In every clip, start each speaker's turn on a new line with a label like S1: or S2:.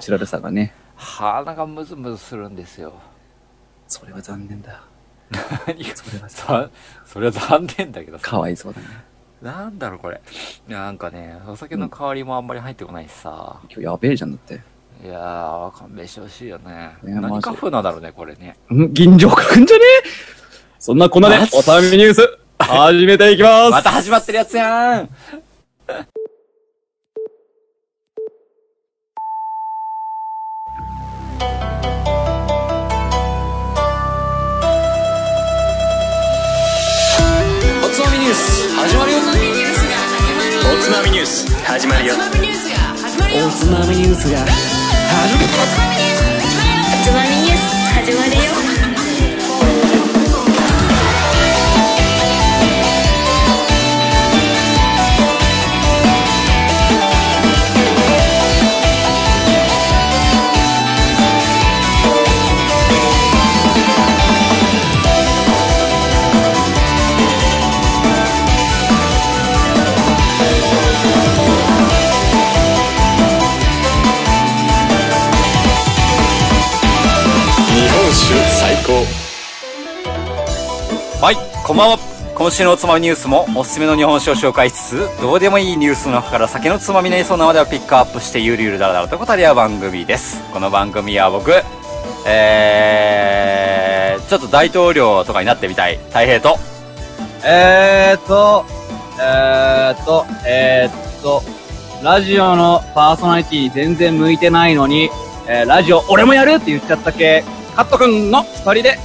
S1: 調べさがね。
S2: 鼻がムズムズするんですよ。
S1: それは残念だ。
S2: 何が
S1: それはさ、
S2: さそれは残念だけどさ。
S1: かわいそうだね。
S2: なんだろうこれ。なんかね、お酒の代わりもあんまり入ってこないしさ。
S1: 今日やべえじゃんだって。
S2: いやー、勘弁してほしいよね。
S1: いやマジ
S2: 何カフなんだろうね、これね。
S1: ん銀城くんじゃねえそんなこんなで
S2: マジ、
S1: おたみニュース、始めていきます
S2: また始まってるやつやん
S3: おつまみニュース始まるよおつまみニュースが始まるおつまみニュース始まるよおつまみニュースが始まるよおつまみニュースが始まるよ
S4: つまみニュース始まるよ
S3: 日本酒最高
S2: はい、こんばんは。今週のおつまみニュースもおすすめの日本酒を紹介しつつ、どうでもいいニュースの中から酒のつまみになりそうな話題をピックアップしてゆるゆるだらだらと語り合う番組です。この番組は僕、えー、ちょっと大統領とかになってみたい。太平と。
S1: えーっと、えーっと、えーっと、ラジオのパーソナリティ全然向いてないのに、えーラジオ俺もやるって言っちゃった系、カットくんの二人で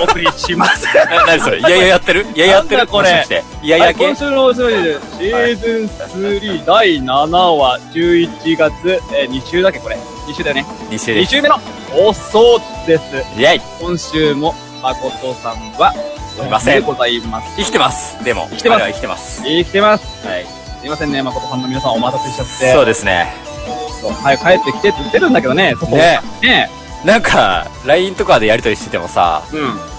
S1: お送りします。
S2: な、なにそれいやいややってるいややって
S1: な
S2: る
S1: んだこれ
S2: もしかして。いやい
S1: は
S2: や
S1: い、
S2: 系
S1: 今週のおしまいです。シーズン3第7話、11月、えー、2週だっけこれ。2週だよね。
S2: 2週
S1: 2
S2: です。
S1: 週目の放送です。
S2: イェイ
S1: 今週も、誠さんは、
S2: おりません
S1: ございます。
S2: 生きてます。でも。生
S1: きてます
S2: 生きてます。
S1: 生きてます。はい。すいませんね、誠さんの皆さんお待たせしちゃって。
S2: そうですね。
S1: そう早く帰ってきてって言ってるんだけどね、そこ。
S2: ね
S1: ね
S2: なんか、LINE とかでやりとりしててもさ、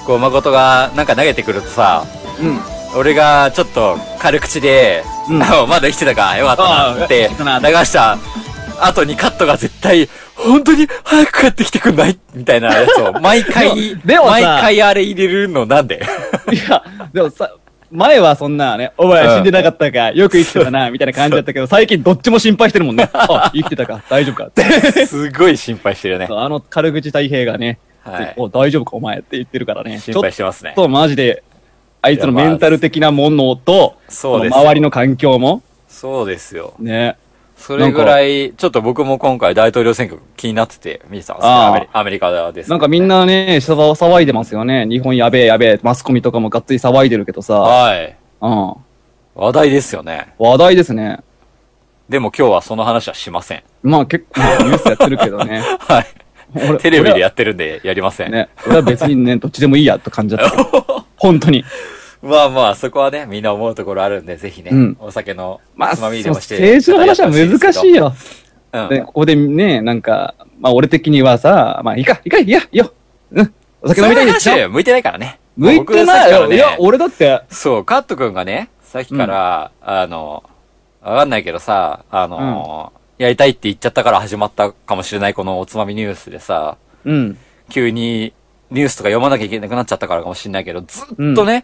S2: こう、誠がなんか投げてくるとさ、
S1: うん。うん。
S2: 俺がちょっと軽口で、
S1: うん
S2: あ まだ生きてたか、よかったなって
S1: あ
S2: 流
S1: 生きてたな
S2: した後にカットが絶対、本当に早く帰ってきてくんないみたいなやつを、毎回、
S1: でも
S2: 毎
S1: でもさ
S2: 回あれ入れるのな んで
S1: いや、でもさ、前はそんなね、お前
S2: うん
S1: 死んでなかったか、よく生きてたな、みたいな感じだったけど、最近どっちも心配してるもん ね。あ、生きてたか、大丈夫かって。
S2: すごい心配してるよね
S1: そ。うあの、軽口太平がね、
S2: はい
S1: お、大丈夫か、お前って言ってるからね。
S2: 心配してますね
S1: ちょっとマジで、あいつのメンタル的なものと、
S2: そうです
S1: の周りの環境も、
S2: そうですよ。
S1: ね。
S2: それぐらい、ちょっと僕も今回大統領選挙気になってて見てたんですよ。
S1: ああ
S2: アメリアメリカです、
S1: なんかみん、なね、騒騒いでますよね。日本やべえやべえ、マスコミとかもがっつり騒いでるけどさ。
S2: はい。
S1: うん。
S2: 話題ですよね。
S1: 話題ですね。
S2: でも今日はその話はしません。。
S1: まあ結構まあニュースやってるけどね
S2: はい。
S1: 俺
S2: テレビでやってるんでやりません。
S1: 俺はね。俺は別にね、どっちでもいいやと感じだったけど。 本当に。
S2: まあまあ、そこはね、みんな思うところあるんで、ぜひね、
S1: うん
S2: お酒の
S1: まあ、
S2: つまみ入れ
S1: その
S2: もして。
S1: 政治の話は難しい
S2: よ。
S1: よ。
S2: うん。
S1: ねここでね、なんか、まあ俺的にはさ、まあいいか、いいか、いいや、いいよ。うん。お酒飲みたいです
S2: そういう話
S1: よ。
S2: は向いてないからね。
S1: 向いてない
S2: 僕さっきから
S1: よ。
S2: ね
S1: いや、俺だって、
S2: そう、カット君がね、さっきから、あの、わかんないけどさ、あの、やりたいって言っちゃったから始まったかもしれないこのおつまみニュースでさ、
S1: うん。
S2: 急にニュースとか読まなきゃいけなくなっちゃったからかもしれないけど、ずっとね、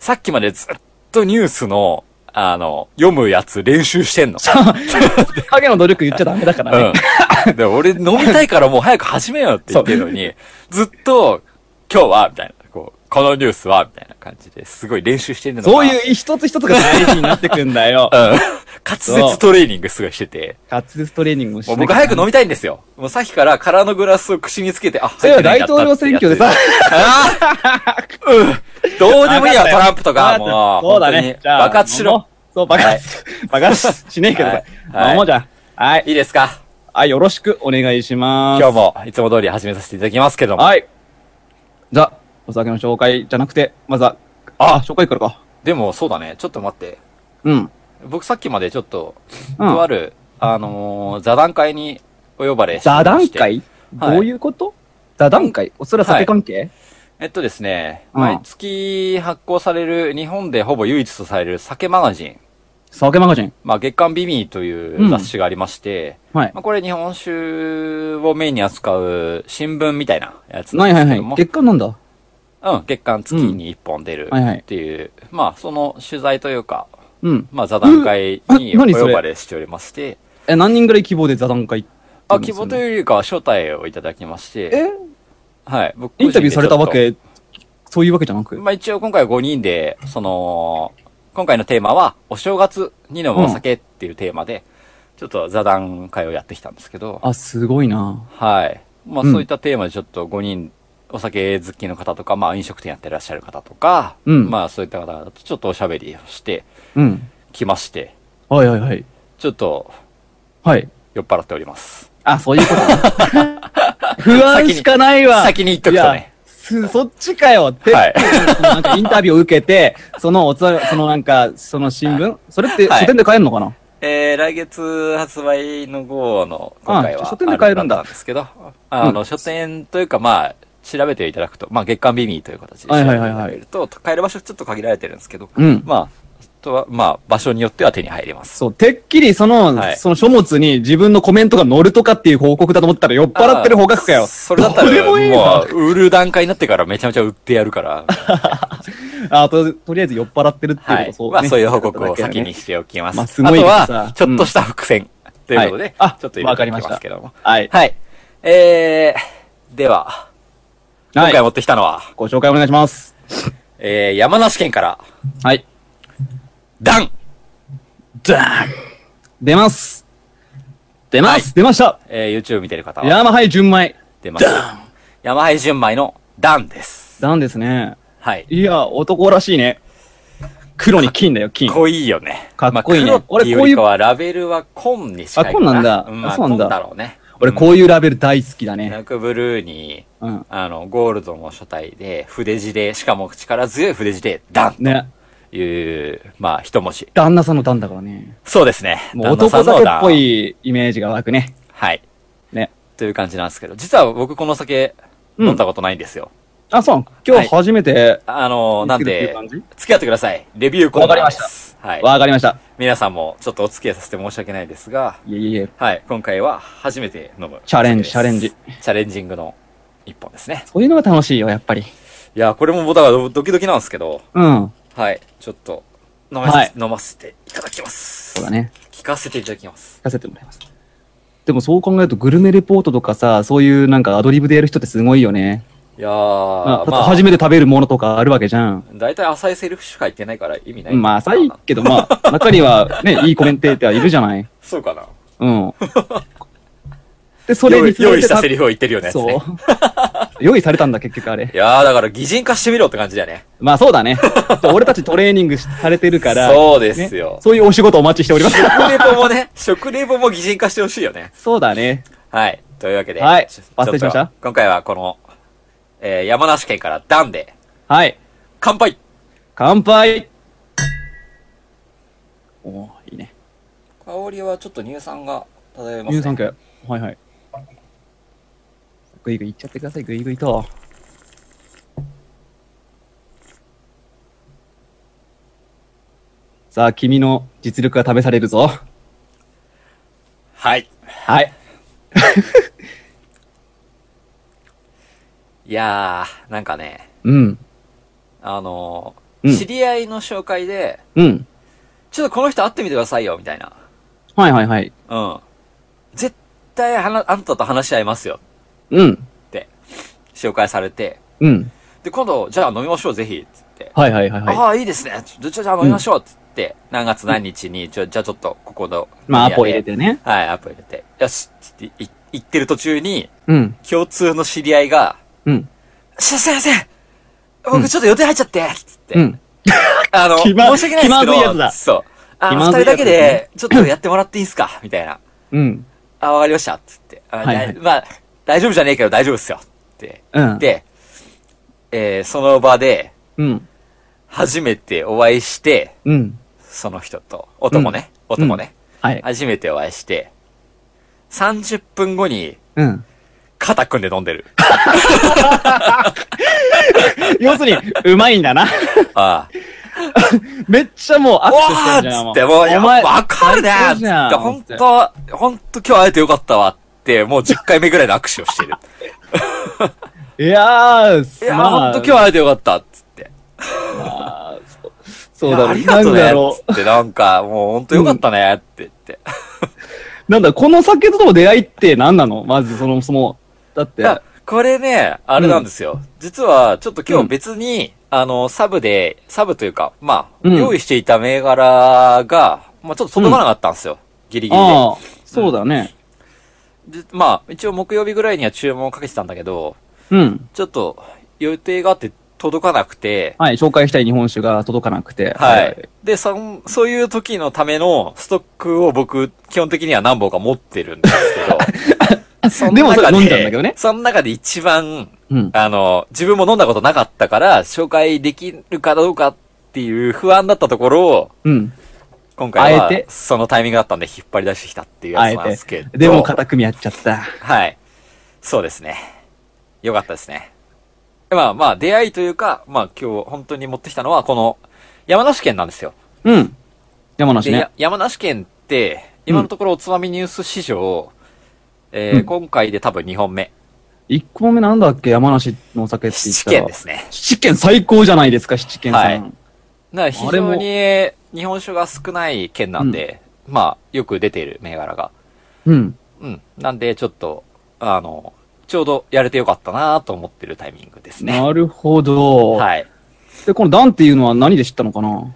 S2: さっきまでずっとニュースの、あの、読むやつ練習してんの。
S1: 影の努力言っちゃダメだからね。
S2: うん。 で、俺飲みたいからもう早く始めようって言ってるのに、ずっと、今日は、みたいな、こう、このニュースは、みたいな感じですごい練習してるのが、
S1: そう
S2: う、。
S1: いう一つ一つが大事になってくんだよ
S2: ん、滑舌トレーニングすごいしてて、
S1: 滑舌トレーニングをし
S2: も
S1: て。
S2: う僕早く飲みたいんですよ。もうさっきから空のグラスを口につけて、あ、
S1: それは大統領選挙でさ、
S2: あーうん。どうでもいいや、
S1: わかった
S2: ト
S1: よ
S2: ランプと か、もう、
S1: そうだね。じゃあ、
S2: 爆発し
S1: 飲も
S2: ろ。
S1: う。そう、爆発。爆発しねえけどさ。
S2: はい
S1: 飲もうじゃん。はい。
S2: いいですか
S1: はい、よろしくお願いします。
S2: 今日も、いつも通り始めさせていただきますけども。
S1: はい。じゃあ、お酒の紹介じゃなくて、まずは、あ、紹介からか。
S2: でも、そうだね。ちょっと待って。
S1: うん。
S2: 僕さっきまでちょっと、
S1: うん
S2: とある、あのー座談会にお呼ばれして
S1: 座
S2: ま
S1: 談
S2: して
S1: 会どういうこと座談会おそら酒関係
S2: えっとですね、
S1: うん
S2: 毎月発行される、日本でほぼ唯一とされる酒マガジン。
S1: サケマガジン。
S2: まあ、月刊ビミーという雑誌がありまして、
S1: はい。
S2: まあ、これ日本酒をメインに扱う新聞みたいなやつな
S1: は
S2: ん
S1: い
S2: で
S1: はい
S2: すけ
S1: は
S2: ども、
S1: い。結果なんだ
S2: うん、月間月に1本出る
S1: はいはい
S2: っていう、まあ、その取材というか、
S1: うん。
S2: まあ、座談会に
S1: うんあ
S2: お
S1: 何それ
S2: 呼ばれしておりまして、
S1: え、何人ぐらい希望で座談会って
S2: あ、
S1: んで
S2: 希
S1: すよ
S2: 望
S1: ね
S2: というよりかは招待をいただきまして、
S1: え
S2: はい、僕
S1: インタビューされたわ
S2: 個人でち
S1: け、そういうわけじゃな
S2: ょっと
S1: く
S2: まあ、一応今回は5人で、その、今回のテーマは、お正月に飲むお酒っていうテーマで、ちょっと座談会をやってきたんですけど、
S1: あ、すごいな
S2: はい。まあ、
S1: うん
S2: そういったテーマでちょっと5人、お酒好きの方とか、まあ、飲食店やってらっしゃる方とか、
S1: うん
S2: まあ、そういった方々とちょっとおしゃべりをして
S1: うん。
S2: きまして、
S1: はいはいはい。
S2: ちょっと
S1: はい。
S2: 酔っ払っております。
S1: あ、そういうこと 不安しかないわ。
S2: 先に言っとくとね
S1: いや。すそっちかよって、
S2: はい
S1: なんかインタビューを受けて、 そのおつ、そのなんか、その新聞それって
S2: はい
S1: 書店で買えるのかな、
S2: えー、来月発売の号の今回は
S1: あ書店で買えるんだ
S2: あったんですけど、あの、書店というかまあ、調べていただくと、まあ月刊ビミーという形で調べていただけると、買える場所ちょっと限られてるんですけど、
S1: うん
S2: まあ、とは、まあ、場所によっては手に入ります。
S1: そう、てっきりその、
S2: はい
S1: その書物に自分のコメントが載るとかっていう報告だと思ったら酔っ払ってる方角か
S2: あー
S1: よ。
S2: それだった
S1: どうで
S2: ら、
S1: もいいわ
S2: もう、売る段階になってからめちゃめちゃ売ってやるから、
S1: あと、とりあえず酔っ払ってるっていうこと、
S2: はい。 まあ、そういう報告を先に
S1: し
S2: しておきます。
S1: まあ
S2: あ、
S1: すごいけ
S2: と
S1: どさ
S2: は、ちょっとした伏線、ということで、
S1: あ、
S2: ちょっと入れ
S1: わか
S2: て
S1: り
S2: お
S1: ま
S2: き
S1: し
S2: ます
S1: た
S2: けども。。
S1: はい。
S2: はい。えー、では、今回
S1: はい、
S2: 持ってきたのは、
S1: ご紹介お願いします。
S2: えー、山梨県から、
S1: はい。
S2: ダン
S1: ダーン出ます出ます、出ました
S2: えー、YouTube 見てる方は
S1: ヤマハイ純米。
S2: 出ます。山灰純米のダンです。
S1: ダンですね。
S2: はい。
S1: いや、男らしいね。黒に金だよ、金
S2: かっ。こいいよね。
S1: かっこいいね
S2: まあ、黒っていうよりかは、ラベルは紺に近いかな。
S1: あ紺なんだ
S2: まあ、
S1: あそうなんだ
S2: 紺だろうね。
S1: 俺こういうラベル大好きだね。
S2: ダークブルーに、
S1: うん。
S2: あの、ゴールドの書体で、筆字で、しかも力強い筆字で、ダン
S1: ね。
S2: という、まあ、一文字。
S1: 旦那さんのダンだからね。
S2: そうですね。
S1: もう
S2: 旦那さ
S1: 男
S2: んの
S1: 酒っ
S2: ダン
S1: ぽいイメージが湧くね。
S2: はい。
S1: ね。
S2: という感じなんですけど、実は僕この酒、
S1: うん
S2: 飲んだことないんですよ。
S1: あ、そう。今日初めて、
S2: あの、なん
S1: ってい
S2: で
S1: う感じ、
S2: 付き合ってください。レビューコーナーです。はい。
S1: わかりました。
S2: 皆さんもちょっとお付き合いさせて申し訳ないですが、
S1: いえいえ。
S2: はい。今回は初めて飲む。
S1: チャレンジ
S2: お酒です
S1: チ
S2: チャレンジングの一本ですね。
S1: そういうのが楽しいよ、やっぱり。
S2: いや、これもだからドキドキなんですけど、
S1: うん。
S2: はい。ちょっと、飲ませ、
S1: はい
S2: 飲ませていただきます。
S1: そうだね。
S2: 聞かせていただきます。
S1: 聞かせてもらいます。でもそう考えると、グルメレポートとかさ、そういうなんかアドリブでやる人ってすごいよね。
S2: いや
S1: まあ、だ
S2: ー、ま
S1: って
S2: あ
S1: 初、めて食べるものとかあるわけじゃん。
S2: だいたい浅いセリフしか言ってないから意味ない。
S1: まあ、浅いけど、まあ、中にはね、いいコメンテーターいるじゃない。
S2: そうかな。
S1: うん。 で、それ
S2: 用
S1: に
S2: 意用意したセリフを言ってるようなやつ
S1: そ
S2: ね
S1: う。。 用意されたんだ、結局あれ
S2: い。やー、だから擬人化してみろって感じだよね。
S1: まあそうだね。俺たちトレーニングしされてるから。
S2: そうですよ
S1: ねそういうお仕事お待ちしてお ります。
S2: 食レポもね、食レポも擬人化してほしいよね。
S1: そうだね。
S2: はい。というわけで。
S1: はい
S2: ちょ
S1: 抜粋しました
S2: ちょっと今回はこの、えー、山梨県からダンで、
S1: はい。
S2: 乾杯
S1: 乾杯おーいいね。
S2: 香りはちょっと乳酸が漂います、ね。
S1: 乳酸菌。はいはい。ぐいぐいいっちゃってください、ぐいぐいと。さあ、君の実力が試されるぞ。
S2: はい。
S1: はい。
S2: いやー、なんかね、
S1: うん。
S2: あのー
S1: うん
S2: 知り合いの紹介で、
S1: うん。
S2: ちょっとこの人会ってみてくださいよ、みたいな。
S1: はいはいはい。
S2: うん。絶対はな、あんたと話し合いますよ
S1: うん。
S2: って、紹介されて、
S1: うん。
S2: で、今度、じゃあ飲みましょう、ぜひ、つって。
S1: はいはいはいはい。
S2: ああ、いいですね。ちょじゃあじゃあ飲みましょう、つって、何月何日に、ちょじゃあちょっと、ここの。
S1: まあ、アポ入れ。てね。
S2: はい、アポ入れて。よし、つってい行ってる途中に、
S1: うん。
S2: 共通の知り合いが、
S1: うん。
S2: すいません僕ちょっと予定入っちゃってつって。
S1: うん。
S2: あの、申
S1: 気
S2: し
S1: ま
S2: 訳ないですけ
S1: 気まずいやつ
S2: ど、
S1: だ
S2: そう。あ
S1: 気
S2: の、
S1: ま
S2: 二
S1: ずいやつ
S2: 人だけで、ちょっとやってもらっていいですかみたいな。
S1: うん。
S2: あ、わかりました。つって。あ
S1: はいはい
S2: だまあ、大丈夫じゃねえけど大丈夫っすよ。って。
S1: うん。、
S2: で、えーその場で、
S1: うん。
S2: 初めてお会いして、
S1: うん。
S2: その人と、男ね、
S1: ん
S2: 男ね、
S1: はい。
S2: 初めてお会いして、30分後に、
S1: うん。
S2: 肩組んで飲んでる。
S1: 要するに、うまいんだな。
S2: ああ。
S1: めっちゃもうア
S2: わ
S1: クセスして
S2: ー
S1: る
S2: っ
S1: じゃん。
S2: つ
S1: も
S2: っ
S1: う
S2: て、もう、いや
S1: お前
S2: わかるね
S1: 最
S2: ー
S1: 高じゃん
S2: ほんと、ほんと今日会えてよかったわって、もう10回目ぐらいの握手をしてる。
S1: いや
S2: い
S1: ー、
S2: やー、
S1: ま
S2: ほ
S1: あ
S2: んと今日会えてよかったっつって。
S1: まあそうそうだろう。
S2: いやありがとう
S1: なん
S2: ね
S1: だろ
S2: っつって、なんか、もうほんとよかったねって言って。
S1: う。なんだ、この酒との出会いって何なのまず、そもそも。だって。
S2: いやこれね、あれなんですよ。実は、ちょっと今日別に、あの、サブで、サブというか、まあ、
S1: うん
S2: 用意していた銘柄が、まあちょっと届かなかったんですよ。ギリギリで。
S1: ああ、そうだね。
S2: じまあ、一応木曜日ぐらいには注文をかけてたんだけど、
S1: うん。
S2: ちょっと予定があって届かなくて、
S1: はい、紹介したい日本酒が届かなくて。
S2: はい。。で、そん、そういう時のためのストックを僕、基本的には何本か持ってるんです けどその中。
S1: でもそれ飲んだんだけどね
S2: その中で一番、
S1: うん。
S2: あの、自分も飲んだことなかったから、紹介できるかどうかっていう不安だったところを、
S1: うん。
S2: 今回は
S1: あえて、
S2: そのタイミングだったんで引っ張り出してきたっていう
S1: あ
S2: やつ
S1: え
S2: なんですけ
S1: て
S2: ど。。
S1: でも、固く見合っちゃった。
S2: はい。そうですね。よかったですね。まあまあ、出会いというか、まあ今日本当に持ってきたのは、この、山梨県なんですよ。
S1: うん。山
S2: で
S1: 梨ね
S2: や。山梨県って、今のところおつまみニュース史上、えー
S1: うん
S2: 今回で多分2本目。
S1: 一個目なんだっけ山梨のお酒って言っ
S2: 七
S1: たら。
S2: 県ですね。
S1: 七軒最高じゃないですか、七軒さん。
S2: はいだから非
S1: あれも
S2: 常に日本酒が少ない県なんで、まあ、よく出ている銘柄が。
S1: うん。
S2: うん。なんで、ちょっと、あの、ちょうどやれてよかったなと思ってるタイミングですね。
S1: なるほど。
S2: はい。
S1: で、このダンっていうのは何で知ったのかな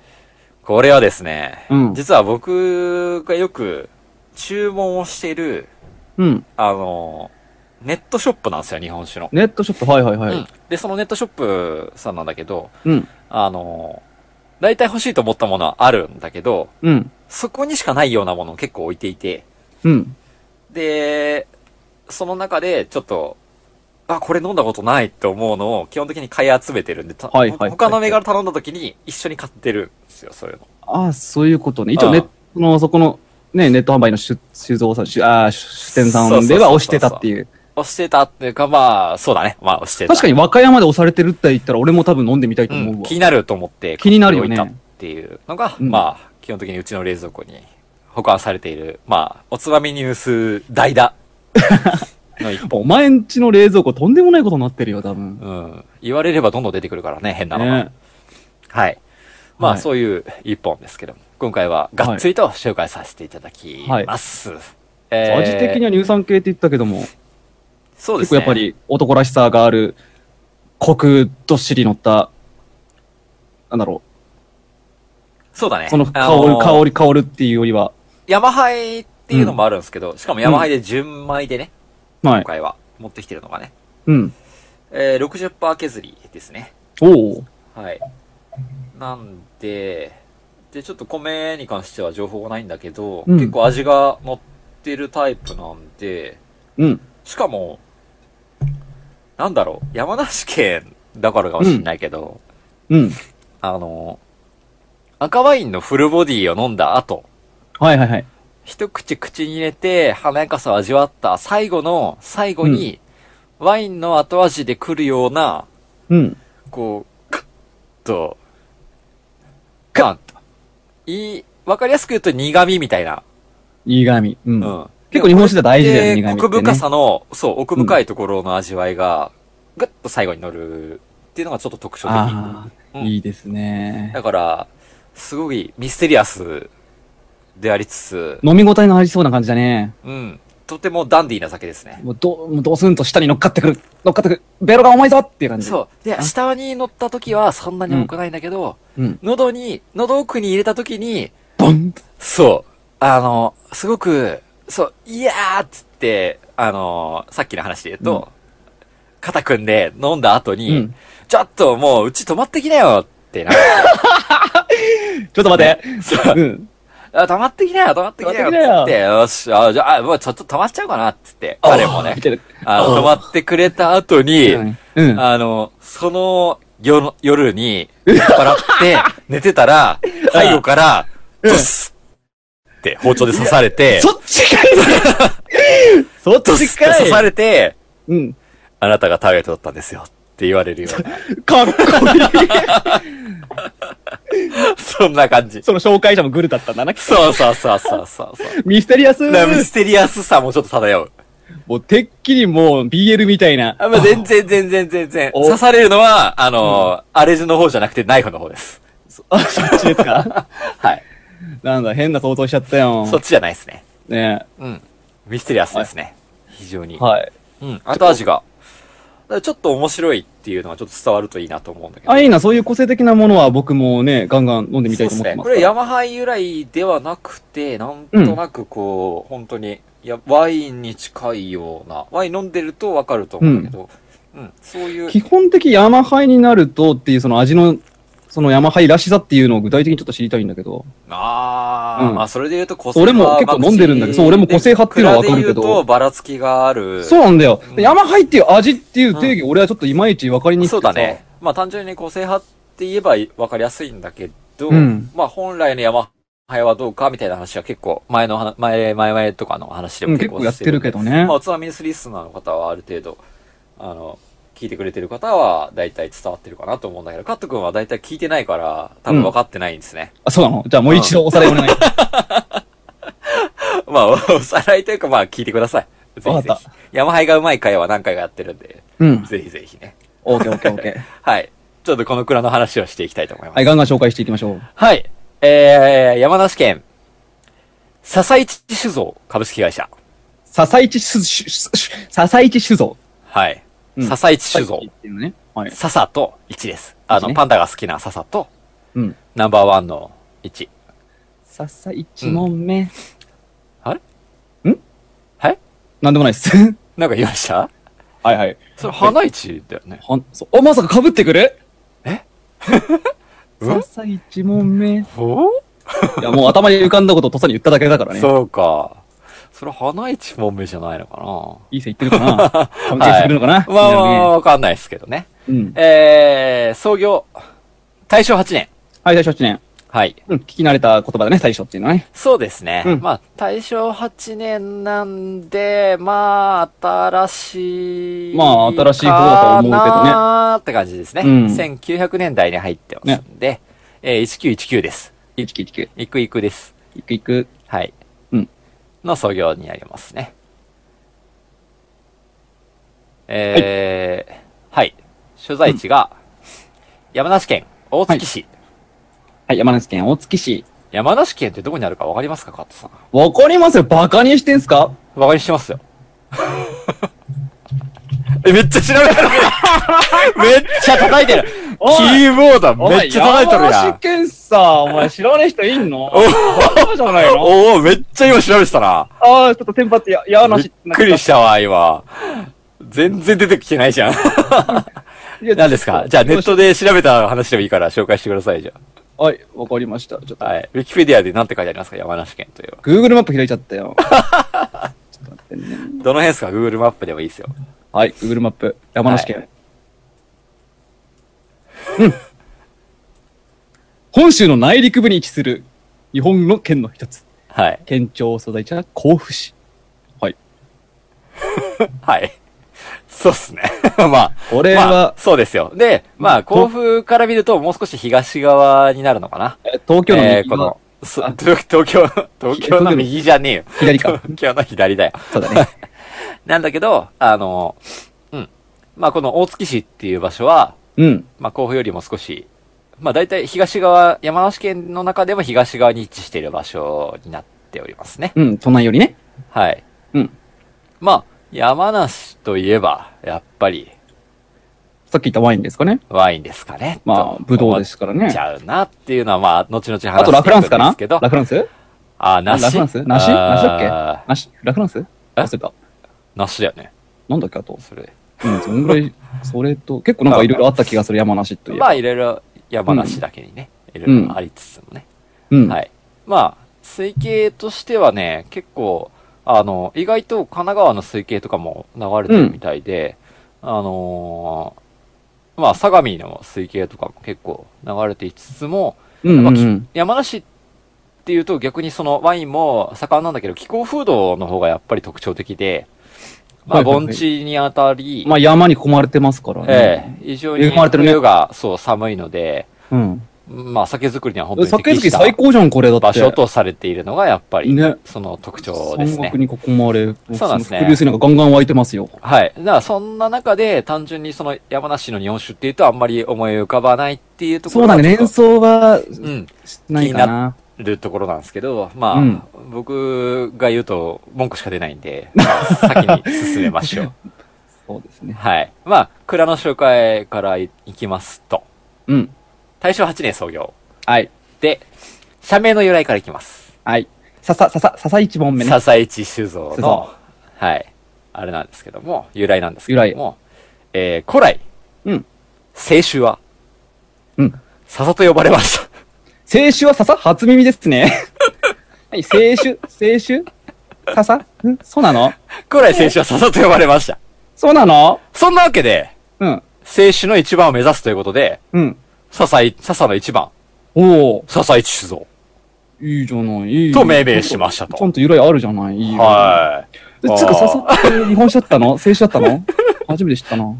S2: これはですね、
S1: うん
S2: 実は僕がよく注文をしている、
S1: うん。
S2: あの、ネットショップなんですよ、日本酒の。
S1: ネットショップ、はいはいは
S2: うん
S1: い。
S2: で、そのネットショップさんなんだけど、
S1: うん。
S2: あの、大体欲しいと思ったものはあるんだけど、
S1: うん。
S2: そこにしかないようなものを結構置いていて、
S1: うん。
S2: で、その中でちょっと、あ、これ飲んだことないと思うのを基本的に買い集めてるんで、た
S1: はいはいはい
S2: 他の銘柄頼んだ時に一緒に買ってるんですよ、そういうの。
S1: ああ、そういうことね。一
S2: あ
S1: 応
S2: あ
S1: ネットの、そこの、ね、ネット販売の酒酒造さん、酒ああ、酒店さ
S2: そうそ
S1: ん
S2: うそう
S1: で
S2: そう
S1: は押してたっていう。
S2: 押してたっていうか、まあ、そうだね。まあ、押してた。
S1: 確かに和歌山で押されてるって言ったら俺も多分飲んでみたいと思う
S2: う
S1: わ
S2: ん、。気になると思って、
S1: 気になるよ
S2: 買
S1: ね
S2: っておいたっていうのが、
S1: うん
S2: まあ、基本的にうちの冷蔵庫に保管されている、まあ、おつまみニュース代 打の一本。
S1: お前んちの冷蔵庫とんでもないことになってるよ、多分。
S2: うん。言われればどんどん出てくるからね、変なのが。
S1: ね。
S2: はい。まあ、
S1: はい
S2: そういう一本ですけども、今回はがっつりと紹介させていただきます。えー
S1: 味的には乳酸系って言ったけども、
S2: そうで
S1: 結構
S2: すね。
S1: やっぱり男らしさがある、コクどっしり乗った、なんだろ
S2: そうだね。
S1: う、その香
S2: あ
S1: る、
S2: の
S1: 香り、香るっていうよりは、
S2: ヤマハイっていうのもあるんですけど、しかもヤマハイで純米でね、
S1: は
S2: 今
S1: い。
S2: 回は持ってきてるのがね、
S1: うん。
S2: えー、60%削りですね。
S1: おお。
S2: はい。なんで、で、ちょっと米に関しては情報がないんだけど、
S1: うん
S2: 結構味が乗ってるタイプなんで、
S1: うん。
S2: しかも、なんだろう、山梨県だからかもしんないけど、
S1: うん。
S2: あの、赤ワインのフルボディを飲んだ後、
S1: はいはいはい。
S2: 一口口に入れて華やかさを味わった最後の最後に、ワインの後味で来るような、
S1: うん。
S2: こう、カッと、ガンと。いい、わかりやすく言うと苦味みたいな。
S1: 苦味。うん。
S2: うん。
S1: 結構日本酒では大事だよね、苦
S2: で
S1: 味って、ね。
S2: 奥深さの、そう、奥深いところの味わいが、ぐっと最後に乗るっていうのがちょっと特徴的。
S1: ああ、
S2: うん
S1: いいですね。
S2: だから、すごいミステリアスでありつつ、
S1: 飲み応えのありそうな感じだね。
S2: うん、とてもダンディーな酒ですね。
S1: もうど、もうドスンと下に乗っかってくる。乗っかってくる。ベロが重いぞっていう感じ。う。
S2: そう。で、下に乗った時はそんなに重くないんだけど、
S1: うん。
S2: 喉に、喉奥に入れた時に、
S1: ボン
S2: そう。あの、すごく、そう、いやーっつって、あの、さっきの話で言うと、肩組んで飲んだ後に、
S1: うん
S2: ちょっともううち泊まってきなよって な。
S1: ちょっと待って。
S2: そう
S1: うん。
S2: あ、泊まってきなよ、泊まってきなよっつって、よし、あ、じゃあ、あもうちょっと泊まっちゃおうかなっつって、彼もね
S1: み、たいな
S2: あの、泊まってくれた後に、
S1: うん。
S2: あの、その夜、夜に、酔っ払って、 寝てたら、背後から、ドスッって包丁で刺され て、
S1: そっちかいそっ
S2: ドス
S1: ち
S2: ッて刺
S1: か
S2: さ
S1: い
S2: れて、
S1: うん。
S2: あなたがターゲットだったんですよ。って言われるような。
S1: かっ こいい。
S2: そんな感じ。
S1: その紹介者もグルだったんだな。
S2: そうそうそうそうそうそう。
S1: ミステリアス
S2: だからミステリアスさもちょっと漂う。
S1: もう、てっきりもう、BL みたいな。
S2: あまあ、全然全然全然。
S1: お
S2: 刺されるのは、あのーアレジの方じゃなくてナイフの方です。
S1: あ、そっちです か
S2: はい。
S1: なんだ、変な想像しちゃったよ。
S2: そっちじゃないですね。
S1: ね
S2: うん。ミステリアスですね。非常に。
S1: はい。
S2: うん。後味が。だからちょっと面白いっていうのはちょっと伝わるといいなと思うんだけど。
S1: あ、いいな、そういう個性的なものは僕もね、ガンガン飲んでみたいと
S2: そう
S1: 思って
S2: ですね。
S1: ます
S2: こ
S1: から。
S2: れヤマハイ由来ではなくて、なんとなくこう、本当に、いや、ワインに近いような、ワイン飲んでるとわかると思うんだけど、うん、そういう、
S1: 基本的ヤマハイになるとっていう、その味の、そのヤマハイらしさっていうのを具体的にちょっと知りたいんだけど。
S2: あー、
S1: うん
S2: まあそれで言うと個
S1: 俺も結構飲んでるんだけどそう俺も個性派っていうのはわかるけど
S2: 比べ言うとばらつきがある。
S1: そうなんだよ。
S2: うん
S1: でヤマハイっていう味っていう定義、俺はちょっといまいち分かりにくくて
S2: そう
S1: さ
S2: だね。。まあ単純に個性派って言えばわかりやすいんだけど、
S1: うん
S2: まあ本来の山派はどうかみたいな話は結構前の話、前、前々とかの話で
S1: う
S2: も
S1: ん、
S2: 結
S1: 結
S2: 構
S1: 構やってるけ
S2: ど。
S1: どね
S2: まあ。おつまみニュースリスナーの方はある程度、あの、聞いてくれてる方は大体伝わってるかなと思うんだけど、カット君は大体聞いてないから多分分かってないんですね。
S1: あ、そうなのじゃあもう一度おさらいお願い。
S2: まあ、おさらいというか、まあ、聞いてください。ぜひぜ
S1: わかっ
S2: ひ。山ハイがうまい会は何回かやってるんで、
S1: うん。
S2: ぜひぜひね。
S1: オーケーオーケーオーケー。
S2: はい。ちょっとこのくらいの話をしていきたいと思います。
S1: はい、ガンガン紹介していきましょう。
S2: はい。えー、山梨県、笹市酒造株式会社。
S1: 笹市酒造、笹市酒造。
S2: はい。
S1: うん
S2: 笹市酒造
S1: っ。ていうのね。はい。
S2: 笹と1です。あの、
S1: ね
S2: パンダが好きな笹と、
S1: うん。
S2: ナンバーワンの1。
S1: 笹市の目。
S2: あれ
S1: はいなんでもないです。
S2: なんか言いました
S1: はいはい。
S2: それ、花市だよね。
S1: ほん、そ、お、まさか被ってくる
S2: えうん
S1: 笹一問 目。い
S2: お
S1: や、もう頭に浮かんだことをとっさに言っただけだからね。
S2: そうか。それ、花市もめじゃないのかな。
S1: いい線いってるか な関係してくれるのかな、
S2: まあま
S1: みんな
S2: あ、
S1: のね
S2: わかんないですけどね。
S1: うん。
S2: えー、創業、大正8年。
S1: はい、大将8年。
S2: はい。
S1: うん、聞き慣れた言葉だね、大将っていうのはね。
S2: そうですね。
S1: うん
S2: まあ、大正8年なんで、まあ、新しい。
S1: まあ新しい方だと思うけどね
S2: なーって感じですね。
S1: うん
S2: 1900年代に入ってますんで、えー1919です。
S1: いくいくいく。
S2: いくいくです。
S1: いくいく。
S2: はい。
S1: うん
S2: の創業になりますね。えー、はい。所在地が、山梨県大月市。
S1: はい、山梨県大月市。
S2: 山梨県ってどこにあるかわかりますかカットさん。
S1: わかりますよバカにしてんすか
S2: バカにしてますよ。 え、めっちゃ調べ てるめっちゃ叩いてる
S1: おい
S2: キーボードめっちゃ叩いてる
S1: お前山
S2: や
S1: 梨
S2: ん
S1: 県さ、お前知らない人いんの そうじゃないの
S2: おおめっちゃ今調べてたな
S1: ああ、ちょっとテンパってや、やな
S2: び
S1: し
S2: っくりしたわ、今。全然出てきてないじ ゃん。
S1: いや
S2: 何ですかじゃあネットで調べた話でもいいから紹介してください、じゃ
S1: はい、わかりました。ちょっ
S2: あ。
S1: と、
S2: はい。ウィキペディアで何て書いてありますか山梨県といえば。
S1: Google マップ開いちゃったよ。ちょっと待ってね。
S2: どの辺ですか ?Google マップでもいいですよ。
S1: はい、Google マップ、山梨県。
S2: は
S1: うん。 本州の内陸部に位置する日本の県の一つ。
S2: はい。
S1: 県庁所在地は甲府市。
S2: はい。そうっすね。 まあ。
S1: これ
S2: まあ
S1: は、、
S2: そうですよ。で、まあ、
S1: と
S2: 甲府から見ると、もう少し東側になるのかな。
S1: え東京の
S2: えー
S1: 右
S2: こ
S1: 側、
S2: の、そ 東東京、東京の右じゃねえよ。
S1: 左 か。
S2: 東京の左だよ。
S1: そうだね。
S2: なんだけど、あの、うん。まあ、この大月市っていう場所は、
S1: うん。
S2: まあ、甲府よりも少し、まあ、大体東側、山梨県の中でも東側に位置している場所になっておりますね。
S1: うん、都内よりね。
S2: はい。
S1: うん。
S2: まあ、山梨といえば、やっぱり、
S1: さっき言ったワインですかね。
S2: ワインですかね。
S1: まあ、
S2: と
S1: ブドウですからね
S2: ち。ゃうなっていうのは、まあ、後々話していくんですけど。
S1: あとラフランスかなラ
S2: あ
S1: フランス
S2: あ、
S1: ラ
S2: 梨。
S1: フランス梨梨だっけ
S2: け
S1: 梨ラフランス忘れた。
S2: 梨だよね。
S1: なんだっけ、あと。
S2: それ。
S1: うん、そんぐらい、それと、結構なんかいろいろあった気がする、山梨といえば。
S2: まあ、いろいろ山梨だけにね、いろいろありつつもね。
S1: うん。
S2: はい。まあ、水系としてはね、結構、あの、意外と神奈川の水系とかも流れてるみたいで、あのーまあ、相模の水系とかも結構流れていつつも、
S1: うん、う
S2: まあ
S1: んう
S2: き
S1: ん。
S2: 山梨っていうと逆にそのワインも盛んなんだけど、気候風土の方がやっぱり特徴的で、まあ、
S1: はいはいはい
S2: 盆地にあたり、
S1: まあ山に囲まれてますからね。
S2: ええ、異常に
S1: 恵まれてるね
S2: 冬が、そう、寒いので、
S1: うん。
S2: まあ、酒造りには本当に
S1: 酒
S2: 適
S1: 好き
S2: した
S1: 最高じゃん、これだって。
S2: 場所とされているのが、やっぱり
S1: ね、
S2: その特徴です
S1: 山
S2: ね
S1: 岳。に囲まれ、
S2: そうなんですね
S1: 伏流水なんかガンガン湧いてますよ。
S2: はい。だから、そんな中で、単純にその山梨の日本酒っていうと、あんまり思い浮かばないっていうとこ
S1: そう
S2: ろ
S1: だね、
S2: ちょっと
S1: 連想は、
S2: うん。
S1: ないかな。
S2: るところなんですけど、まあ、
S1: うん
S2: 僕が言うと文句しか出ないんで、まあ先に進めましょ う。
S1: そうですね。
S2: はい。まあ、蔵の紹介からいいきますと、
S1: うん。
S2: 大正8年創業。
S1: はい。
S2: で、社名の由来からいきます。
S1: はい。ささ、ささ、ささ一本目ね。
S2: 笹市酒造
S1: 酒
S2: の
S1: 造、
S2: はい。あれなんですけども、由来なんですけども、えー、古来、
S1: うん。
S2: 清酒は、
S1: うん。
S2: 笹と呼ばれました。
S1: 清酒はささ初耳ですね。 はい、清酒、清酒ささんそうなの
S2: 古来清酒は笹と呼ばれました。
S1: そうなの
S2: そんなわけで、
S1: うん。
S2: 清酒の一番を目指すということで、
S1: うん。
S2: 笹井、笹の一番、
S1: おお
S2: 笹井酒造。
S1: いいじゃない、いい。
S2: と命名しましたと
S1: ちゃんと由来あるじゃない、いいよ。
S2: はい。
S1: え
S2: あー
S1: つうか、ささって日本酒だった の清酒だったの初めて知ったな。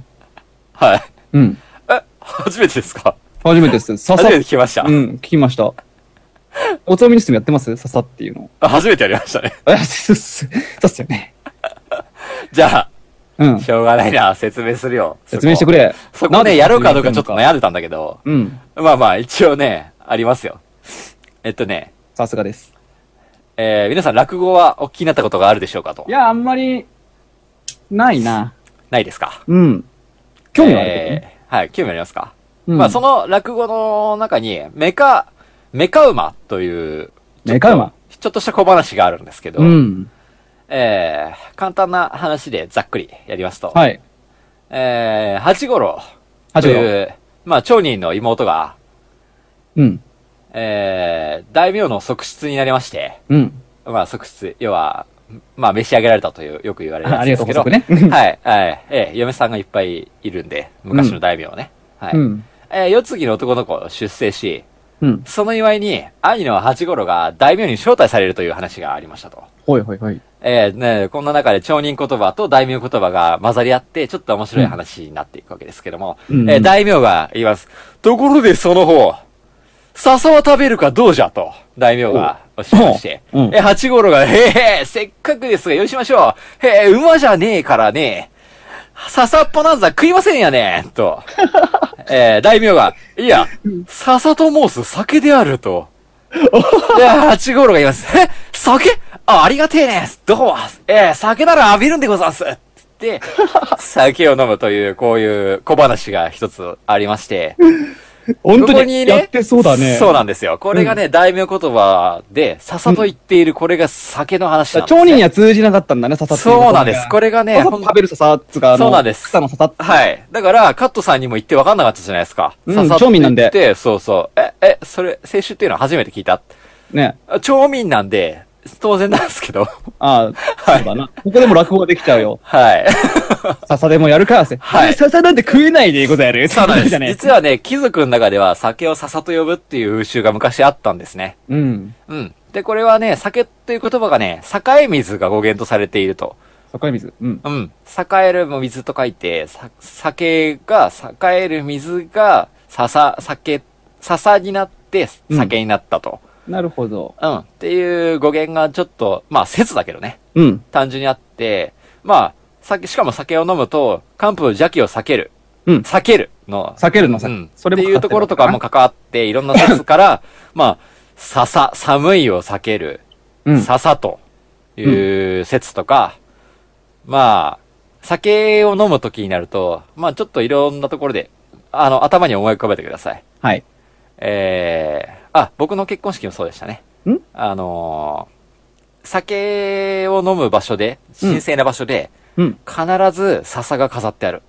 S2: はい。
S1: うん。
S2: え、初めてですか
S1: 初めてです。さ
S2: 初
S1: さ
S2: めて聞きました。
S1: うん、聞きました。おつまみニュースでもやってますささっていうの。
S2: 初めてやりましたね。
S1: あ、そうっす。そうっすよね。
S2: じゃ
S1: うん
S2: あ、。しょうがないな、説明するよ。
S1: 説明してくれ。
S2: そこ。そこ
S1: で
S2: ね、やろうかどうかちょっと悩んでたんだけど、
S1: うん。
S2: まあまあ、一応ね、ありますよ。えっとね、
S1: さすがです。
S2: えー、皆さん落語はお聞きになったことがあるでしょうかと
S1: い。や、あんまり、ないな。
S2: ないですか
S1: うん。興味はあるけどね。
S2: えーはい、興味ありますか、
S1: うん
S2: まあ、その落語の中に、メカ、メカ馬という、ちょっと
S1: メカ馬
S2: ちょっとした小話があるんですけど、
S1: うん。
S2: えー、簡単な話でざっくりやりますと、
S1: はい。
S2: えー、八五郎と
S1: 八五郎
S2: いう、まあ、町人の妹が、
S1: うん。
S2: えー、大名の側室になりまして、
S1: うん。
S2: まあ、側室、要は、まあ、召し上げられたという、よく言われるやつですけど、
S1: あありがとうございま
S2: はい、はい、えー、嫁さんがいっぱいいるんで、昔の大名ね。はい。
S1: うん。
S2: えー、四つ木の男の子を出生し、
S1: うん。
S2: その祝いに、兄の八五郎が大名に招待されるという話がありましたと。
S1: はいはいはい。
S2: えー、ね、こんな中で町人言葉と大名言葉が混ざり合って、ちょっと面白い話になっていくわけですけども、
S1: うん
S2: えー大名が言います。ところでその方、笹は食べるかどうじゃと、大名がおっしゃいまして、
S1: おううん
S2: えー、八五郎が、へえ、せっかくですが、よしましょう。へえ、馬じゃねえからね、笹っぱなんざ食いませんやね ん、と。えー大名が、いや、笹と申す酒であると。で、八五郎が言います。え酒あありがてえねどうもえー酒なら浴びるんでござんすって言って、酒を飲むという、こういう小話が一つありまして。
S1: 本
S2: こ
S1: 当
S2: こ
S1: に
S2: に
S1: やってそうだね。
S2: そうなんですよ。これがね、大名言葉で、笹と言っている、これが酒の話なんです、ね。
S1: 町人には通じなかったんだね、笹ってい
S2: そうなんです。こ
S1: れ
S2: れがね、ほん
S1: 食べる笹っつうか、あの
S2: そうなんです
S1: 草の笹って。
S2: はい。だから、カットさんにも言って分かんなかったじゃないですか。
S1: うん
S2: ささっと
S1: 町民なんで
S2: 言って、そうそう。え、え、それ、青春っていうのは初めて聞いた。
S1: ね。
S2: あ町民なんで、当然なんですけど。
S1: ああ、そうだな。ここでも落語ができちゃうよ。
S2: はい。
S1: 笹でもやるか、せ。
S2: はい
S1: 笹なんて食えないでござる。
S2: そうなんで
S1: じ
S2: す
S1: ゃ。ね
S2: 実はね、貴族の中では酒を笹と呼ぶっていう風習が昔あったんですね。
S1: うん。
S2: うん。で、これはね、酒っていう言葉がね、栄水が語源とされていると。
S1: 酒水。うん。
S2: うん。栄える水と書いて、さ酒が、栄える水が、笹、酒、笹になって、酒になったと。
S1: なるほど。
S2: うん。っていう語源がちょっと、まあ、説だけどね。
S1: うん。
S2: 単純にあって、まあ、酒、しかも酒を飲むと、漢方邪気を避ける。
S1: うん
S2: 避けるの。
S1: 避けるの
S2: う
S1: さ
S2: ん。。
S1: それ
S2: っ
S1: も
S2: ていうところとかも
S1: か
S2: 関わって、いろんな説から、まあ、笹、寒いを避ける。
S1: ってるのかな。
S2: 笹という説とか、まあ、酒を飲むときになると、まあちょっといろんなところで、あの、頭に思い浮かべてください。
S1: うん。はい。
S2: えー、あ、僕の結婚式もそうでしたね。
S1: ん
S2: あのー酒を飲む場所で、神聖な場所で、
S1: うん。
S2: 必ず笹が飾ってある。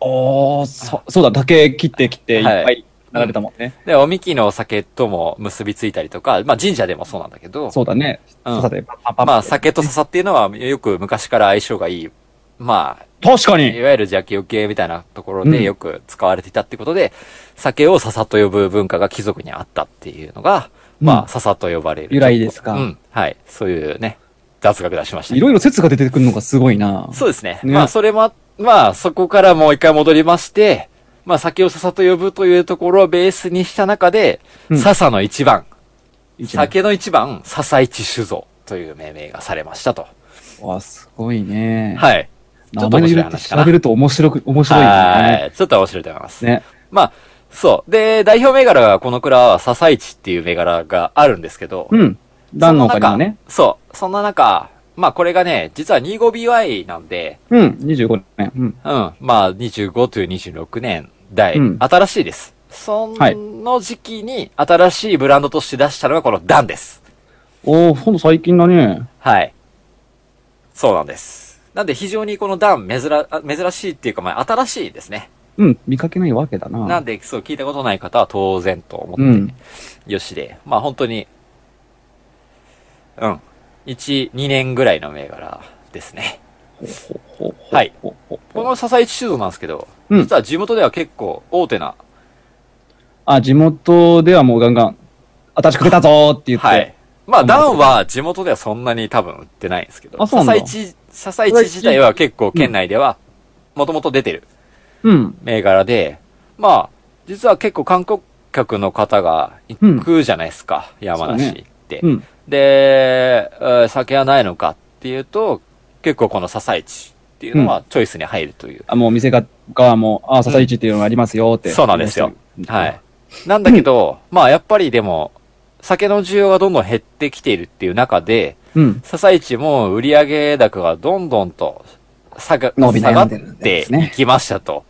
S1: おー、そ、そうだ、竹切って切っていっ
S2: はい
S1: ぱい流れたもんね。
S2: で、おみきのお酒とも結びついたりとか、まあ神社でもそうなんだけど、
S1: そうだね。
S2: うん
S1: 笹でパンパンパン。
S2: まあ酒と笹っていうのはよく昔から相性がいい、まあ
S1: 確か
S2: い
S1: に
S2: わゆる邪気受けみたいなところ
S1: う
S2: で
S1: ん
S2: よく使われていたってことで、酒を笹と呼ぶ文化が貴族にあったっていうのが、ま
S1: う
S2: あ、
S1: ん
S2: 笹と呼ばれる。
S1: 由来ですか
S2: うん。はい。そういうね、雑学出しました
S1: い。ろいろ説が出てくるのがすごいな。
S2: そうですね。
S1: ね
S2: まあ、それもあ、まあ、そこからもう一回戻りまして、まあ、先を笹と呼ぶというところをベースにした中で、
S1: うん
S2: 笹の一番、
S1: 一番
S2: 酒の一番、笹一酒造という命名がされましたと。
S1: わ、すごいね。い。
S2: はい。ち
S1: 名
S2: ょっと
S1: 前
S2: 面
S1: に
S2: 白い
S1: よって
S2: 話
S1: 調
S2: かな
S1: べ。ると面白く、面白いよ
S2: は
S1: ね。
S2: い。ちょっと面白いと思います。
S1: ね。
S2: まあ、そう。で、代表銘柄がこの蔵は笹一っていう銘柄があるんですけど、
S1: うん。段のお金もね。
S2: その中そう。そんな中、まあこれがね、実は 25BY なんで、
S1: うん。25年。うん。
S2: うん。まあ25という26年代、
S1: うん
S2: 新しいです。そ
S1: はい
S2: の時期に新しいブランドとして出したのがこのダンです。
S1: おー、ほんと最近だね。
S2: はい。そうなんです。なんで非常にこのダン珍、あ珍しいっていうか、まあ新しいですね。
S1: うん。見かけないわけだな。
S2: なんで、そう聞いたことない方は当然と思って、
S1: うん。
S2: よしで、まあ本当に、うん。1、2年ぐらいの銘柄ですね。はい
S1: ほうほうほ
S2: こ
S1: う。
S2: の笹市酒造なんですけど、
S1: うん
S2: 実は地元では結構大手な、
S1: あ、地元ではもうガンガン、新しく出たぞーって言って。
S2: はい。まあ、ダンは地元ではそんなに多分売ってないんですけど、
S1: あそうなんだ
S2: 笹市、笹市自体は結構県内では、もともと出てる
S1: うん。
S2: 銘柄で、まあ、実は結構観光客の方が行くじゃないですか、山梨行って。
S1: うん。
S2: で、えー酒はないのかっていうと、結構この笹市っていうのはチョイスに入るという。
S1: あ、もう店が、側も、あ、笹市っていうのがありますよって。
S2: そうなんですよ。はい。。なんだ けど、まあやっぱりでも、酒の需要がどんどん減ってきているっていう中で、
S1: うん。
S2: 笹市も売上高がどんどんと下が
S1: 伸び
S2: 下
S1: 悩
S2: がっ
S1: んでるんで
S2: て
S1: すね
S2: いきましたと。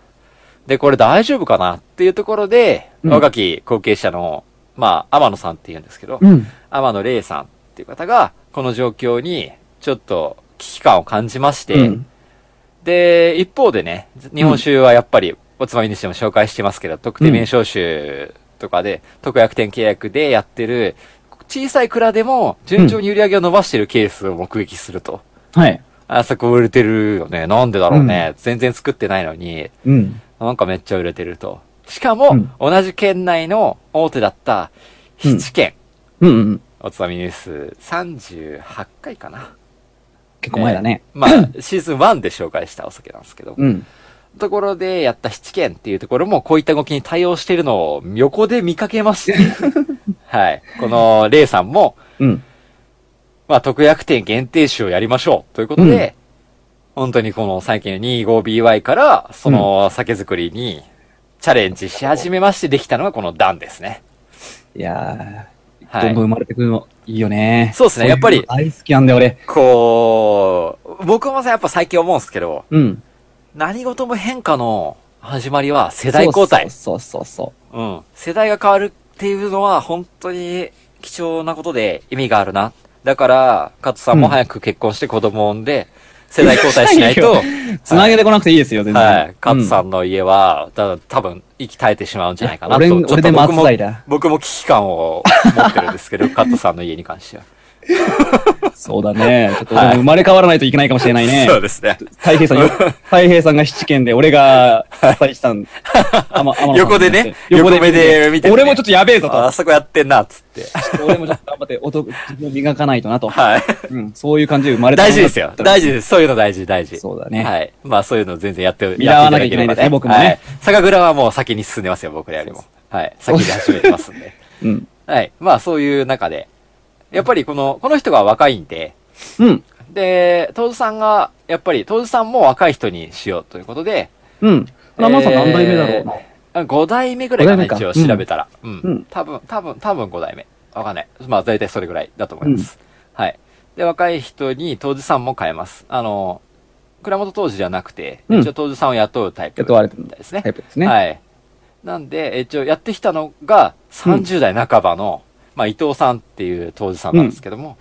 S2: で、これ大丈夫かなっていうところで、
S1: うん
S2: 若き後継者の、まあ、天野さんっていうんですけど、
S1: うん。
S2: 天野玲さんっていう方が、この状況に、ちょっと危機感を感じまして、
S1: うん
S2: で、一方でね、日本酒はやっぱり、おつまみにしても紹介してますけど、特定名称酒とかで、特約店契約でやってる、小さい蔵でも、順調に売り上げを伸ばしてるケースを目撃すると。
S1: はい。
S2: あそこ売れてるよね。なんでだろうね。全然作ってないのに、
S1: うん。
S2: なんかめっちゃ売れてると。しかも、
S1: うん
S2: 同じ県内の大手だった、七県、
S1: うんうん。
S2: おつまみニュース38回かな。
S1: 結構前だね。
S2: まあ、シーズン1で紹介したお酒なんですけど。
S1: うん。
S2: ところでやった七軒っていうところもこういった動きに対応しているのを横で見かけ まして。はい。この、レイさんも、
S1: うん。
S2: まあ、特約店限定酒をやりましょうということで、本当にこの最近の 25BY から、その酒造りにチャレンジし始めましてできたのがこのダンですね。
S1: いやー、
S2: は
S1: どん
S2: い
S1: どん。生まれてくるの、いいよね。
S2: そうですね
S1: いの
S2: やっぱり
S1: 大好きなんだよ、俺。
S2: こう、僕もさ、やっぱ最近思うんですけど、
S1: うん。
S2: 何事も変化の始まりは世代交代。
S1: そうそうそうそう。
S2: うん。世代が変わるっていうのは本当に貴重なことで意味があるな。だから、加藤さんも
S1: うん
S2: 早く結婚して子供を産んで、世代交代しないと、
S1: つなげてこなくていいですよ、全然。
S2: はい。加藤さ
S1: うん
S2: の家は、た多分、息絶えてしまうんじゃないかなと。
S1: 俺
S2: ち
S1: ん
S2: ょっと
S1: 俺で
S2: 僕も
S1: 松代だ
S2: 僕も危機感を持ってるんです けど、加藤さんの家に関しては。
S1: ん。そうだ ね。ちょっと俺
S2: は
S1: も
S2: い
S1: 生まれ変わらないといけないかもしれないね。
S2: そうですね。
S1: 太平さんよ、 太平さんが七軒で、俺が、二人したん。あま、あま
S2: 横でね横目で見ててね
S1: 俺もちょっとやべえぞ
S2: ああ
S1: と。
S2: そこやってんな、つって。
S1: 俺もちょっと頑張って、男、自分を磨かないとなと。
S2: はい。
S1: うん、そういう感じで生まれたも
S2: 大
S1: の
S2: 事
S1: だ
S2: ですよ。大事です。そういうの大事、大事。
S1: そうだね
S2: はい。まあそういうの全然やって、やって
S1: 見習わなきゃいけない
S2: た
S1: で
S2: だれ
S1: すね
S2: ば
S1: 僕もね
S2: はい。酒蔵はもう先に進んでますよ、僕らよりも。はい。先に始めてますんで。
S1: うん。
S2: はい。まあそういう中で。やっぱりこの、この人が若いんで、
S1: うん。
S2: で、当時さんが、やっぱり当時さんも若い人にしようということで、
S1: うん。ラマさん何代目だろうな。
S2: えー5代目ぐらいか
S1: 五代
S2: な、一
S1: 目か
S2: 応調べたら。うん。
S1: うん
S2: 多分、多分、多分5代目。わかんない。まあ、大体それぐらいだと思います。はい。で、若い人に当時さんも変えます。あの、倉本当時じゃなくて、
S1: うん
S2: 一応当時さんを雇うタイプ。
S1: 雇われてる
S2: みたいですね。
S1: タイプですね。
S2: はい。なんで、一応やってきたのが、30代半ばの、まあ、伊藤さんっていう当時さんなんですけども、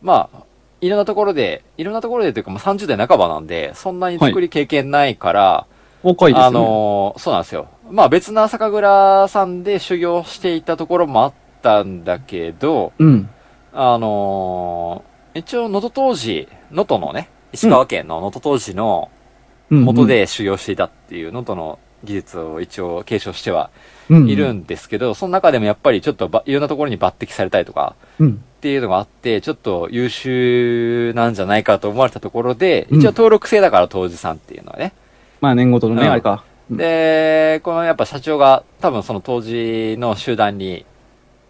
S2: まあ、いろんなところで、いろんなところでというか、まあ、30代半ばなんで、そんなに作り経験ないから、
S1: 若いですよ、ね。
S2: あのーそうなんですよ。まあ別の酒蔵さんで修行していたところもあったんだけど、
S1: うん。
S2: あのー一応能登当時、能登のね、石川県の能登当時の
S1: うん。
S2: 元。で修行していたっていう能登の技術を一応継承しては
S1: う
S2: いるんですけど、その中でもやっぱりちょっとばいろんなところに抜擢されたりとか
S1: うん。
S2: っていうのがあって、ちょっと優秀なんじゃないかと思われたところで、
S1: うん
S2: 一応登録制だから当時さんっていうのはね。
S1: まあ、年ごとのね、
S2: うん
S1: あれか。うん
S2: で、このやっぱ社長が多分その当時の集団に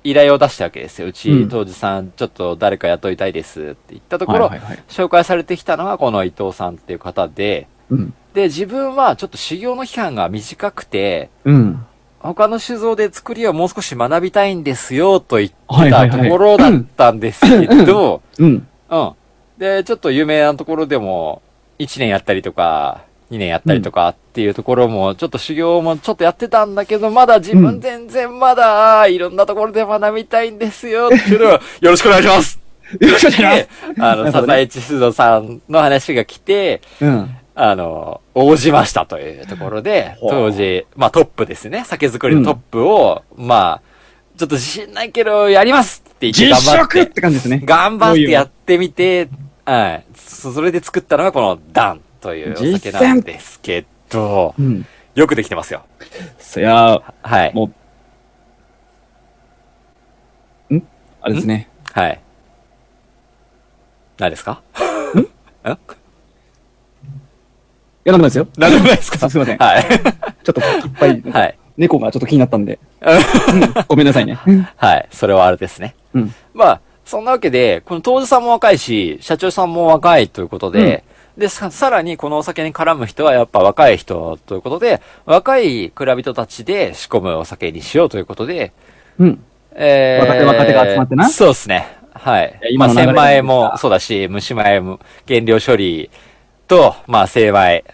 S2: 依頼を出したわけですよ。う
S1: う
S2: ち
S1: ん
S2: 当時さんちょっと誰か雇いたいですって言ったところ、
S1: はいはいはい。
S2: 紹介されてきたのがこの伊藤さんっていう方で、
S1: うん。
S2: で、自分はちょっと修行の期間が短くて、
S1: うん。
S2: 他の酒造で作りをもう少し学びたいんですよと言って
S1: はいは
S2: た
S1: いはい
S2: ところだったんですけ ど、
S1: うん。
S2: うん。で、ちょっと有名なところでも、1年やったりとか、2年やったりとかっていうところも、ちょっと修行もちょっとやってたんだけど、まだ自
S1: うん
S2: 分全然まだ、いろんなところで学びたいんです よっていうのは、よろしくお願いします
S1: よろしくお願いし
S2: で あの、
S1: なるほどね
S2: 笹井千鈴さんの話が来て、
S1: ます。うん。
S2: あの、応じましたというところで、
S1: ほう
S2: 当時、まあトップですね、酒造りのトップを、まあ、ちょっと自信ないけど、やりますって言って
S1: 実
S2: 頑張っ
S1: 食
S2: て
S1: っ。て感じですね。
S2: 頑張ってやってみて、はい。そそれで作ったのがこのダンというお酒なんですけど、
S1: うん。
S2: よくできてますよ。
S1: そや、
S2: はい。
S1: もあれですね。
S2: はい。何ですか
S1: いや、なんでもないですよ。
S2: 何でもないですか
S1: すいません
S2: はい。
S1: ちょっといっぱい、
S2: はい。
S1: 猫がちょっと気になったんで。うんごめんなさいね。
S2: はい。それはあれですね。
S1: うん。
S2: まあ、そんなわけで、この当時さんも若いし、社長さんも若いということで、で、さ、さらにこのお酒に絡む人はやっぱ若い人ということで、若い蔵人たちで仕込むお酒にしようということで、
S1: うん。
S2: えー
S1: 若手若手が集まってな
S2: そうですね。はい
S1: や。
S2: 今、
S1: 今の流れ
S2: 千枚もそうだし、虫米も、原料処理と、まあ、精米、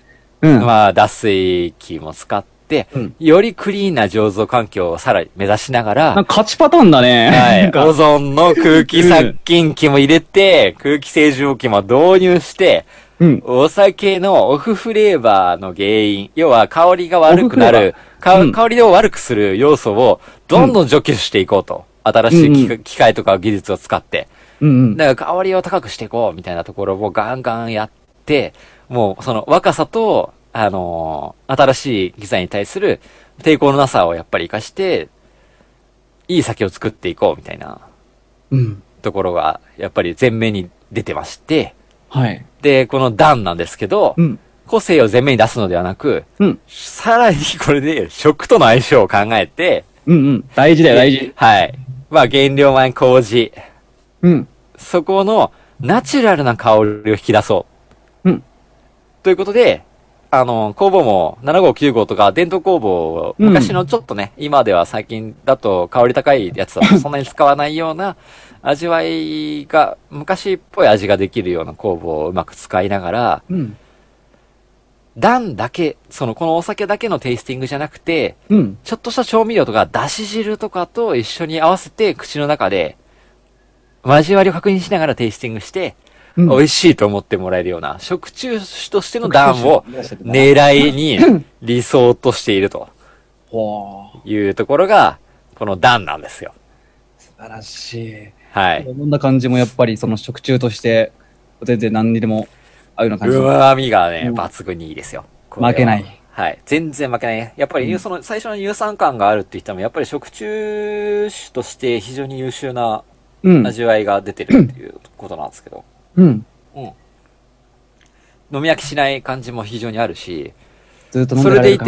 S1: うん。
S2: まあ、脱水機も使って、
S1: うん
S2: よりクリーンな醸造環境をさらに目指しなが
S1: なん
S2: ら、
S1: か勝ちパターンだね。
S2: は
S1: なん
S2: い。
S1: か
S2: オゾンの空気殺菌機も入れて、空気清浄機も導入して、
S1: うん。
S2: お酒のオフフレーバーの原因、要は香りが悪くな
S1: オフフレ
S2: る、か
S1: うん
S2: 香りを悪くする要素をどんどん除去していこうと。新しい機,、
S1: うんう
S2: 機械とか技術を使って。
S1: うんうん。
S2: だから香りを高くしていこうみたいなところをガンガンやって、もうその若さと、あのー新しい機材に対する抵抗のなさをやっぱり活かして、いい酒を作っていこうみたいな
S1: うん。
S2: ところが、やっぱり前面に出てまして、
S1: はい。
S2: で、この段なんですけど、
S1: うん。
S2: 個性を前面に出すのではなく、
S1: うん。
S2: さらにこれで食との相性を考えて、
S1: うんうん。大事だよ、大事。
S2: はい。まあ原料米麹、
S1: うん。
S2: そこのナチュラルな香りを引き出そう。
S1: うん。
S2: ということで、あの、工房も7号9号とか伝統工房を
S1: うん
S2: 昔のちょっとね、今では最近だと香り高いやつだとそんなに使わないような味わいが、昔っぽい味ができるような工房をうまく使いながら、
S1: うん。
S2: 段だけ、そのこのお酒だけのテイスティングじゃなくて、
S1: うん。
S2: ちょっとした調味料とか、だし汁とかと一緒に合わせて、口の中で、交わりを確認しながらテイスティングして、
S1: うん
S2: 美味しいと思ってもらえるような、食中酒としての段を狙いに理想としていると
S1: ほー
S2: いうところが、この段なんですよ。
S1: 素晴らし。
S2: はい い。
S1: 飲んだ感じもやっぱりその食中として、全然何にでも合うような感じ。
S2: うまみがね、
S1: うん
S2: 抜群にいいですよ。これは
S1: 負けな。い。
S2: はい。全然負けない。やっぱり、その、最初の乳酸感があるって言ったのも、やっぱり食中酒として非常に優秀な
S1: うん。
S2: 味わいが出てるっていうことなんですけど。
S1: うん。
S2: うん。飲み飽きしない感じも非常にあるし、
S1: ずっと飲ん
S2: そ
S1: で
S2: れ
S1: られる
S2: でい
S1: 感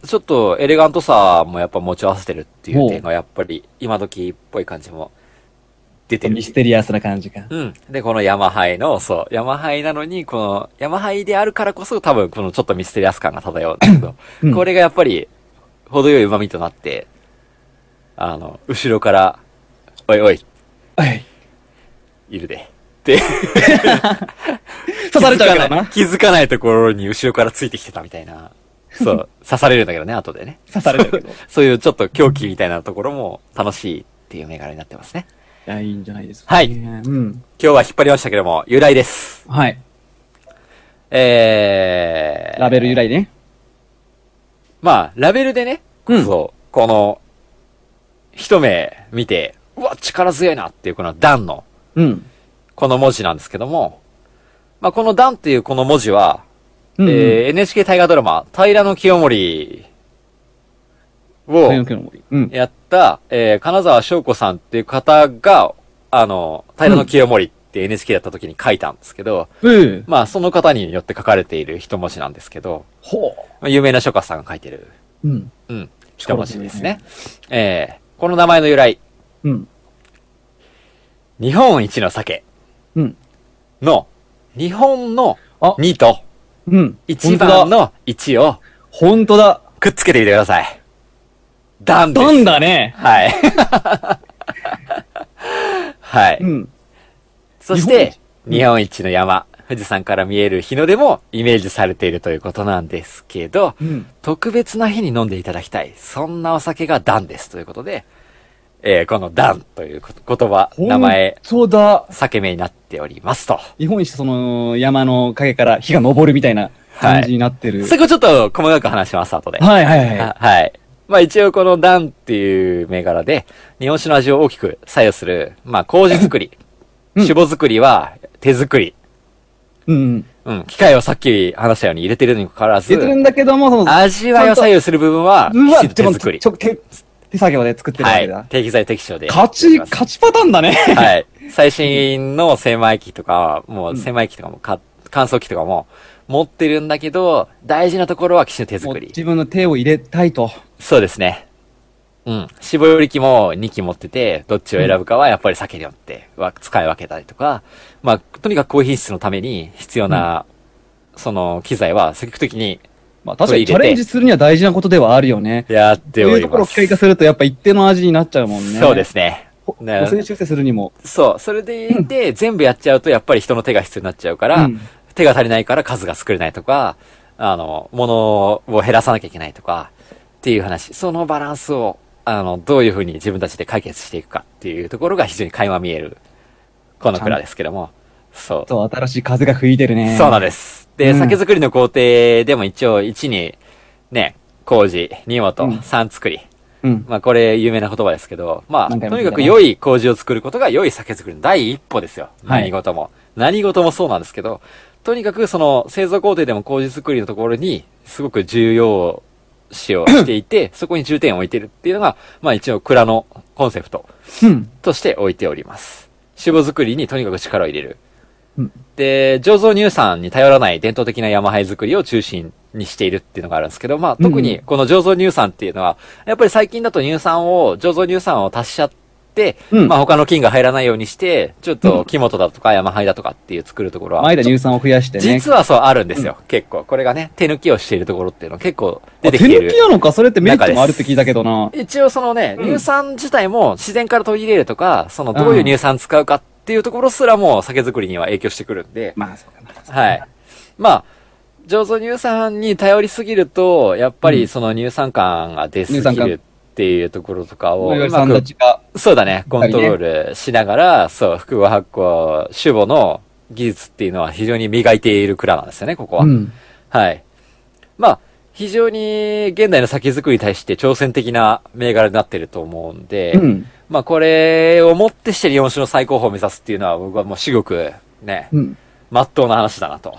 S1: じ。
S2: て、ちょっとエレガントさもやっぱ持ち合わせてるってい
S1: お
S2: う
S1: う
S2: 点がやっぱり今時っぽい感じも出てる
S1: ミ。ステリアスな感じが。
S2: うん。で、このヤマハイの、そう、ヤマハイなのに、この、ヤマハイであるからこそ多分このちょっとミステリアス感が漂うんだけど、
S1: うん
S2: これがやっぱり程よい旨味となって、あの、後ろから、おいおい、
S1: はい。
S2: いるで。って
S1: 刺されちゃうからな。
S2: 気づかないところに後ろからついてきてたみたいな。 そう。刺されるんだけどね、後でね。
S1: 刺されちゃうけ ど。い
S2: そういうちょっと狂気みたいなところも楽しいっていう銘柄になってますね。
S1: や、いいんじゃないですか。
S2: はい
S1: うん。
S2: 今日は引っ張りましたけども、由来です。
S1: はい。
S2: えー。
S1: ラベル由。来ね。
S2: まあ、ラベルでね、
S1: うん
S2: そう、この、一目見て、うわ、力強いなっていうこの段の、
S1: うん。
S2: この文字なんですけども、まあ、この段っていうこの文字は、
S1: うん
S2: えー NHK 大河ドラマ、平の清盛を
S1: 髪の毛の森。うん。
S2: やった、えー、金沢翔子さんっていう方が、あの、平野清盛って NHK だった時に書いたんですけど、
S1: うん。
S2: まあ、その方によって書かれている一文字なんですけど、
S1: ほ
S2: まあ有名な書家さんが書いてる、
S1: う。うん。
S2: うん、一文字ですね。えー、この名前の由来、
S1: うん。
S2: 日本一の酒
S1: うん。
S2: の、日本の
S1: あ
S2: 2と
S1: うん。
S2: 1番の1を
S1: ほんとだ。
S2: くっつけてみてください。ダンです。
S1: なんだね。
S2: はい。はい。
S1: うん。
S2: そして、日本一の山、富士山から見える日の出もイメージされているということなんですけど、
S1: うん。
S2: 特別な日に飲んでいただきたい。そんなお酒がダンです。ということで、えーこのダンという言葉、名前、
S1: ほんとだ。
S2: 酒名になっておりますと。
S1: 日本一その山の陰から火が昇るみたいな感じになってる。
S2: そこちょっと細かく話します、後で。
S1: はいはいはい。
S2: あはい。まあ一応このダンっていう銘柄で、日本酒の味を大きく左右する、まあ麹作り、
S1: うん
S2: 酒母作りは手作り、
S1: うん。
S2: うん、機械をさっき話したように入れてるにもかかわらず
S1: 出、てるんだけども、その、
S2: 味わいを左右する部分
S1: う
S2: は、き
S1: わ
S2: ちんと手作り
S1: ち。ょ、手、手作業で作ってるわ
S2: は
S1: け
S2: い
S1: だ。。
S2: 適材適所で。
S1: 勝ち、勝ちパターンだね。
S2: はい。最新の精米機とかは、もう精米機とかもか、乾燥機とかも持ってるんだけど、大事なところはきちんと手
S1: もう
S2: 作り。
S1: 自分の手を入れたいと。
S2: そうですね。うん。絞り機も2機持ってて、どっちを選ぶかはやっぱり酒によっては使い分けたりとか、まあ、とにかく高品質のために必要な、その機材は積極的に
S1: まあ確かに
S2: こ
S1: チ
S2: れ入れ
S1: ャ
S2: て
S1: レンジするには大事なことではあるよね。
S2: やって
S1: そう
S2: お
S1: いう
S2: り
S1: とこ
S2: ま
S1: ろを
S2: す。
S1: 機械化するとやっぱ一定の味になっちゃうもんね。
S2: そうで。すね。ね
S1: 補正修正するにも。
S2: そう。それでいて、全部やっちゃうとやっぱり人の手が必要になっちゃうから、
S1: うん
S2: 手が足りないから数が作れないとか、あの、物を減らさなきゃいけないとか、っていう話。そのバランスを、あの、どういうふうに自分たちで解決していくかっていうところが非常に垣間見える、この蔵ですけども。そう。
S1: そう、新しい風が吹いてるね。
S2: そうなん
S1: で
S2: です。で、
S1: うん
S2: 酒造りの工程でも一応1に、ね、麹、荷物、
S1: うん
S2: 3作り。
S1: うん。
S2: まあこれ有名な言葉ですけど、まあ
S1: 何回も聞
S2: と
S1: い
S2: に
S1: たな
S2: かく良い麹を作ることが良い酒作りの第一歩ですよ。
S1: はい
S2: 何事も。何事もそうなんですけど、とにかくその製造工程でも麹作りのところにすごく重要視をしていて、そこに重点を置いてるっていうのが、まあ一応蔵のコンセプト
S1: うん。
S2: として置いております。酒母作りにとにかく力を入れる。
S1: うん
S2: で、醸造乳産に頼らない伝統的な山灰作りを中心にしているっていうのがあるんですけど、まあ特
S1: うん
S2: にこの醸造乳産っていうのは、やっぱり最近だと乳酸を、醸造乳酸を足しちゃって、
S1: うん
S2: まあ他の菌が入らないようにして、ちょっと木本だとか山灰だとかっていう作るところは、
S1: 前田乳酸を増やしてね。
S2: 実はそうあるんですよ、結構。これがね、手抜きをしているところっていうのは結構出てきてい
S1: あ手
S2: る。
S1: 抜きなのかそれってメリットもあるって聞いたけどな。
S2: 一応そのね、乳酸自体も自然から取り入れるとか、そのどういう乳酸使うかっていうところすらも酒造りには影響してくるんで、
S1: まあ、そうかな。
S2: はい。まあ、醸造乳酸に頼りすぎると、やっぱ
S1: う
S2: り
S1: ん
S2: その乳酸感が出すぎ
S1: 乳酸感
S2: るっていうところとかを、
S1: おいおいうさ
S2: ま
S1: んた
S2: く、
S1: ちが。
S2: そうだね、コントロールしながら、そう、複合発酵、主母の技術っていうのは非常に磨いている蔵なんですよね、ここは。
S1: うん。
S2: はい。まあ、非常に現代の酒造りに対して挑戦的な銘柄になってると思うんで、
S1: うん。
S2: まあこれをもってして日本酒の最高峰を目指すっていうのは僕はもう至極ね、
S1: うん。
S2: 真っ当な話だなと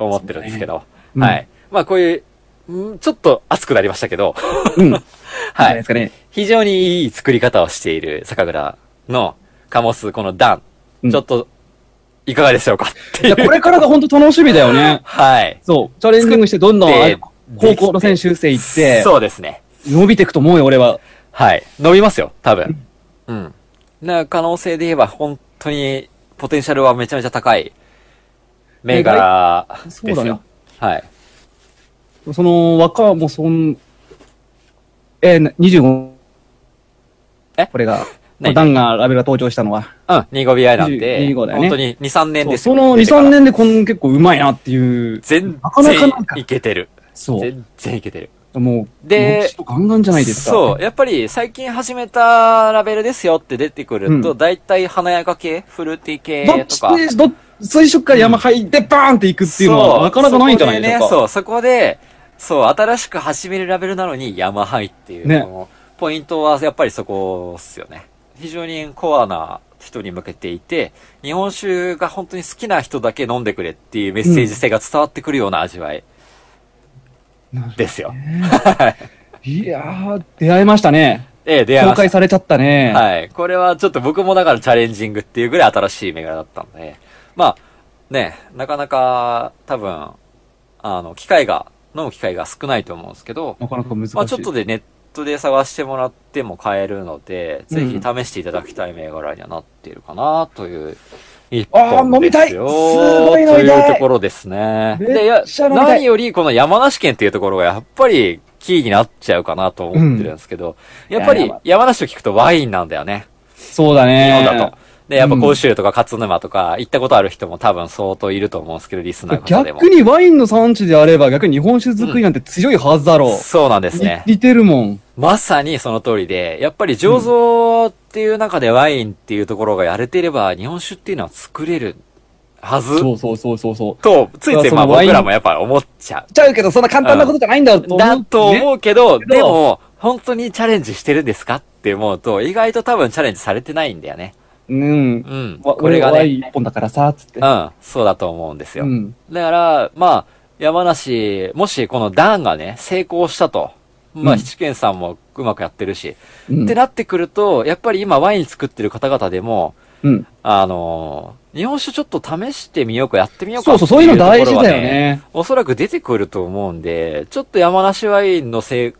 S2: 思ってるんですけど、
S1: うん
S2: はい。まあこういう、んちょっと熱くなりましたけ ど、
S1: うん。
S2: は
S1: じゃないで
S2: い
S1: す。かね。
S2: 非常にいい作り方をしている酒蔵のカモス、この段、
S1: うん
S2: ちょっと、いかがでしょうかって
S1: い
S2: いう。
S1: や、。これからが本当楽しみだよね
S2: はい。
S1: そう。チャレンジングしてどんどん、
S2: で
S1: あ高校の選手生行って、
S2: そうですね。
S1: 伸びていくと思うよ、俺は。
S2: はい。伸びますよ、多分。うん。な、可能性で言えば、本当に、ポテンシャルはめちゃめちゃ高い、銘柄です
S1: そうだね
S2: よ。はい。
S1: その、若はもうそん、えー、な25。
S2: え
S1: これが、
S2: 何
S1: ダンがラベルが登場したのは。
S2: うん、25ビアなんで、
S1: 25だよね
S2: 本当に2、3年
S1: そう
S2: です
S1: そ
S2: よ
S1: の2、3、
S2: 出てから
S1: 年でこの結構うまいなっていう。
S2: 全
S1: なかなかなんか
S2: 然いけてる。
S1: そう。
S2: 全然いけてる。
S1: もう、
S2: で
S1: もう人ガンガンじゃないですか。
S2: そう。やっぱり最近始めたラベルですよって出てくる
S1: う
S2: と、
S1: ん
S2: 大体華やか系、フルーティー
S1: どっ
S2: 系と
S1: ち
S2: か。
S1: で、どっ、最初から山入ってバーンっていくっていうの
S2: そ
S1: は、なかなかないんじゃないですか。
S2: そう、そこでね、そう、そう新しく始めるラベルなのに山入っていう、
S1: ね
S2: このポイントはやっぱりそこっすよね。非常にコアな人に向けていて、日本酒が本当に好きな人だけ飲んでくれっていうメッセージ性が伝わってくるような味わいですよ。
S1: いやー、出会いましたね。
S2: ええ、出会い
S1: 公
S2: ま
S1: 開
S2: し
S1: されちゃったね。
S2: た。はい。これはちょっと僕もだからチャレンジングっていうぐらい新しい銘柄だったんで、まあ、ね、なかなか多分、あの、機会が、飲む機会が少ないと思うんですけど、
S1: なかなか難しい。
S2: まあちょっとでネットで探してもらっても買えるので、
S1: うん
S2: ぜひ試していただきたい銘柄にはなっているかなという一
S1: あー
S2: 本
S1: 飲みたい
S2: ですよ
S1: すごい飲みたい
S2: というところですね。
S1: めっちゃ
S2: で、いや
S1: 飲みたい
S2: 何よりこの山梨県っていうところがやっぱりキーになっちゃうかなと思ってるんですけど、やっぱ
S1: いやや
S2: り
S1: ば
S2: 山梨を聞くとワインなんだよね。
S1: そうだ
S2: 日
S1: ね。
S2: 本だと。で、やっぱ甲州とか勝沼とか行ったことある人も多分相当いると思うんですけど、リスナーの方でも
S1: 逆。にワインの産地であれば、逆に日本酒作りなんて強いはずだろう。
S2: そうなんですね。
S1: 似似てるもん。
S2: まさにその通りで、やっぱり醸造っていう中でワインっていうところがやれていれば、日本酒っていうのは作れるはず
S1: そうそうそうそうそう。
S2: と、ついついまあ
S1: そのワイン
S2: 僕らもやっぱ思っちゃ
S1: ちゃうけど、そんな簡単なことじゃないんだ
S2: う。
S1: と思う。
S2: だと
S1: ね
S2: 思うけ
S1: ど
S2: ど、でも、本当にチャレンジしてるんですかって思うと、意外と多分チャレンジされてないんだよね。
S1: うん。
S2: うん。
S1: わ
S2: これが
S1: 俺ワ
S2: ね、
S1: イン一本だからさ、つって
S2: う。ん、そうだと思うんですよ。
S1: うん。
S2: だから、まあ、山梨、もしこのダンがね、成功したと。まあ、
S1: うん
S2: 七軒さんもうまくやってるし、
S1: うん
S2: ってなってくると、やっぱり今ワイン作ってる方々でも、
S1: うん。
S2: あのー日本酒ちょっと試してみようか、やってみようか
S1: そうそう、そういうの
S2: って
S1: 大事
S2: ところは
S1: だよ。ね。
S2: おそらく出てくると思うんで、ちょっと山梨ワインのせい、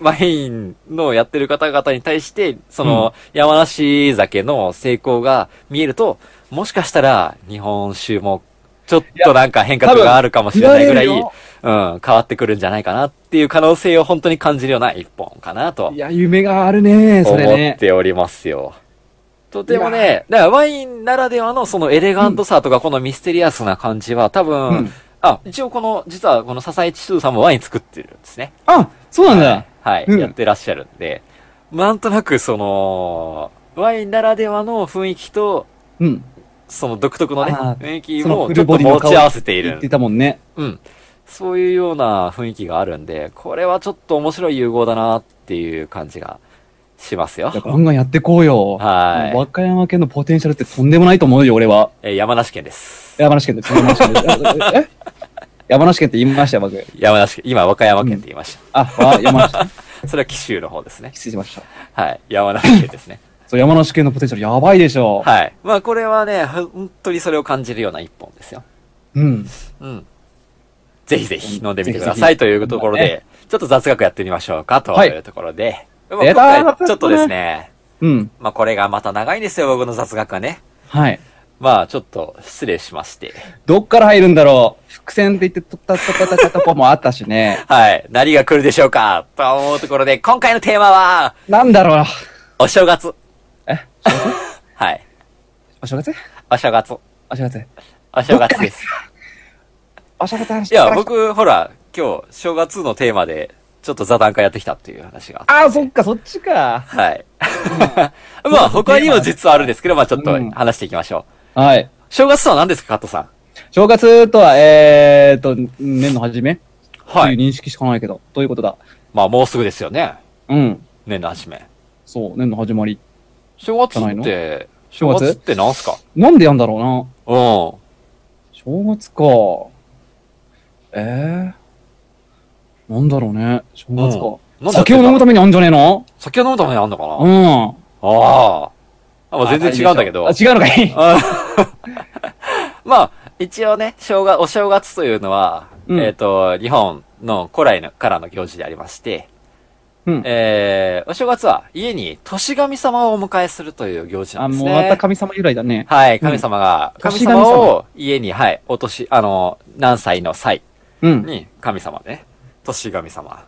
S2: ワインのやってる方々に対して、その、山梨酒の成功が見えると、もしかしたら日本酒も、ちょっとなんか変革があるかもしれないぐらい、
S1: いや多分
S2: うん、変わってくるんじゃないかなっていう可能性を本当に感じるような一本かなと
S1: い。や、夢があるね、 それ
S2: 思っ
S1: ね。
S2: ておりますよ。とても
S1: い
S2: ね、だからワインならではのそのエレガントさとかこのミステリアスな感じは多分、
S1: うん
S2: あ、一応この、実はこの笹井千鶴さんもワイン作ってるんですね。
S1: あ、そうなんだ。
S2: はい、
S1: うん
S2: やってらっしゃるんで、なんとなくその、ワインならではの雰囲気と、
S1: うん。
S2: その独特のね、
S1: あー
S2: 雰囲気
S1: その
S2: も
S1: フ
S2: ちょ
S1: ル
S2: っと
S1: ボディの
S2: 持
S1: 顔
S2: ち合わせてい
S1: 言
S2: る
S1: って。たもんね。
S2: うん。そういうような雰囲気があるんで、これはちょっと面白い融合だなっていう感じがしますよ
S1: いや。ガンガンやってこうよ。
S2: はい
S1: 和歌山県のポテンシャルってとんでもないと思うよ、俺は。
S2: えー山梨県です。
S1: 山梨県です。山梨県です。え山梨県って言いましたよ、僕。
S2: 山梨県、今、和歌山県って言いまし
S1: あ、わ山梨県。
S2: た。それは紀州の方ですね。
S1: 失礼しました。
S2: はい。山梨 県ですね。
S1: そう、山梨県のポテンシャルやばいでしょ。
S2: はい。まあ、これはね、本当にそれを感じるような一本ですよ。
S1: うん。
S2: うん。ぜひぜひ飲んでみてくだ
S1: ぜ
S2: さ
S1: ひ
S2: いというところ
S1: まあ
S2: で、ちょっと雑学やってみましょうかと
S1: はい
S2: いうところで。まあ
S1: 出た
S2: 今回ちょっとですね、
S1: うん。
S2: まあ、これがまた長いんですよ、僕の雑学はね。
S1: はい。
S2: まあ、ちょっと失礼しまして。
S1: どっから入るんだろう伏線って言って、とったとったとったとこもあったしね。
S2: はい。何が来るでしょうかと思うところで、今回のテーマは、
S1: なんだろう
S2: お正月。
S1: え
S2: はい。
S1: お正月
S2: お正月。
S1: お正月
S2: お正月です。
S1: お正月の話
S2: いや、。僕、ほら、今日、正月のテーマで、ちょっと座談会やってきたっていう話があっ
S1: ああ、そっか、そっちか。
S2: て。はい。 まあ、他にも実はあるんですけど、まあちょっと
S1: うん
S2: 話していきましょ
S1: はい。
S2: う。正月とは何ですか、加藤さん。
S1: 正月とは、えーと、年の初めと。
S2: はいいう
S1: 認識しかないけど、ということだ。
S2: まあ、もうすぐですよね。
S1: うん。
S2: 年の初め。
S1: そう、年の始まり。
S2: 正月って、
S1: 正
S2: 正
S1: 月
S2: 月って何すか
S1: なんでやんだろうな。
S2: うん。
S1: 正月か。ええー。なんだろうね。正月か。
S2: うんなんだ
S1: 酒を飲むためにあんじゃねえの
S2: 酒を飲むためにあんのかな、
S1: うん。あ
S2: ああ。まあ、全然違うんだけど。
S1: あ違うのかい
S2: まあ、一応ね、正月、お正月というのは、
S1: うん
S2: えっ、と、日本の古来のからの行事でありまして、
S1: うん。
S2: えー、お正月は家に年神様をお迎えするという行事な
S1: あ、
S2: んです
S1: もう
S2: ね。
S1: また神様由来だね。
S2: はい、神様が、
S1: ん
S2: 神
S1: 年神様
S2: 様を家に、はい、お年、あの、何歳の歳
S1: うん。
S2: に神様ね、年神様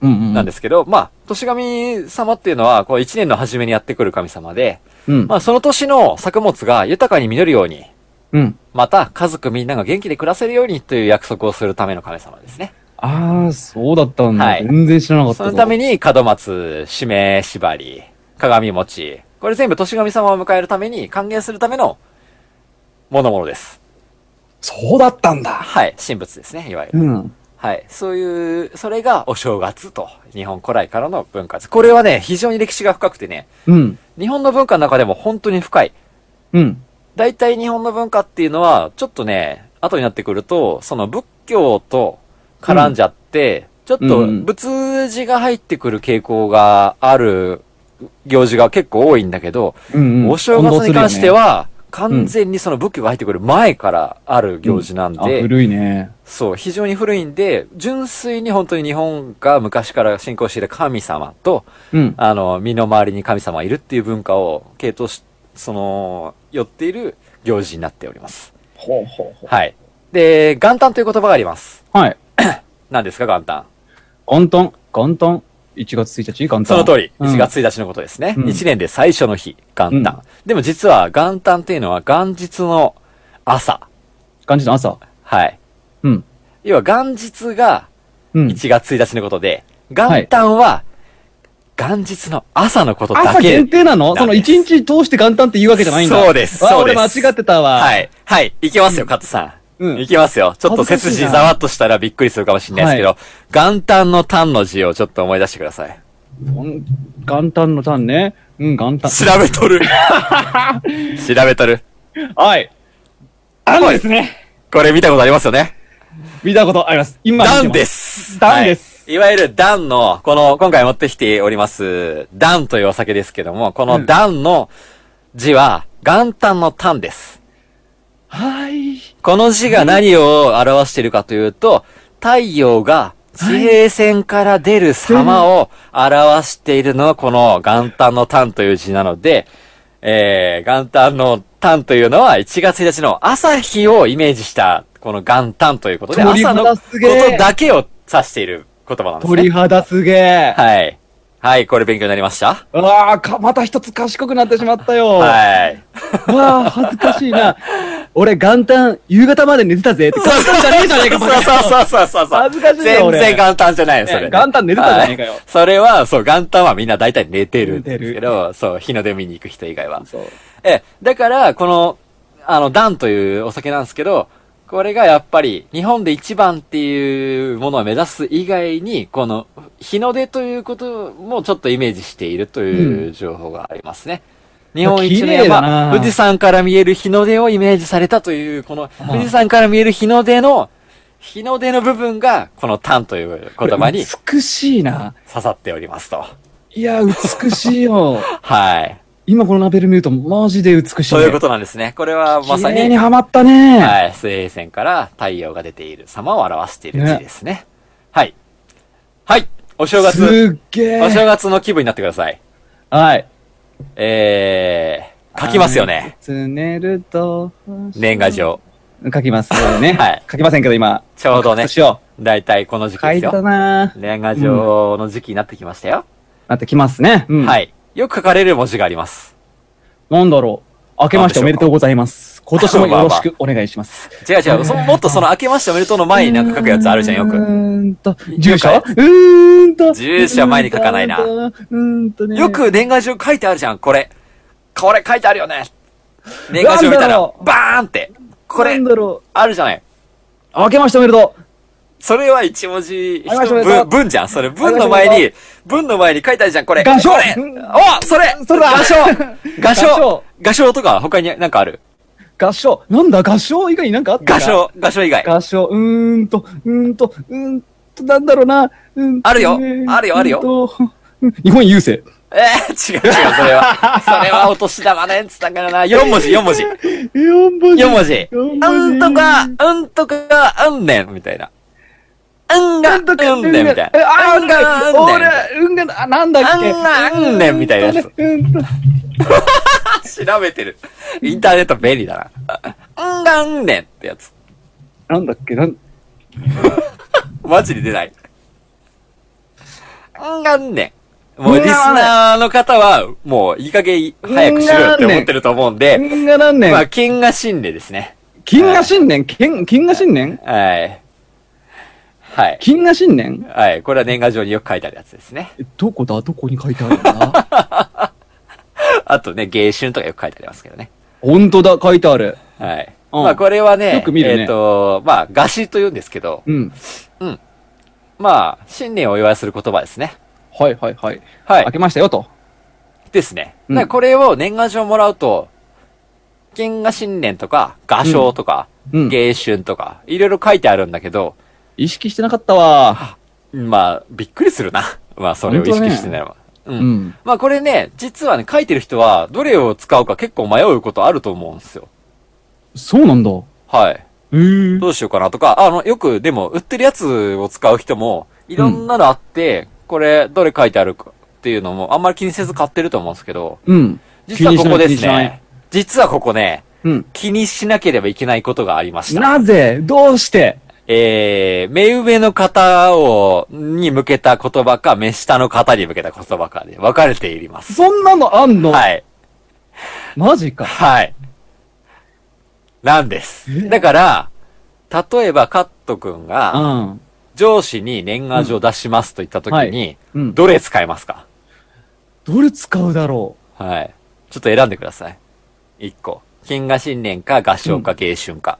S1: うんうん。
S2: なんですけど、まあ、年神様っていうのは、こう一年の初めにやってくる神様で、
S1: うん。
S2: まあその年の作物が豊かに実るように、
S1: うん。
S2: また家族みんなが元気で暮らせるようにという約束をするための神様ですね。
S1: ああ、そうだったんだ。
S2: はい
S1: 全然知らなかった
S2: そ
S1: ぞ。
S2: のために門松、しめ縛り、鏡餅、これ全部年神様を迎えるために歓迎するためのものものです。
S1: そうだったんだ。
S2: はい、神仏ですね、いわゆる。
S1: うん。
S2: はい、そういう、それがお正月と、日本古来からの文化です。これはね、非常に歴史が深くてね、
S1: うん。
S2: 日本の文化の中でも本当に深い。
S1: うん。
S2: 大体日本の文化っていうのは、ちょっとね、後になってくると、その仏教と絡んじゃって、ちょっ
S1: うん
S2: と
S1: うん
S2: 仏事が入ってくる傾向がある行事が結構多いんだけど、
S1: うんうん
S2: お正月に関して、は、
S1: ね
S2: 完全にその仏教が入ってくる前からある行事なん
S1: 混同するよね
S2: で、
S1: あ、古いね。
S2: そう、非常に古いんで、純粋に本当に日本が昔から信仰している神様と、
S1: うん。
S2: あの、身の回りに神様がいるっていう文化を系統し、その、寄っている行事になっております。
S1: ほうほうほ
S2: はい。で、元旦という言葉があります。
S1: う。はい。
S2: 何ですか、元旦。
S1: 元旦、元旦、1月1日元旦。
S2: その通り。
S1: うん
S2: 1月1日のことですね。
S1: うん
S2: 1年で最初の日、元旦。でも実は元旦っていうのは元日の朝。
S1: 元日の朝。
S2: はい。
S1: うん。
S2: 要は元日が
S1: うん。
S2: 1月1日のことで、元旦は元日の朝のことだ
S1: 朝
S2: け。
S1: 限定なの
S2: だ
S1: その
S2: けです
S1: 一日通して元旦って言うわけじゃないんだ。
S2: そうです
S1: わあ
S2: そうです
S1: 俺間違ってたわ。
S2: はい。はい。いけますよ、カットさん。
S1: うん
S2: いけますよ。ちょっと背
S1: 恥ずかしい
S2: 筋
S1: な
S2: ざわっとしたらびっくりするかもしれないですけど、元旦の旦の字をちょっと思い出してください。
S1: ほん元旦の旦ね。うん、元旦。
S2: 調べ とる。調べとる。
S1: はい。あんですね。
S2: これ見たことありますよね。
S1: 見たことあります。今見てま
S2: 段で。す。
S1: 段です
S2: はい。いわゆる段の、この、今回持ってきております、段というお酒ですけども、この段の字は、元旦の旦です。
S1: はい。
S2: この字が何を表しているかというと、太陽が地平線から出る様を表しているのがこの元旦の旦という字なので、えー、元旦の旦というのは1月1日の朝日をイメージした、この元旦ということで、
S1: 鳥
S2: 朝
S1: 肌
S2: のこ
S1: すげえ
S2: とだけを指している言葉なんです
S1: 鳥
S2: ね。
S1: 肌すげえ。
S2: はい。はい、これ勉強になりました
S1: うわあ、か、また一つ賢くなってしまったよ。
S2: はい。
S1: うわあ、恥ずかしいな。俺、元旦、夕方まで寝てた ぜって。元旦じゃねえじゃねえか、バカ
S2: そうそうそうそうそう。
S1: 恥ずかしいよ
S2: 全
S1: 俺
S2: 然元旦じゃないよ、それ。
S1: ね元旦寝てたじゃねえかよ
S2: はいそれは、そう、元旦はみんな大体寝てるんで
S1: 寝
S2: す
S1: てる
S2: けど、そう、日の出見に行く人以外は。
S1: そう。
S2: え、だから、この、あの、ダンというお酒なんですけど、これがやっぱり、日本で一番っていうものを目指す以外に、この、日の出ということもちょっとイメージしているという情報がありますね。日本一
S1: 綺
S2: の
S1: 麗だな
S2: 山、富士山から見える日の出をイメージされたという、この、富士山から見える日の出の、日の出の部分が、このタンという言葉に
S1: 美しいな。
S2: 刺さっておりますと。
S1: いや、美しいよ。
S2: はい。
S1: 今このラベル見ると、マジで美しい、。
S2: そういうこととなんですね。これはまさ
S1: 綺麗
S2: に
S1: に、はまったね。
S2: はい、水平線から太陽が出ている様を表している字ですね。はい。はい、お正
S1: す
S2: 月、
S1: っげ
S2: お正
S1: え。
S2: 月の気分になってください。
S1: はい。
S2: えー、書きますよね。。
S1: つねると。
S2: 年賀。状。
S1: 書きますよね。
S2: はい
S1: 書きませんけど、今。
S2: ちょうどね
S1: 書くとしよ
S2: だいたいこの時
S1: う。
S2: 期
S1: 書
S2: で
S1: い
S2: す
S1: た
S2: よ。
S1: な
S2: 年賀状の時期になってきましたよ。
S1: なってきますね。うん。。
S2: はいい。よく書かれる文字があります。
S1: なんだろう。明けましておめでとうございます。今年もよろしくお願いします。
S2: 違う違う、そもっとその明けましておめでとうの前になんか書くやつあるじゃん、よ
S1: う
S2: く。
S1: ーんと、住所う
S2: よく
S1: ーんと。
S2: 住所は前に書かないな
S1: うーんとね。
S2: よく年賀状書いてあるじゃん、これ。これ書いてあるよね。年賀状見た
S1: なんだ
S2: ら、
S1: ろう
S2: バーンって。こ
S1: な
S2: れ
S1: ん、だろう。
S2: あるじゃない。
S1: 明けましておめでとう。
S2: それは一文字、
S1: ありが
S2: 一
S1: とうございます
S2: 文、文じゃん。それ文の前
S1: あり
S2: に、文の前に書いてあるじゃん、これ。
S1: 画商
S2: これ
S1: うん
S2: おそれ
S1: それだ
S2: 画 商画
S1: 画
S2: 商
S1: 商
S2: 画商とか他になんかある
S1: 合唱。なんだ合唱以外になんかあったか
S2: 画。商画商以外。
S1: 合唱。うーんと、うーんと、うーんと、なんだろうな。うーんと
S2: あるよ
S1: ね
S2: あるよあるよ
S1: うーんと うん日本郵政。
S2: えー、違う違う、それは。それはお年玉ね、つったからな。4文字、4文字。
S1: 4文字。
S2: 4文字。
S1: 四
S2: うんとか、うんとか、うんねん、みたいな。うんが、うんねん、みたい
S1: え
S2: な。
S1: あ
S2: うんが、うんねんみたいな。
S1: 俺、うんが、あ、なんだっけ。
S2: うんがうんねんみたいなやつ
S1: うんとね
S2: 調べてる。インターネット便利だな。うんが、うんねんってやつ。
S1: なんだっけ、なん、
S2: マジで出ない。んがんねん。もうリスナーの方は、もういい加減早くしろよって思ってると思うんで、
S1: 金が何
S2: まあ、
S1: 年
S2: 金が新礼ですね。
S1: 金が新年金、金が新年
S2: はい。はい。
S1: 金が新年
S2: はい。これは年賀状によく書いてあるやつですね。
S1: えどこだどこに書いてあるんだ
S2: あとね、芸春とかよく書いてありますけどね。
S1: 本当だ、書いてある。
S2: はい。
S1: うん
S2: まあ、これはね、
S1: よく見るね
S2: えっ、と、まあ、画詞と言うんですけど、
S1: うん。
S2: まあ、新年をお祝いする言葉ですね。
S1: はいはいはい。
S2: はい
S1: 開けましたよと。
S2: ですね。
S1: うん
S2: だからこれを年賀状もらうと、金賀新年とか、画商とか、
S1: うんうん
S2: 芸春とか、いろいろ書いてあるんだけど、
S1: 意識してなかったわ。
S2: まあ、びっくりするな。まあ、それを意識してないわ。う。
S1: うんん。
S2: まあ、これね、実はね、書いてる人は、どれを使うか結構迷うことあると思うんですよ。
S1: そうなんだ。
S2: はい。
S1: えー
S2: どうしようかなとか、あの、よく、でも、売ってるやつを使う人も、いろんなのあって、これ、どれ書いてあるかっていうのも、あんまり気にせず買ってると思うんですけど、
S1: うん。
S2: 実はここで
S1: 気に
S2: す
S1: しない
S2: ね。実はここね、
S1: うん。
S2: 気にしなければいけないことがありました。
S1: なぜどうして
S2: えー、目上の方を、に向けた言葉か、目下の方に向けた言葉かで分かれています。
S1: そんなのあんの
S2: はい。
S1: マジか。
S2: はい。なんです。だから、例えば、カット君
S1: う
S2: が、
S1: ん。
S2: 上司に年賀状出しますと言った時
S1: うんは
S2: に、
S1: うん。ど、
S2: どれ使いますか
S1: どれ使うだろ
S2: はい。ちょっと選んでください。一個。金河新年か、合唱か、芸春か。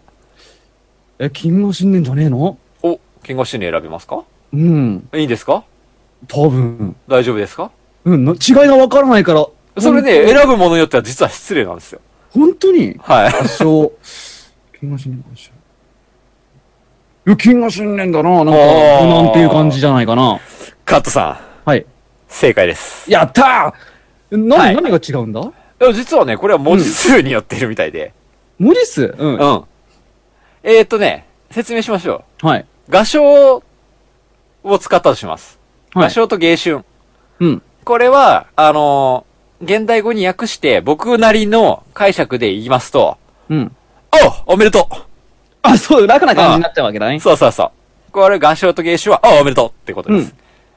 S1: うえ、金剛新年じゃねえの
S2: お、金河新年選びますか
S1: うん。
S2: いいんですか
S1: 多分。
S2: 大丈夫ですか
S1: うん、な違いがわからないから。
S2: それ
S1: ほ
S2: ね、
S1: ん
S2: 選ぶものによっては実は失礼なんですよ。
S1: 本当に
S2: はい。
S1: 合唱。金河新年合唱。いや金河新年だな。なんか、
S2: あー
S1: 無難っていう感じじゃないかな。
S2: カットさん、
S1: はい。
S2: 正解です。
S1: やったー何、
S2: はい
S1: 何が違うんだ
S2: でも実はね、これは文字数によっているみたいで。
S1: 無理っす。うん。
S2: うん。えー、っとね、説明しましょ
S1: はい。
S2: う。画唱を使ったとします。
S1: は
S2: 画
S1: い。
S2: 唱と芸春。
S1: うん。
S2: これは、あのー現代語に訳して、僕なりの解釈で言いますと、
S1: うん。
S2: おうおめでと
S1: あ、そう、楽な感じになっちゃうわけだ
S2: う
S1: ね。
S2: そうそうそう。これ、合唱と芸種は、おうおめでとうってことです。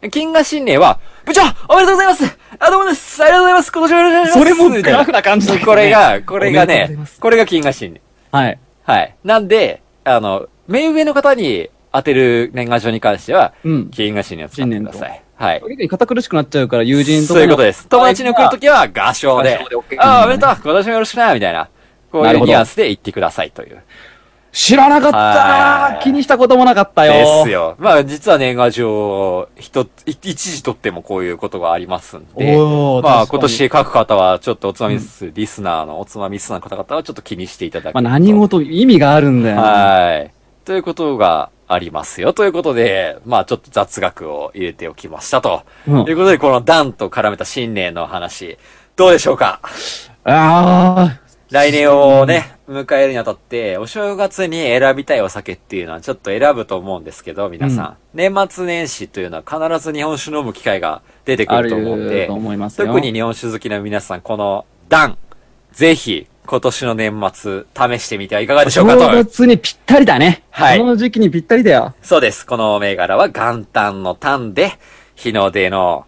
S2: 金河新年は、部長おめでとうございますあ、どうもですありがとうございます今年もよろ
S1: それ
S2: しくお願いします
S1: も
S2: みたいな
S1: 楽な感じだけど、ね。
S2: これ。が、これが
S1: おめでとうござい
S2: ね
S1: ま、
S2: これが金河新年。
S1: はい。
S2: はい。なんで、あの、目上の方に当てる年賀状に関しては、
S1: うん。
S2: 金河新年を使ってください。はい。
S1: 逆に堅苦しくなっちゃうから、友人と
S2: そういうことです。友達に送ると
S1: き。
S2: きは合唱で
S1: 合唱で OK、
S2: ああ、おめでとう今年もよろしくなみたいな。こう
S1: ないる
S2: う
S1: ほど
S2: ニュアンスで言ってくださいという。
S1: 知らなかった
S2: は
S1: ー
S2: い
S1: 気にしたこともなかったよ
S2: で
S1: ー。
S2: すよ。まあ、実は年賀状、一つ、い一時取ってもこういうことがありますんで、
S1: おー
S2: まあ、
S1: 確か
S2: 今
S1: に
S2: 年書く方は、ちょっとおつまみス、リスナーのおつまみスナーの方々はちょっと気にしていただく
S1: ま
S2: と。
S1: あ何事、意味があるんだよね。
S2: はい。ということがありますよ。ということで、まあ、ちょっと雑学を入れておきましたと。
S1: うん
S2: ということで、この段と絡めた新年の話、どうでしょうか
S1: あ
S2: 来年をね、迎えるにあたって、お正月に選びたいお酒っていうのはちょっと選ぶと思うんですけど、皆さん。年末年始というのは必ず日本酒飲む機会が出て
S1: あ、
S2: く
S1: あ
S2: ると思うん
S1: る
S2: で
S1: と、思いますよ。
S2: 特に。日本酒好きな皆さん、この段、ぜひ、今年の年末、試してみてはいかがでしょ
S1: 正
S2: うかと。
S1: 月にぴったりだね。
S2: はい
S1: この時期にぴったりだよ。
S2: そうです。この銘柄は元旦の単で、日の出の、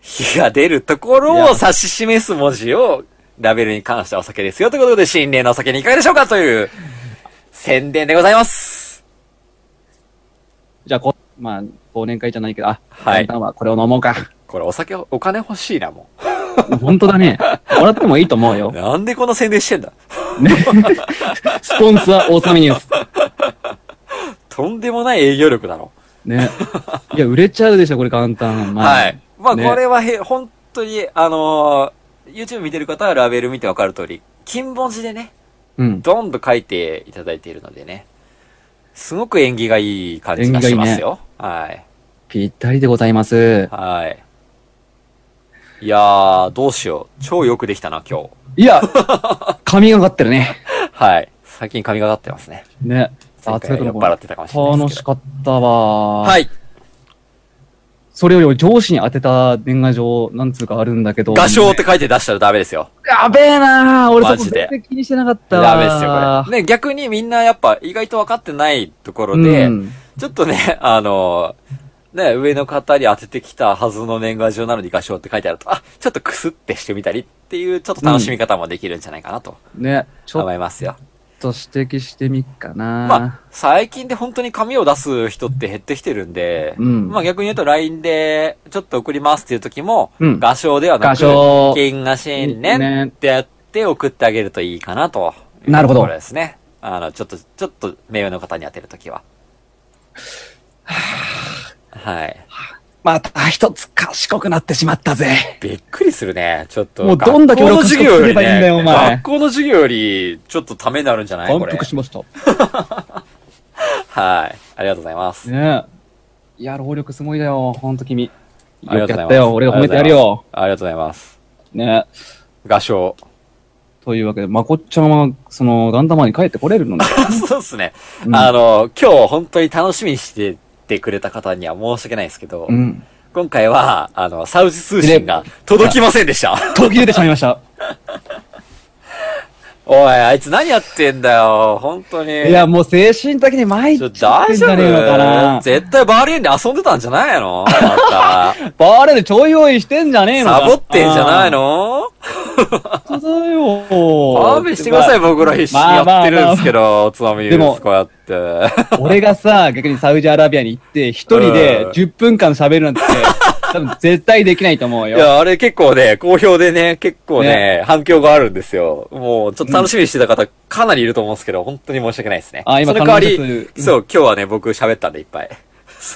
S2: 日が出るとこ
S1: い
S2: ろを
S1: や
S2: 指し示す文字を、ラベルに関したお酒ですよ。ということで、新年のお酒にいかがでしょうかという、宣伝でございます。
S1: じゃあ、こ、まあ、忘年会じゃないけど、あ、
S2: はい
S1: 元旦はこれを飲もうか。
S2: これお酒、お金欲しいな、も
S1: 本当だね。もらってもいいと思う
S2: う。
S1: よ。
S2: なんでこんな宣伝してんだ
S1: スポンサー、オーサミニュース。
S2: とんでもない営業力だろ。
S1: ね。いや、売れちゃうでしょ、これ簡単。まあ
S2: はい。まあ、
S1: ね
S2: これはへ、本当に、あのー YouTube 見てる方はラベル見てわかる通り、金文字でね、
S1: うん。
S2: どんど書いていただいているのでね。すごく縁起がいい感じがしますよ。はい。
S1: ぴったりでございます。
S2: はい。いやー、どうしよう。超よくできたな、今日。
S1: い や、神がかってるね。
S2: はい。最近神がかってますね。
S1: ね。
S2: 前
S1: 熱い
S2: 回
S1: と
S2: 酔っ
S1: こ
S2: 払ってたかもしれないで
S1: 楽
S2: すけ
S1: し
S2: ど。
S1: かったわ。。
S2: はいい。
S1: それよりも上司に当てた年賀状、なんつうかあるんだけど。
S2: 画唱って書いて出したらダメですよ。
S1: やべえなー俺
S2: マ
S1: そこ
S2: ジ
S1: 全
S2: で
S1: 然気にしてなかったわ。
S2: ダメですよ、これ。ね、逆にみんなやっぱ意外と分かってないところで、
S1: うん
S2: ちょっとね、 あのね、上の方に当ててきたはずの年賀状なのに画唱って書いてあると、あ、ちょっとクスってしてみたりっていう、ちょっと楽しみ方もできるんじゃないかなと
S1: ね。ちょ
S2: 思
S1: っ
S2: いますよ。
S1: と指摘してみっかな。
S2: まあ、最近で本当に紙を出す人って減ってきてるんで、
S1: うん
S2: まあ逆に言うと LINE でちょっと送りますっていう時も、
S1: うん
S2: 画唱ではな
S1: 画
S2: く、
S1: 唱
S2: 金が新年ってやって送ってあげるといいかなと。
S1: なるほど
S2: これですね。あの、ちょっと、ちょっと名誉の方に当てるときは。はい。
S1: また一つ賢くなってしまったぜ。
S2: びっくりするね。ちょっと。
S1: もうどんだけ
S2: 学
S1: 俺
S2: 校の
S1: を
S2: 授業よ
S1: 賢く
S2: り
S1: すればいいんだ
S2: ね。
S1: よお前
S2: 学校の授業より、ちょっとためになるんじゃない
S1: 反
S2: これ。
S1: 復しました。
S2: はい。ありがとうございます。
S1: ねいや、労力すごいだよ。ほんと君。よ
S2: ありが
S1: く
S2: とう
S1: やった
S2: ございます
S1: よ。俺が褒めてやるよ。
S2: ありがとうございます。
S1: ね。
S2: 合唱。
S1: というわけで、まこっちゃんは、その、ガンダマに帰ってこれる のね。
S2: そうですね。
S1: うん
S2: あの、今日本当に楽しみにしててくれた方には申し訳ないですけど、
S1: うん。
S2: 今回は、あの、サウジ通信が届きませんでした。
S1: 途切れてしまいました。
S2: おい、あいつ何やってんだよ、本当に。
S1: いや、もう精神的に参っ
S2: ちょ、
S1: ちゃって
S2: 大
S1: ん
S2: 丈
S1: じゃねえのかな
S2: 夫。絶対バーレーンで遊んでたんじゃな いのま
S1: バーレルちょい用意してんじゃねえ
S2: た。
S1: のか
S2: サボってんじゃないの
S1: 本当だよ。
S2: 勘弁してください、僕ら必死にやってるんですけど、おつまみで
S1: でも
S2: す、こうやって。
S1: 俺がさ、逆にサウジアラビアに行って、一人で
S2: うん
S1: 10分間喋るなんて、多分絶対できないと思う
S2: い
S1: よ。
S2: や、あれ結構ね、好評でね、結構ね
S1: ね、
S2: 反響があるんですよ。もう、ちょっと楽しみにしてた方、かなりいると思うんですけど、本当に申し訳ないですね。
S1: あ今
S2: その代わり
S1: 可能性、数
S2: そう、今日はね、僕喋ったんで、いっぱい。
S1: じ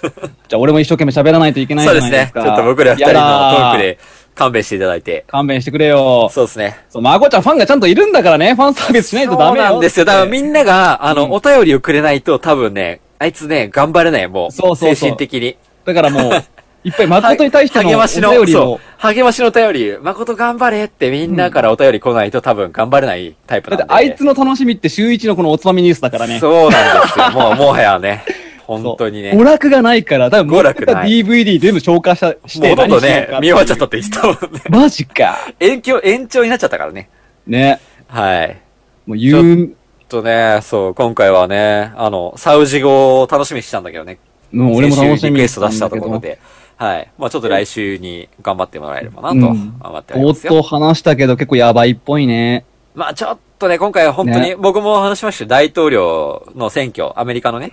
S1: ゃあ俺も一生懸命喋らないといけないじ
S2: そうで
S1: ゃな
S2: す
S1: いで
S2: ね
S1: す。
S2: ち
S1: か。
S2: ょっと僕ら二人の
S1: や
S2: ト
S1: だ
S2: ーク。で、勘弁していただいて。
S1: 勘弁してくれよ。
S2: そうですね。
S1: そう、まこちゃんファンがちゃんといるんだからね、ファンサービスしないとダメよ。
S2: そうなんですよ。だからみんなが、あの、お便りをくれないと多分ね、あいつね、頑張れない、もう。
S1: そうそうそう
S2: 精神的に。
S1: だからもう、いっぱい誠に対しての
S2: 励ましの、
S1: お便り
S2: そ
S1: を
S2: う。。励ましの頼り、誠頑張れってみんなからお便り来ないと多分頑張れないタイプ
S1: だ
S2: な
S1: っ
S2: んで
S1: て。あいつの楽しみって週一のこのおつまみニュースだからね。
S2: そうなんですよ。 もう、もはやね。
S1: そう
S2: 本当にね。
S1: 娯
S2: も
S1: 楽がないから、多分
S2: 娯楽ない
S1: DVD 全部消化した、し
S2: う
S1: て
S2: ほとん
S1: 何
S2: ど
S1: しよう
S2: ね
S1: か、て
S2: 見終
S1: いう
S2: わっちゃったって人も ね。
S1: マジか。
S2: 延長、延長になっちゃったからね。
S1: ね。
S2: はい。
S1: もう言う、
S2: ちょっとね、そう、今回はね、あの、サウジ語を楽しみにしてたんだけどね。
S1: もう俺も楽しみ
S2: リ
S1: に
S2: クエスト出したところ
S1: だけ
S2: で。はい。まあちょっと来週に頑張ってもらえればなと、
S1: うん
S2: 頑張っており
S1: ど。ぼ
S2: ま
S1: ー
S2: す
S1: っと
S2: よ。
S1: 話したけど結構やばいっぽいね。
S2: まあちょっとね、今回は本当に、
S1: ね
S2: 僕も話しましたよ大統領の選挙、アメリカのね、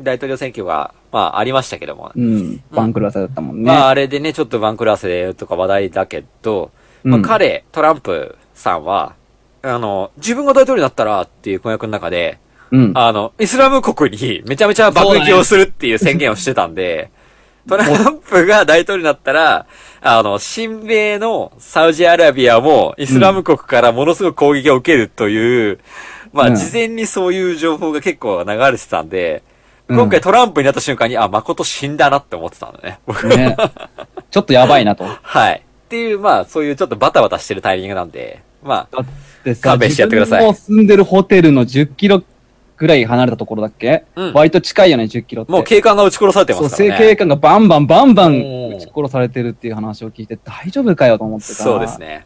S2: 大統領選挙が、まあありましたけども。
S1: うん。バンクルワサだったもんね。
S2: まああれでね、ちょっと番狂わせとか話題だけど、まあ
S1: うん
S2: 彼、トランプさんは、あの、自分が大統領になったらっていう公約の中で、
S1: うん。
S2: あの、イスラム国にめちゃめちゃ爆撃をするっていう宣言をしてたんで、トランプが大統領になったら、あの、新米のサウジアラビアもイスラム国からものすごく攻撃を受けるという、ま
S1: う
S2: あ、
S1: ん
S2: 事前にそういう情報が結構流れてたんで、
S1: うん
S2: 今回トランプになった瞬間に、あ、誠死んだなって思ってたんだね。 僕
S1: ね。ちょっとやばいなと。
S2: はい。っていう、まあ、そういうちょっとバタバタしてるタイミングなんで、まあ、
S1: だってさ、
S2: 勘弁してやってくださ
S1: 自
S2: い
S1: 分の住んでるホテルの10キロぐらい離れたところだっけ、
S2: うん
S1: 割と近いよね、10キロって。
S2: もう警官が撃ち殺されて
S1: そ
S2: ま
S1: う、
S2: すからね。
S1: 整形官がバンバンバンバン
S2: おー
S1: 撃ち殺されてるっていう話を聞いて、大丈夫かよと思ってた。
S2: そうです。ね。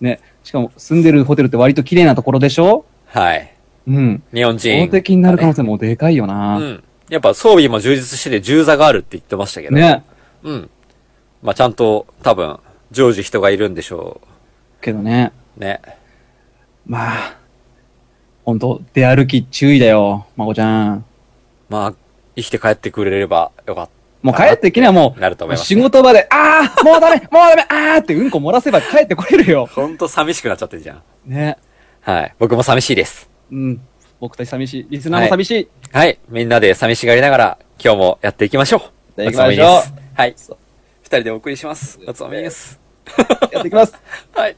S1: ね。しかも、住んでるホテルって割と綺麗なところでしょ
S2: はい。
S1: うん。
S2: 日本人。
S1: 法的になる可能性もでかいよな。
S2: うん。やっぱ装備も充実してて銃座があるって言ってましたけど。
S1: ね。
S2: うん。まあちゃんと多分、常時人がいるんでしょ
S1: けどね。
S2: う。ね。
S1: まあ、ほんと、出歩き注意だよ、まこちゃん。
S2: まあ、生きて帰ってくれればよかっ
S1: もう帰ってきな、も
S2: なると思
S1: う、
S2: います
S1: 仕事場で、ああもうダメ もうダメああってうんこ漏らせば帰ってこれるよ
S2: た。。ほんと寂しくなっちゃってるじゃん。
S1: ね。
S2: はい。僕も寂しいです。
S1: うん。僕たち寂しい。リスナーも寂しい。
S2: はい。みんなで寂しがりながら、今日もやっていきましょう。
S1: やっていきましょう
S2: おつまみですはい。二人でお送りします。おつまみです。
S1: やっていき ます。
S2: はい。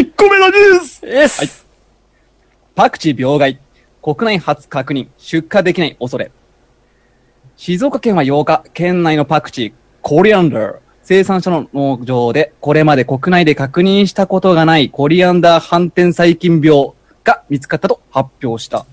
S1: 1個目のニュース
S2: イエス、
S1: はいパクチー病害。国内初確認。出荷できない恐れ。静岡県は8日、県内のパクチー、コリアンダー。生産者の農場で、これまで国内で確認したことがないコリアンダー反転細菌病が見つかったと発表した。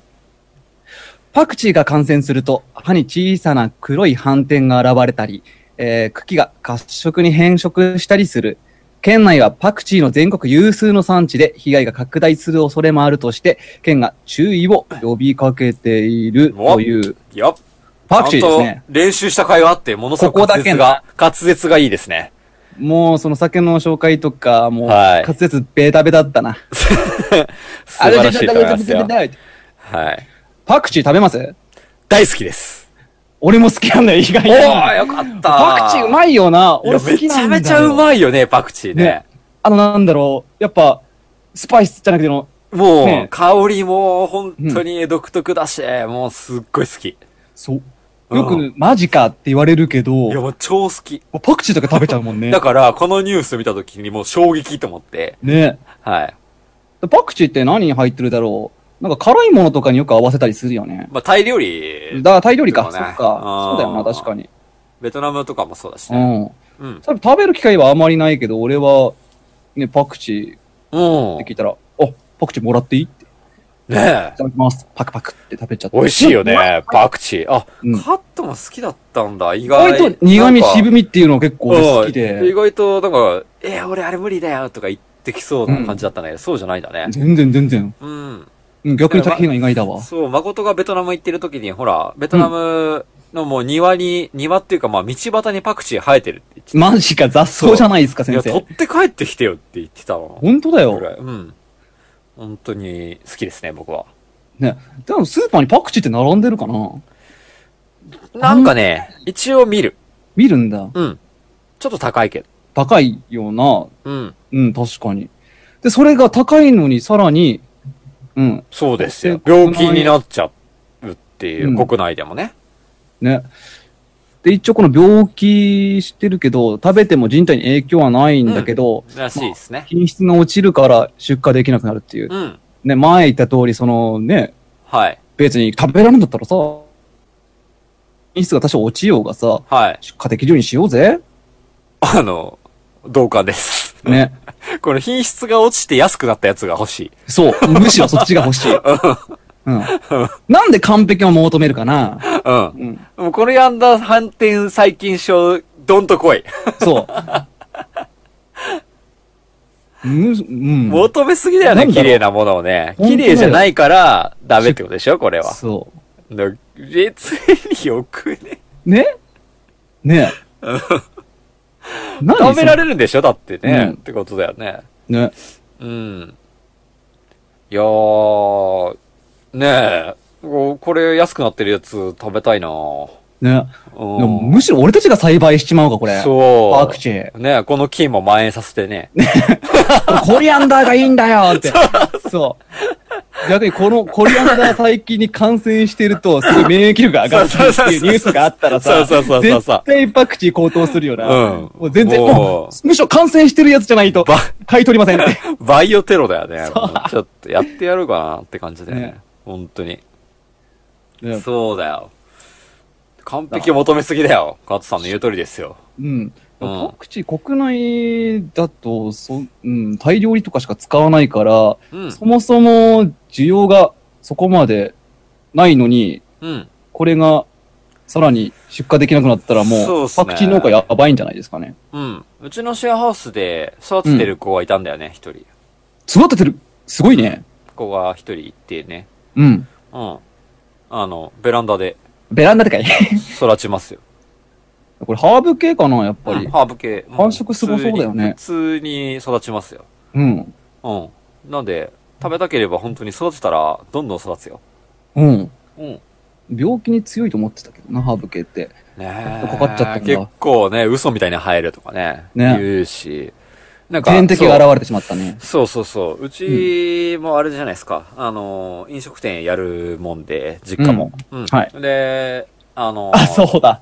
S1: パクチーが感染すると、歯に小さな黒い斑点が現れたり、えー茎が褐色に変色したりする。県内はパクチーの全国有数の産地で被害が拡大する恐れもあるとして、県が注意を呼びかけているという。
S2: よっ。
S1: パクチーですね
S2: ちゃん。と練習した会話あって、ものすごく
S1: ここ
S2: 滑
S1: だけ
S2: 舌が、滑舌がいいですね。
S1: もうその酒の紹介とか、もう
S2: はい
S1: 滑舌ベタベタだったな。
S2: 素晴らしいと思いますよ。はい。
S1: パクチー食べます
S2: 大好きです。
S1: 俺も好きなんだよ、意外
S2: おー、
S1: に。
S2: よかった。
S1: パクチーうまいよな。
S2: いや
S1: 俺好きなんだよ。
S2: めちゃめちゃう
S1: い。
S2: まいよね、パクチーね
S1: ね。あの、なんだろう。やっぱ、スパイスじゃなくての、
S2: もう、
S1: ね
S2: 香りも本当に独特だし、もうすっごい好き。い
S1: そう。よ
S2: うん
S1: く、マジかって言われるけ
S2: や、
S1: ど、
S2: もう超好き。
S1: パクチーとか食べちゃうもんね
S2: だ。から、このニュース見た時にもう衝撃と思って。
S1: ね。
S2: はい。
S1: パクチーって何に入ってるだろう。なんか辛いものとかによく合わせたりするよね。
S2: まあ、タイ料理。
S1: だからタイ料理か。
S2: でも
S1: そ
S2: ね
S1: っか。そうだよな、確かに。
S2: ベトナムとかもそうだし
S1: う
S2: ね。
S1: ん。
S2: うん。
S1: 多分食べる機会はあまりないけど、俺は、ね、パクチ
S2: う
S1: ー
S2: ん。
S1: って聞
S2: ね
S1: いたら、あ、パクチーもらっていいって。い
S2: え。
S1: ただきます。パクパクって食べちゃって。
S2: 美味しいよね、パクチー。あ、
S1: うん
S2: カットも好きだったんだ、意
S1: 意
S2: 外
S1: 外と苦味
S2: なんか
S1: 渋みっていうのが結構俺好き
S2: うん意
S1: で。
S2: 外と、だから、えー、俺あれ無理だよとか言ってきそうな感じだったね。そうじゃないんだね。
S1: 全然全然。
S2: うん。
S1: うん逆に高いの意外だわ。
S2: そう、誠がベトナム行ってる時に、ほら、ベトナムのもう庭に、庭っていうかまあ道端にパクチー生えてるって言って
S1: マジか雑草じゃないですか、
S2: た。い
S1: 先
S2: や、取っ
S1: 生。
S2: て帰ってきてよって言ってたの。
S1: 本当だ
S2: ぐ
S1: よ。
S2: らいうん。本当に好きですね、僕は。
S1: ね。でもスーパーにパクチーって並んでるかな
S2: なんかね、一応見る。
S1: 見るんだ。
S2: うん。ちょっと高いけど。
S1: 高いような。
S2: うん。
S1: うん、確かに。で、それが高いのにさらに、うん、
S2: そうですよ。
S1: 国内
S2: 病気になっちゃうっていう、
S1: うん
S2: 国内でもね。
S1: ね。で、一応この病気してるけど、食べても人体に影響はないんだけど、
S2: らしいですね。
S1: 品質が落ちるから出荷できなくなるっていう。
S2: うん。
S1: ね、前言った通り、そのね、
S2: はい。
S1: 別に食べられるんだったらさ、品質が多少落ちようがさ、
S2: はい。
S1: 出荷できるようにしようぜ。
S2: あの、同感です。
S1: ね。
S2: この品質が落ちて安くなったやつが欲しい。
S1: そう。むしろそっちが欲しい。うん。なんで完璧を求めるかな
S2: うん。
S1: うん。
S2: もうこれやんだ反転細菌症、どんと来い。
S1: そう。む、うん。
S2: 求めすぎだよ
S1: な
S2: ね、
S1: んだろ
S2: 綺
S1: う
S2: 麗なものをね。
S1: 本当
S2: 綺
S1: だよ
S2: 麗じゃないから、ダメってことでしょ、これは。
S1: そ
S2: だ別によくね。
S1: う。ね ね何
S2: 食べら
S1: る
S2: れるんでしょだってね、
S1: うん
S2: ってことだよね。
S1: ね。
S2: うん。いやー、ねえ、ここれ安くなってるやつ食べたいなぁ。
S1: ね。
S2: うん
S1: むしろ俺たちが栽培しちまうか、これ。
S2: そう。
S1: パクチー。
S2: ねえこの菌も蔓延させてね。
S1: コリアンダーがいいんだよって。そう。逆にこのコリアンダー細菌に感染してると、すごい免疫力が上がるっていうニュースがあったらさ、
S2: そうそうそうそうそう
S1: 絶対パクチー高騰するよな。
S2: うん
S1: もう全然、
S2: も
S1: も
S2: う
S1: うむしろ感染してるやつじゃないと
S2: ば、
S1: 買い取りませんって。
S2: バイオテロだよね。もうちょっとやってやろうかなって感じだよね。
S1: ね
S2: 本当に。
S1: ね
S2: そうだよ。完璧を求めすぎだよ。カツさんの言う通りですよ。
S1: うん。
S2: うん
S1: パクチー国内だと、そ、うん、大量にとかしか使わないから、
S2: うん。
S1: そもそも需要がそこまでないのに、
S2: うん。
S1: これが、さらに出荷できなくなったら
S2: そう
S1: も
S2: っ
S1: う、
S2: すね
S1: パクチー農家やばいんじゃないですかね。
S2: うん。うちのシェアハウスで育ててる子がいたんだよね、一、人。
S1: 育ててるすごいね。
S2: 子が一人いてね。
S1: うん。
S2: うん。あの、ベランダで
S1: ベランダでかい。
S2: 育ちますよ。
S1: これハーブ系かな、やっぱり。
S2: ハーブ系。
S1: 繁殖すごそうだよね
S2: 普通に普通に育ちますよ。
S1: うん。
S2: うん。なんで、食べたければ本当に育てたら、どんどん育つよ。
S1: うん。
S2: うん。ね
S1: 病気に強いと思ってたけどな、ハーブ系って。
S2: え。
S1: かかっちゃったんだ
S2: 結構ね、嘘みたいに生えるとかね。
S1: ね
S2: 言うし。なんか、
S1: 天敵が
S2: そう
S1: 現れてしまったね。
S2: そうそうそう。うちもあれじゃないですか。あの、飲食店やるもんで、実家も。うん。
S1: はい
S2: で、あの、
S1: あ、そうだ。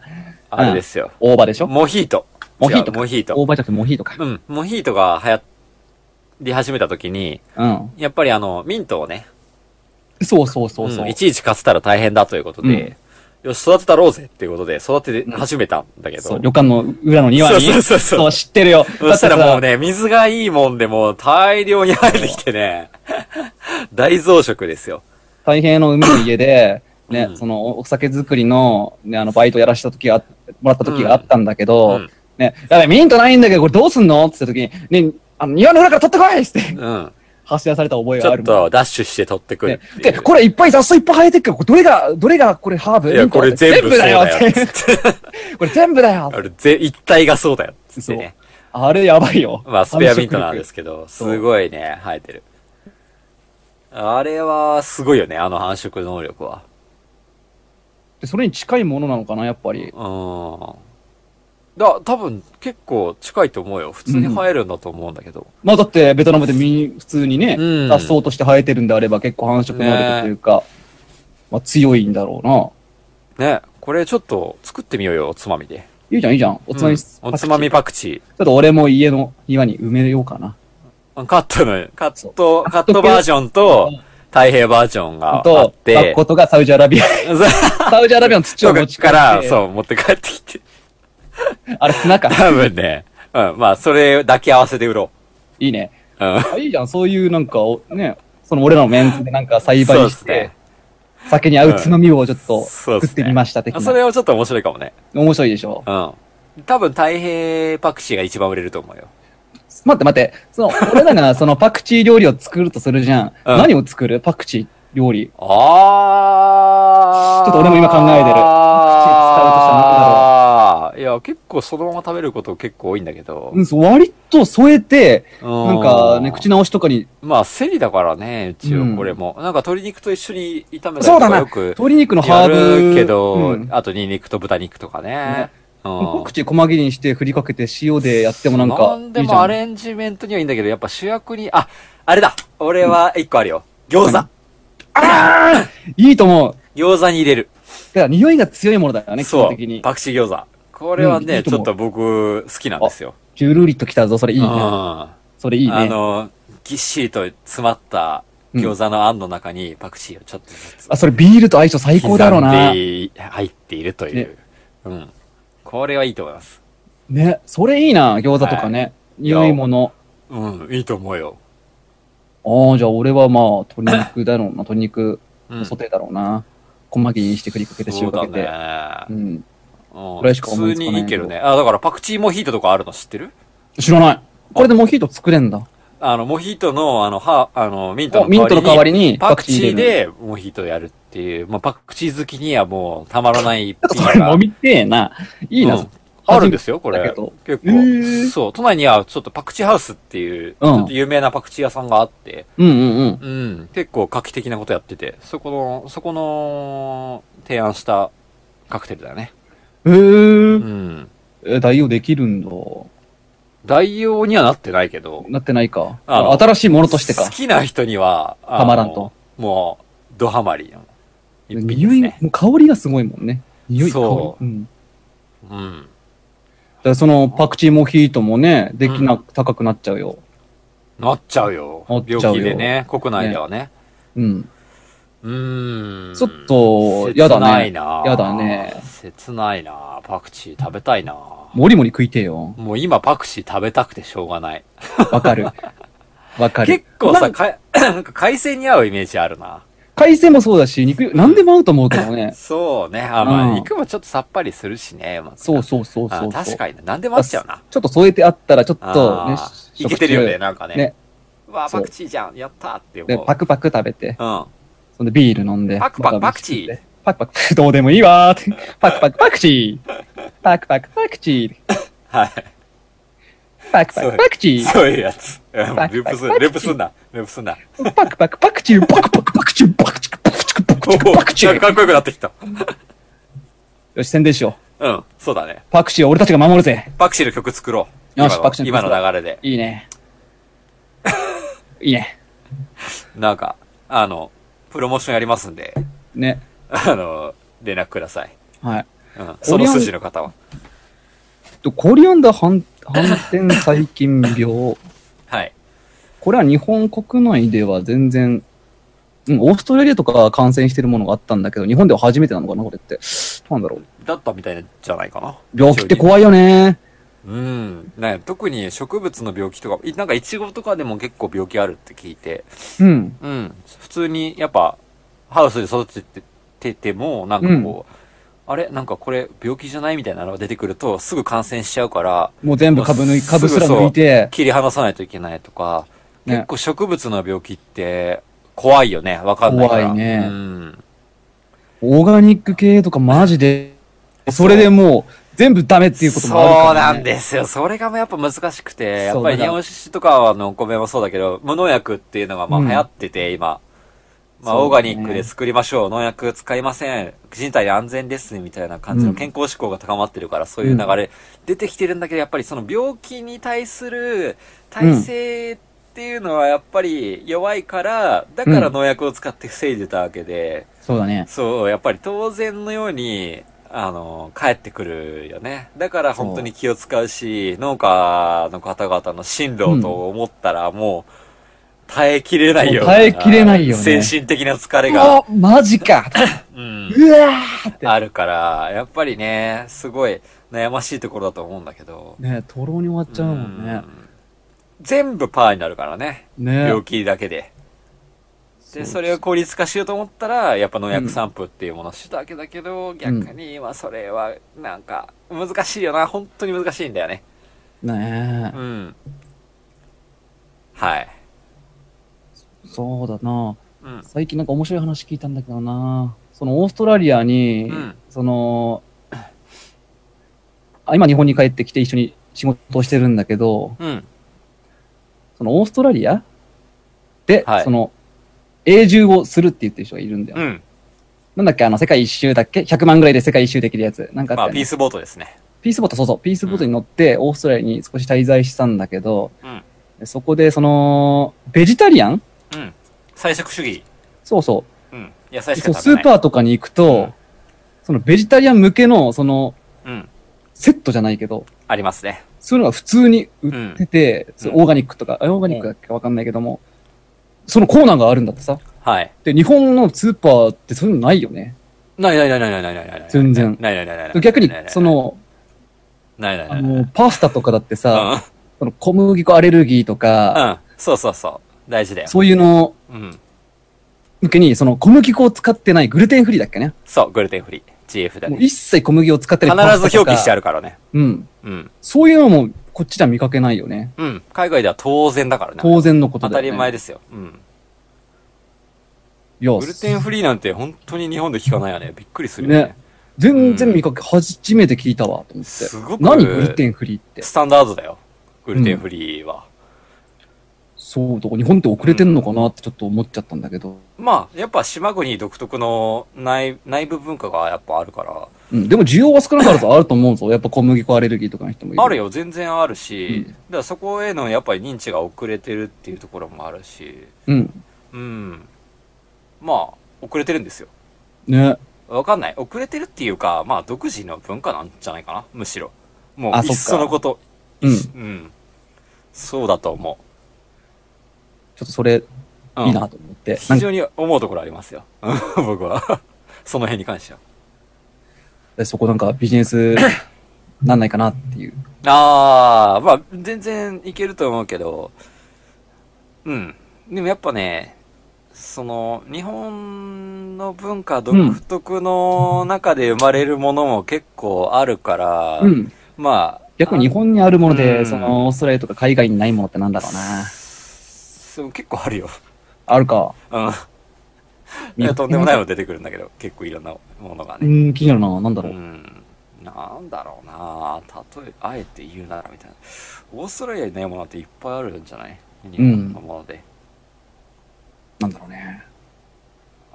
S2: あれですよ。
S1: 大葉でしょ
S2: モヒート。
S1: モヒート
S2: 違うモヒート。
S1: 大葉じゃなくてモヒートか。
S2: うん、モヒートが流行り始めた時に、
S1: うん。
S2: やっぱりあの、ミントをね、
S1: そうそうそうそう
S2: うんい。ちいち買ってたら大変だということで、よし、育てたろうぜっていうことで、育て始めたんだけど。
S1: そう、旅館の裏の庭に。
S2: そうそうそうそう
S1: 知ってるよ。
S2: そしたら
S1: だってさ
S2: もうね、水がいいもんでもう大量に入ってきてね、 大増殖ですよ。
S1: 太平の海の家で、ね、
S2: うん
S1: その、お酒作りの、ね、あの、バイトやらした時が、もらった時があったんだけど、
S2: うん
S1: ね、やべ、ミントないんだけど、これどうすんのって言った時に、ね、あの、庭の裏から取ってこいって、
S2: うん。
S1: 発射された覚え
S2: ち
S1: が
S2: ょ
S1: あ
S2: っ
S1: るもん。
S2: とダッシュして取ってくる
S1: ね
S2: ってい
S1: で、
S2: う。
S1: これいっぱい雑草いっぱい生えてっから、これどれが、どれがこれハーブ
S2: いや、これ全部そうだよ。
S1: 全部だよって
S2: つ って
S1: これ全部だよ
S2: あれ、ぜ一体がそうだよ。つってね。
S1: あれやばいよ。
S2: まあ、スペアミントなんです
S1: け
S2: けど、
S1: そう
S2: すごいね、生えてる。あれは、すごいよね、あの繁殖能力は。
S1: ど。それに近いものなのかな、やっぱり。
S2: うん。だ、多分、結構近いと思うよ。普通に生えるんだと思うんだけど。
S1: まあだって、ベトナムでみん、普通にね、
S2: うん
S1: 雑草として生えてるんであれば結構繁殖能力というか、まあ強いんだろうな。
S2: ね、これちょっと作ってみようよ、おつまみで。
S1: いいじゃん、いいじゃん。おつまみ、
S2: うんおつまみ
S1: パク
S2: パクチ
S1: チー。ちょっと俺も家の庭に埋めようかな。
S2: ー。カットの、カッ
S1: そ
S2: ト、
S1: う
S2: カットバージョンと
S1: うん、
S2: 太平バージョンがあっ
S1: と、ラッ
S2: て
S1: コ、とがサウジアラビア、
S2: そう
S1: サウジアラビアの土
S2: と
S1: を
S2: か
S1: 持ち
S2: から、
S1: う。
S2: そう、持って帰ってきて。
S1: あれ砂か。
S2: 多分ね。うん。まあ、それだけ合わせて売ろ
S1: いいね。
S2: う。うん。
S1: あいいじゃん、そういうなんか、おね、その俺らのメンツでなんか栽
S2: そう
S1: 培
S2: で
S1: し
S2: す
S1: て
S2: ね、。
S1: 酒に合うつまみをちょっと
S2: そう
S1: 作
S2: で
S1: っ
S2: すね
S1: てみました的
S2: そ
S1: な。
S2: れはちょっと面白いかもね。
S1: 面白いでしょ。
S2: うん。多分、太平パクチーが一番売れると思うよ。
S1: 待って待って、その、俺らがそのパクチー料理を作るとするじゃん。
S2: うん
S1: 何を作るパクチー料理。
S2: あ
S1: ちょ
S2: ー。
S1: っと俺も今考えて る
S2: あー。いや、結構そのまま食べること結構多いんだけど。
S1: うん、そう割と添えて、
S2: な
S1: なんかね、口直しとかに、
S2: まあ、セリだからね、一
S1: う
S2: 応
S1: ん
S2: これも。なんか鶏肉と一緒に炒めたり
S1: そうだ
S2: とか
S1: な
S2: よく
S1: 鶏肉のハー
S2: やる
S1: ブ。
S2: けど、
S1: うん
S2: あとニンニクと豚肉とかね。うん。
S1: 口細切りにして振りかけて塩でやってもなんかいいじゃん。
S2: でもアレンジメントにはいいんだけど、やっぱ主役に、あ、あれだ俺は一個あるよ。餃子
S1: いいと思う。
S2: 餃子に入れる。
S1: だから匂いが強いものだよね、基
S2: そ
S1: 本的
S2: う。
S1: に。
S2: パクチー餃子。これはね、
S1: うんいいと
S2: ち
S1: 思う
S2: ょっと僕、好きなんですよ。
S1: ジュルリときたぞ、それいい
S2: うん。
S1: ね。それいい
S2: あ
S1: ね。
S2: の、ぎっしりと詰まった餃子の餡の中にパクチーをちょっとずつ
S1: あ、それビールと相性最
S2: 刻
S1: 高
S2: ん
S1: だろうな。
S2: で入っているという。うん。これはいいと思います。
S1: ね、それいいな、餃子とかね。匂いもの。
S2: うん、いいと思うよ。
S1: ああ、じゃあ俺はまあ、鶏肉だろうな、鶏肉
S2: う
S1: の
S2: ん。
S1: ソテーだろうな。細切りにして振りかけて
S2: そ
S1: 塩
S2: う
S1: か
S2: だ
S1: けて。う
S2: ね。
S1: ん。
S2: うん
S1: これしか思い
S2: 普
S1: つか
S2: 通
S1: ない
S2: にいいけどね。あ、だからパクチーモヒートとかあるの知ってる
S1: 知らない。これでモヒート作れんだ。
S2: あの、モヒートの、あの、は、あの、ミントの
S1: おミントの代わりに
S2: パク
S1: パクチ
S2: チ
S1: ー
S2: ー
S1: 入れ
S2: でモヒートやるっていう、まあ、パクチー好きにはもうたまらない一
S1: そ
S2: 品
S1: れ
S2: が
S1: 飲。みてえな。いいな、
S2: うんあるんですよ、こ
S1: だけ
S2: れ。
S1: ど
S2: 結
S1: へー
S2: 構。そう、都内にはちょっとパクチーハウスっていう、ち
S1: うん
S2: ょっと有名なパクチー屋さんがあって、
S1: うんうんうん。
S2: うん、結構画期的なことやってて、そこの、そこの、提案したカクテルだね。
S1: へー
S2: うん。
S1: え、代用できるんだ。
S2: 代用にはなってないけど、
S1: なってないか。
S2: あの
S1: 新しいものとしてか
S2: 好。きな人には、あの
S1: たまらんと。
S2: もう、ドハマりの一品で
S1: 匂
S2: す
S1: い、
S2: ね。
S1: もう香りがすごいもんね。匂い、香
S2: そ
S1: り。うん。だ
S2: うん。
S1: からそのパクチーモヒートもね、できな、高くなっちゃうよ。
S2: なっちゃうよ。
S1: なっちゃうよ
S2: 病気でね、国内ではね。
S1: うん。
S2: うーん。
S1: ちょっと
S2: 切
S1: やだね
S2: ないな
S1: やだね
S2: 切ないなパクチー食べたいな
S1: もりもり食いてえよ。
S2: もう今パクチー食べたくてしょうがない。
S1: わ かる。わかる
S2: 結。構
S1: な
S2: さ、
S1: ん
S2: か なんか海鮮に合うイメージあるな。
S1: 海鮮もそうだし、肉、何でも合うと思うけどね。
S2: そうね。あ、まあ、
S1: うん
S2: 肉もちょっとさっぱりするしね。まあ
S1: そうそうそうそう
S2: あ
S1: そう。
S2: 確
S1: に。
S2: かにな。何でも合っちゃうな。
S1: ちょっと添えてあったら、ちょっとね
S2: あー、いけてるよね、なんかね。
S1: ね
S2: うわ、
S1: そう
S2: パクチーじゃん。やったーって
S1: で
S2: 思う。
S1: パクパク食べて、
S2: うん。
S1: そんでビール飲んで。
S2: パクパク
S1: また飯
S2: パクチー
S1: 食って。パクパク、どうでもいいわーって。パクパクパクチー。パクパクパクチー。
S2: はい。
S1: パクパクパクチー。
S2: そういうやつ。うん
S1: パク
S2: ループす
S1: パク
S2: る、ループすんな。ループすんな。
S1: パクパクパクチュー、パクパクパクチュー、パクチュー、パクチュー、パクチュー、
S2: お
S1: パクチュ
S2: ー
S1: ー。
S2: かっこよくなってきた。
S1: よし、宣伝しよう。
S2: うん、そうだね。
S1: パクチューは俺たちが守るぜ。
S2: パクチーの曲作ろう。
S1: よ
S2: 今
S1: し
S2: の
S1: パクチーの曲
S2: 今
S1: 作ろう
S2: の流れで。
S1: いいね。いいね。
S2: なんか、あの、プロモーションやりますんで、
S1: ね。
S2: あの、連絡ください。
S1: はい。
S2: うん、その筋の方は。
S1: とコリアンダー反反転細菌病。
S2: はい。
S1: これは日本国内では全然、うん、オーストラリアとかは感染してるものがあったんだけど、日本では初めてなのかな、これって。どうなんだろう。
S2: だったみたいじゃないかな。
S1: 病気って怖いよね。
S2: うん。ね、特に植物の病気とか、いなんかイチゴとかでも結構病気あるって聞いて、
S1: うん。
S2: うん。普通に、やっぱ、ハウスで育ててても、なんかこう、あれなんかこれ病気じゃないみたいなのが出てくると、すぐ感染しちゃうから、
S1: もう全部株抜い、
S2: すぐ
S1: 株すら抜いて。
S2: 切り離さないといけないとか、
S1: ね
S2: 結構植物の病気って怖いよね。わかんないから。
S1: 怖いね
S2: うん。
S1: オーガニック系とかマジで、それでもう全部ダメっていうこともあるから、ね。
S2: そうなんですよ。それがやっぱ難しくて、や
S1: そ
S2: っ
S1: う
S2: ぱり
S1: だか
S2: 日
S1: ら
S2: 本酒とかはあのお米もそうだけど、無農薬っていうのがまあ
S1: うん
S2: 流行ってて、今。まあ、
S1: そう
S2: オー
S1: だ
S2: ガ
S1: ね
S2: ニックで作りましょう。農薬使いません。人体に安全です。みたいな感じ
S1: う
S2: の
S1: ん
S2: 健康志向が高まってるから、そういう流れ出てきてるんだけど、やっぱりその病気に対する体制っていうのはやっぱり弱いから、だから農薬を使って防いでたわけで、
S1: そうだね。
S2: そう、やっぱり当然のように、あの、帰ってくるよね。だから本当に気を使うし、農家の方々の進路と思ったらもう、耐えきれないような。
S1: もう耐えきれないよね
S2: 精神的な疲れが、
S1: あマジか
S2: うん、
S1: うわーって。
S2: あるから、やっぱりね、すごい、悩ましいところだと思うんだけど。
S1: ねとろに終わっちゃうもんね。
S2: うん全部パーになるからね。
S1: ね
S2: 病気だけで。で、それを効率化しようと思ったら、やっぱ農薬散布っていうものをしてたわけだけど、逆に今それは、なんか、難しいよな。本当に難しいんだよね。
S1: ね
S2: うん。はい。
S1: そうだな
S2: うん。
S1: 最近なんか面白い話聞いたんだけどなそのオーストラリアに、
S2: うん
S1: その、あ今日本に帰ってきて一緒に仕事をしてるんだけど、
S2: うん。
S1: そのオーストラリアで、
S2: はい
S1: その、永住をするって言ってる人がいるんだよ。
S2: うん。
S1: なんだっけあの、世界一周だっけ ?100 万ぐらいで世界一周できるやつ。なんか
S2: ま
S1: あっ
S2: あ、
S1: たよね
S2: ピースボートですね。
S1: ピースボート、そうそう、ピースボートに乗って、オーストラリアに少し滞在したんだけど、
S2: うん
S1: そこで、その、ベジタリアン
S2: うん。菜食主義。
S1: そうそ
S2: うん。野菜
S1: う。
S2: しか
S1: そう
S2: 食
S1: ス
S2: べない。
S1: ーパーとかに行くと、
S2: うん
S1: そのベジタリアン向けの、その、
S2: うん。
S1: セットじゃないけど、
S2: ありますね。
S1: そういうのが普通に売ってて、そうオーガニックとか、あオーガニックだっけわかんないけども、そのコーナーがあるんだってさ。
S2: はい。
S1: で、日本のスーパーってそういうのないよね。
S2: ないないないないないないないない。
S1: 全然
S2: ないないないないない。
S1: 逆に、そ、の、
S2: ないないな
S1: あ
S2: いない。
S1: の、パスタとかだってさ、
S2: う
S1: その小麦粉アレルギーとか、
S2: ん。うん。そうそうそう。大事だよ。
S1: そういうの
S2: うん。
S1: 向けに、その小麦粉を使ってないグルテンフリーだっけね。
S2: そう、グルテンフリー。GF だ
S1: もう
S2: ね。
S1: 一切小麦を使って
S2: 必
S1: ないパスタ
S2: ず
S1: とか
S2: 表記してあるからね。
S1: うん。
S2: うん。
S1: そういうのも、こっちじゃ見かけないよね。
S2: うん。海外では当然だからね。
S1: 当然のこと
S2: 当
S1: だ
S2: た
S1: よ、ね。
S2: り前ですよ。うん。
S1: いや
S2: グルテンフリーなんて本当に日本で聞かないよね。びっくりするよね
S1: ね。全然見かけ、初めて聞いたわ、と思って。
S2: すごく
S1: 何グルテンフリーって。
S2: スタンダードだよ。グルテンフリーは。
S1: そう、どこ日本って遅れてんのかなってちょっと思っちゃったんだけど。
S2: まあ、やっぱ島国独特の内内部文化がやっぱあるから、
S1: うん。でも需要は少なからずあると思うぞ。やっぱ小麦粉アレルギーとかの人もいる。
S2: ある。よ、全然あるし、
S1: うん
S2: だからそこへのやっぱり認知が遅れてるっていうところもあるし、
S1: うん。
S2: うん。まあ、遅れてるんですよ。
S1: ね。
S2: わかんない。遅れてるっていうか、まあ、独自の文化なんじゃないかな、むしろ。もう、
S1: あ
S2: いっ
S1: そっ
S2: そ
S1: か
S2: のこと。
S1: うん
S2: いっうん。そうだと思
S1: ちょっとそれ、
S2: う。うん
S1: いいなと思って。な
S2: 非
S1: んか、
S2: 常に思うところありますよ。 うん僕は。 その辺に関しては。
S1: そこなんかビジネ ス、なんないかなっていう。
S2: ああ、まあ、全然いけると思うけど、うん。でもやっぱね、その、日本の文化独特の中で生まれるものも結構あるから、
S1: うん。
S2: まあ、
S1: 逆に日本にあるもので、
S2: うん
S1: その、オーストラリアとか海外にないものってなんだろうな。
S2: そう結構あるよ。
S1: あるか。
S2: うん。いや、とんでもないの出てくるんだけど、結構いろんなものが
S1: う
S2: ね。
S1: ん、気になるな。なんだ
S2: う
S1: ろう。
S2: ん。なんだろうな例え、あえて言うならみたいな。オーストラリアにないものっていっぱいあるんじゃない日本のもので。
S1: なんだろうね。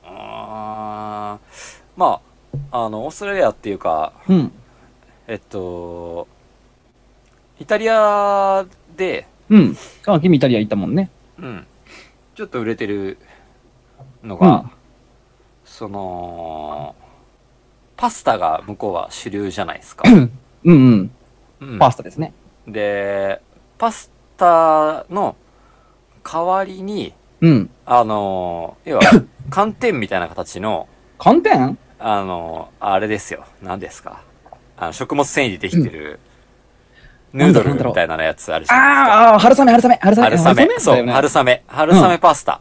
S2: うーんまあ、あの、オーストラリアっていうか、
S1: うん。
S2: えっと、イタリアで、
S1: うん。あ、君イタリア行ったもんね。
S2: うん、ちょっと売れてるのが、
S1: うん
S2: その、パスタが向こうは主流じゃない ですか。
S1: うんうん。
S2: うん
S1: パスタですね。
S2: で、パスタの代わりに、
S1: うん。
S2: あの、 要は、寒天みたいな形の、
S1: 寒天
S2: あの、あれですよ。何ですか。あの、食物繊維でできてる、ヌードルみたいなやつあるじ
S1: あ
S2: ゃない
S1: ーあー、春雨、春雨、春雨。
S2: ですか。春雨。そう、春
S1: 雨
S2: 雨。春雨パスタ。